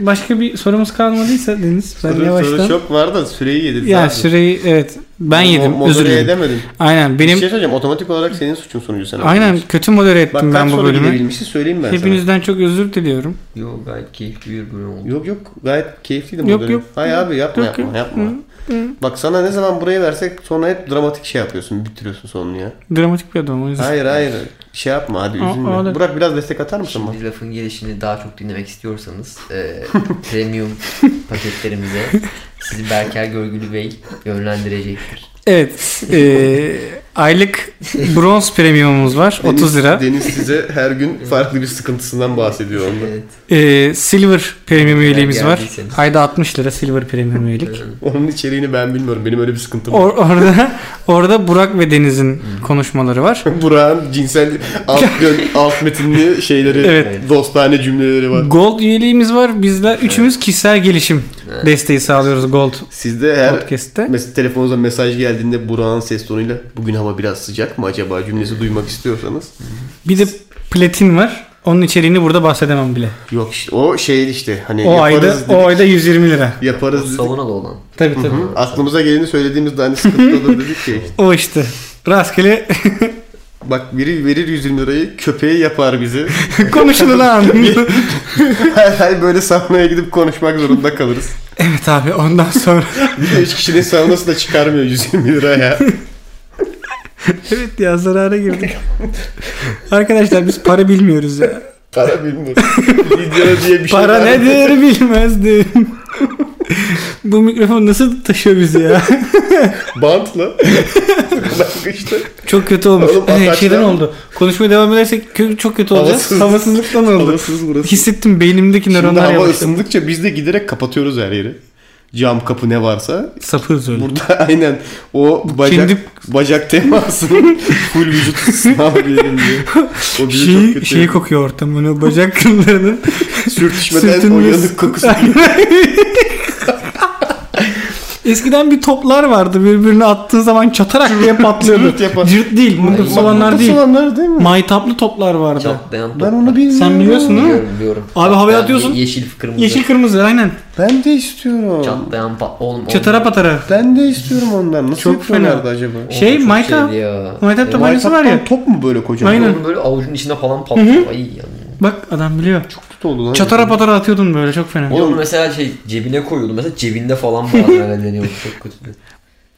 Speaker 6: başka bir sorumuz kalmadıysa Deniz ben
Speaker 9: Soru,
Speaker 6: yavaştan.
Speaker 9: soru çok var da süreyi yedik.
Speaker 6: ya süreyi evet ben yedim.
Speaker 9: Mo-
Speaker 6: Özür
Speaker 9: modere
Speaker 6: dilerim.
Speaker 9: edemedim.
Speaker 6: Aynen
Speaker 9: Bir
Speaker 6: benim
Speaker 9: şey söyleyeceğim. Otomatik olarak senin suçun sonucu sen.
Speaker 6: aynen
Speaker 9: aldın.
Speaker 6: kötü modere
Speaker 9: Bak
Speaker 6: ettim
Speaker 9: kaç
Speaker 6: ben bu
Speaker 9: soru
Speaker 6: bölümü.
Speaker 9: gidebilmişiz söyleyeyim ben
Speaker 6: Hepinizden çok özür diliyorum.
Speaker 7: Yo gayet keyifli bir bölüm oldu.
Speaker 9: sana. Yok yok gayet keyifliydi
Speaker 6: Yok,
Speaker 9: modere.
Speaker 6: yok.
Speaker 9: Hayır abi yapma
Speaker 6: Yok,
Speaker 9: yapma
Speaker 6: yok.
Speaker 9: yapma. Bak sana ne zaman burayı versek sonra hep dramatik şey yapıyorsun. Bitiriyorsun sonunu ya.
Speaker 6: Dramatik bir adam o yüzden.
Speaker 9: Hayır (laughs) hayır. Şey yapma hadi
Speaker 6: Aa,
Speaker 9: üzülme.
Speaker 6: öyle.
Speaker 9: Burak biraz destek atar mısın bana?
Speaker 7: Şimdi lafın gelişini daha çok dinlemek istiyorsanız
Speaker 6: (laughs)
Speaker 7: e, premium paketlerimize sizi Berker Görgülü Bey yönlendirecektir.
Speaker 6: Evet. e, aylık bronz premiumumuz var. 30 lira.
Speaker 9: Deniz size
Speaker 6: (laughs)
Speaker 9: her gün farklı bir sıkıntısından bahsediyor onda.
Speaker 7: Evet.
Speaker 6: Ee, silver premium üyeliğimiz var.
Speaker 7: geldiyseniz.
Speaker 6: Ayda 60 lira silver premium üyelik.
Speaker 9: Onun içeriğini ben bilmiyorum. Benim öyle bir sıkıntım yok.
Speaker 6: Or- orada orada Burak ve Deniz'in konuşmaları var.
Speaker 9: (laughs) Burak'ın cinsel
Speaker 6: (laughs)
Speaker 9: alt, gö- alt metinli şeyleri,
Speaker 6: Evet.
Speaker 9: dostane cümleleri var.
Speaker 6: Gold üyeliğimiz var. Bizler üçümüz kişisel gelişim desteği sağlıyoruz Gold
Speaker 9: Sizde her
Speaker 6: podcast'te.
Speaker 9: mes- telefonunuza mesaj geldiğinde Burak'ın ses tonuyla bugün hava biraz sıcak mı acaba cümlesi duymak istiyorsanız.
Speaker 6: Bir de platin var. Onun içeriğini burada bahsedemem bile.
Speaker 9: Yok işte o şey işte hani
Speaker 6: O ayda
Speaker 9: yaparız
Speaker 6: o
Speaker 9: dedik.
Speaker 6: ayda 120 lira.
Speaker 9: Yaparız dedik.
Speaker 7: Savunalı olan.
Speaker 6: Tabii tabii.
Speaker 9: Hı, Aklımıza geleni söylediğimizde hani sıkıntı olur
Speaker 6: (laughs)
Speaker 9: dedik ki
Speaker 6: O işte. Rastgele (laughs)
Speaker 9: bak biri verir 120 lirayı köpeği yapar bizi. (laughs)
Speaker 6: konuşun lan.
Speaker 9: her her böyle sahneye gidip konuşmak zorunda kalırız.
Speaker 6: evet abi ondan
Speaker 9: (laughs)
Speaker 6: sonra.
Speaker 9: Bir de 3 kişinin sahnası da çıkarmıyor 120 liraya.
Speaker 6: evet ya zarara girdik. Arkadaşlar biz para bilmiyoruz ya.
Speaker 9: Para bilmiyorum. Video diye bir şey
Speaker 6: Para
Speaker 9: var.
Speaker 6: nedir bilmezdim.
Speaker 9: (laughs)
Speaker 6: Bu mikrofon nasıl taşıyor bizi ya?
Speaker 9: Bantla. işte.
Speaker 6: Çok kötü olmuş.
Speaker 9: Oğlum,
Speaker 6: Ee,
Speaker 9: ataçlar-
Speaker 6: şeyden oldu. Konuşmaya devam edersek kö- çok kötü olacağız.
Speaker 9: Havasız-
Speaker 6: Havasızlıktan oldu.
Speaker 9: Havasız burası.
Speaker 6: Hissettim beynimdeki
Speaker 9: Şimdi
Speaker 6: nöronlar
Speaker 9: hava
Speaker 6: yavaşladı.
Speaker 9: ısındıkça biz de giderek kapatıyoruz her yeri. Cam kapı ne varsa.
Speaker 6: Sapığız öyle.
Speaker 9: Burada (laughs) aynen o bacak
Speaker 6: kendi-
Speaker 9: bacak temasının full vücut sınav diyelim diye. O bizi çok
Speaker 6: Şey,
Speaker 9: kötü.
Speaker 6: şey kokuyor ortam. Hani bacak kıllarının
Speaker 9: Sürtüşmeden o
Speaker 6: sürtünmesi. (laughs)
Speaker 9: yanık kokusu.
Speaker 6: Eskiden bir toplar vardı. Birbirine attığı zaman çatarak diye patlıyordu.
Speaker 9: Cırt yapan.
Speaker 6: Cırt değil. Mıknatıs olanlar değil.
Speaker 9: Soğanlar değil mi?
Speaker 6: Maytaplı toplar vardı.
Speaker 7: Çatlayan
Speaker 9: Ben
Speaker 7: top.
Speaker 9: onu bilmiyorum.
Speaker 6: Sen biliyorsun değil mi?
Speaker 7: Biliyorum biliyorum.
Speaker 6: Abi havaya
Speaker 7: Çatlayan
Speaker 6: atıyorsun.
Speaker 7: ye- Yeşil kırmızı.
Speaker 6: Yeşil kırmızı aynen.
Speaker 9: Ben de istiyorum.
Speaker 7: Çatlayan pa- oğlum. oğlum.
Speaker 6: Çatara patara.
Speaker 9: Ben de istiyorum ondan. Nasıl
Speaker 6: Çok fena.
Speaker 9: yapıyorlardı acaba?
Speaker 7: Oğlum
Speaker 6: Şey,
Speaker 7: çok
Speaker 6: maytap.
Speaker 7: şeydi ya.
Speaker 6: Maytap
Speaker 7: E,
Speaker 6: tabancası Aynısı var ya.
Speaker 9: Maytaptan Top mu böyle kocaman?
Speaker 6: Aynen.
Speaker 7: Oğlum böyle avucun içinde falan patlıyor. Ay yani.
Speaker 6: Bak adam biliyor.
Speaker 9: Tut oldu lan.
Speaker 6: Çatara patara atıyordun böyle çok fena.
Speaker 7: Oğlum mesela şey cebine koyuyordum. Mesela cebinde falan bazen öyle deniyordu. Çok kötü.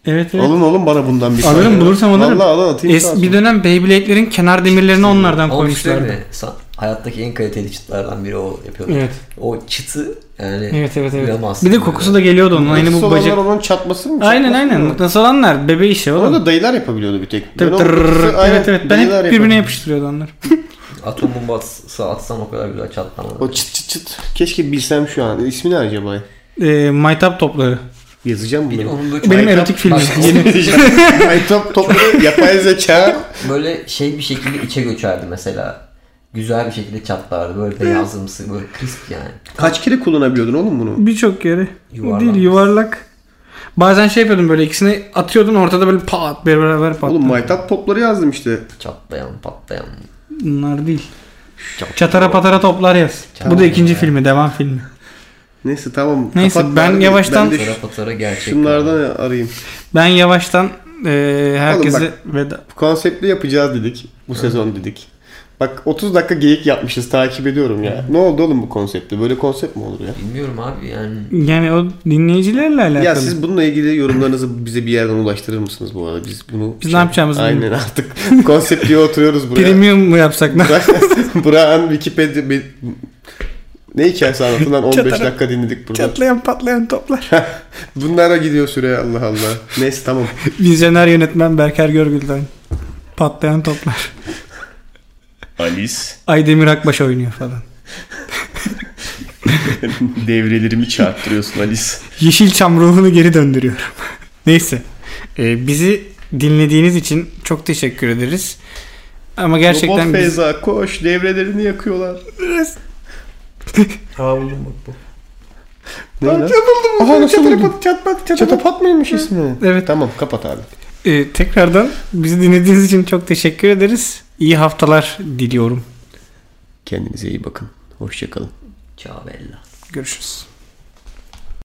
Speaker 6: Evet evet.
Speaker 9: Alın oğlum bana bundan bir
Speaker 6: Alırım,
Speaker 9: tane.
Speaker 6: bulursam alırım.
Speaker 9: Vallahi alın atayım.
Speaker 6: Es-
Speaker 9: sağ
Speaker 6: bir
Speaker 9: olsun.
Speaker 6: dönem Beyblade'lerin kenar demirlerini onlardan
Speaker 7: Ama bir şey
Speaker 6: koymuşlardı.
Speaker 7: söyleyeyim mi? Sa- hayattaki en kaliteli çıtlardan biri o yapıyordu.
Speaker 6: Evet.
Speaker 7: O çıtı yani.
Speaker 6: Evet evet evet.
Speaker 7: Bilemezsin
Speaker 6: Bir de
Speaker 7: yani.
Speaker 6: kokusu da geliyordu onun. Aynı
Speaker 9: Mıknatıs
Speaker 6: bu
Speaker 9: olanlar
Speaker 6: bacak.
Speaker 9: onun çatması mı?
Speaker 6: Aynen
Speaker 9: Çatması
Speaker 6: aynen.
Speaker 9: mı?
Speaker 6: Mıknatıs olanlar bebe işi
Speaker 9: Onu
Speaker 6: oğlum.
Speaker 9: da dayılar yapabiliyordu bir tek.
Speaker 6: Tabii,
Speaker 9: Ben o
Speaker 6: tırrrr.
Speaker 9: mıknatısı- aynen,
Speaker 6: evet evet ben
Speaker 9: dayılar
Speaker 6: hep birbirine
Speaker 9: yapıyordu.
Speaker 6: yapıştırıyordu onlar.
Speaker 7: Atom bombası atsan o kadar güzel çatlamaz.
Speaker 10: O çıt çıt çıt. Keşke bilsem şu an. İsmi ne acaba?
Speaker 6: E, maytap topları.
Speaker 10: Yazacağım bunu.
Speaker 7: Onun böyle
Speaker 6: Benim
Speaker 7: çok-
Speaker 6: erotik filmim.
Speaker 7: Başka-
Speaker 6: Yeni-
Speaker 9: (laughs)
Speaker 10: Maytap topları yapay zeka.
Speaker 7: böyle şey bir şekilde içe göçerdi mesela. Güzel bir şekilde çatlardı. Böyle beyazımsı, böyle crisp yani.
Speaker 9: Kaç kere kullanabiliyordun oğlum bunu?
Speaker 6: Birçok yere.
Speaker 7: Yuvarlak.
Speaker 6: Değil yuvarlak. Bazen şey yapıyordum böyle ikisini atıyordun ortada böyle pat beraber pat.
Speaker 9: Oğlum maytap topları yazdım işte.
Speaker 7: Çatlayan, patlayan.
Speaker 6: Bunlar değil. Çatara patara toplar yaz. Bu da ikinci filmi, devam filmi.
Speaker 9: Neyse tamam.
Speaker 6: Neyse,
Speaker 9: kapat
Speaker 6: ben
Speaker 9: bari.
Speaker 6: yavaştan-
Speaker 9: Ben de
Speaker 7: Patara
Speaker 9: şu-
Speaker 7: patara gerçek.
Speaker 9: şunlardan arayayım.
Speaker 6: Ben yavaştan e, herkese veda.
Speaker 9: Bu konseptli yapacağız dedik. Bu sezon dedik. Bak 30 dakika geyik yapmışız takip ediyorum ya. Ne oldu oğlum bu konsepte? Böyle konsept mi olur ya?
Speaker 7: Bilmiyorum abi yani.
Speaker 6: Yani o dinleyicilerle alakalı.
Speaker 9: Ya siz bununla ilgili yorumlarınızı bize bir yerden ulaştırır mısınız bu arada? Biz bunu
Speaker 6: Biz ne yapacağımızı
Speaker 9: Aynen
Speaker 6: bilmiyoruz.
Speaker 9: artık konsept diye oturuyoruz buraya.
Speaker 6: Premium mu yapsak? (laughs) ne?
Speaker 9: Burak'ın Wikipedia bir- ne
Speaker 6: (laughs)
Speaker 9: hikayesi anlatından 15 dakika dinledik burada.
Speaker 6: Çatlayan patlayan
Speaker 9: (laughs)
Speaker 6: toplar.
Speaker 9: Bunlara gidiyor süre Allah Allah. Neyse tamam.
Speaker 6: Vizyoner yönetmen Berker Görgül'den. Patlayan toplar. (laughs)
Speaker 11: Alice
Speaker 6: Aydemir Akbaş oynuyor falan.
Speaker 11: devrelerimi çarptırıyorsun Alice.
Speaker 6: Yeşilçam ruhunu geri döndürüyorum. (laughs) Neyse. Ee, bizi dinlediğiniz için çok teşekkür ederiz. Ama gerçekten
Speaker 9: Robot
Speaker 6: biz...
Speaker 9: Feyza koş devrelerini yakıyorlar.
Speaker 12: Havlum bak bu.
Speaker 9: Ne lan? Aha nasıl çatapat çatpat çatapat mıymış ismi?
Speaker 6: Evet.
Speaker 9: Tamam kapat abi.
Speaker 6: Ee, tekrardan bizi dinlediğiniz için çok teşekkür ederiz. İyi haftalar diliyorum.
Speaker 9: Kendinize iyi bakın. Hoşçakalın.
Speaker 7: Çabella.
Speaker 6: Görüşürüz.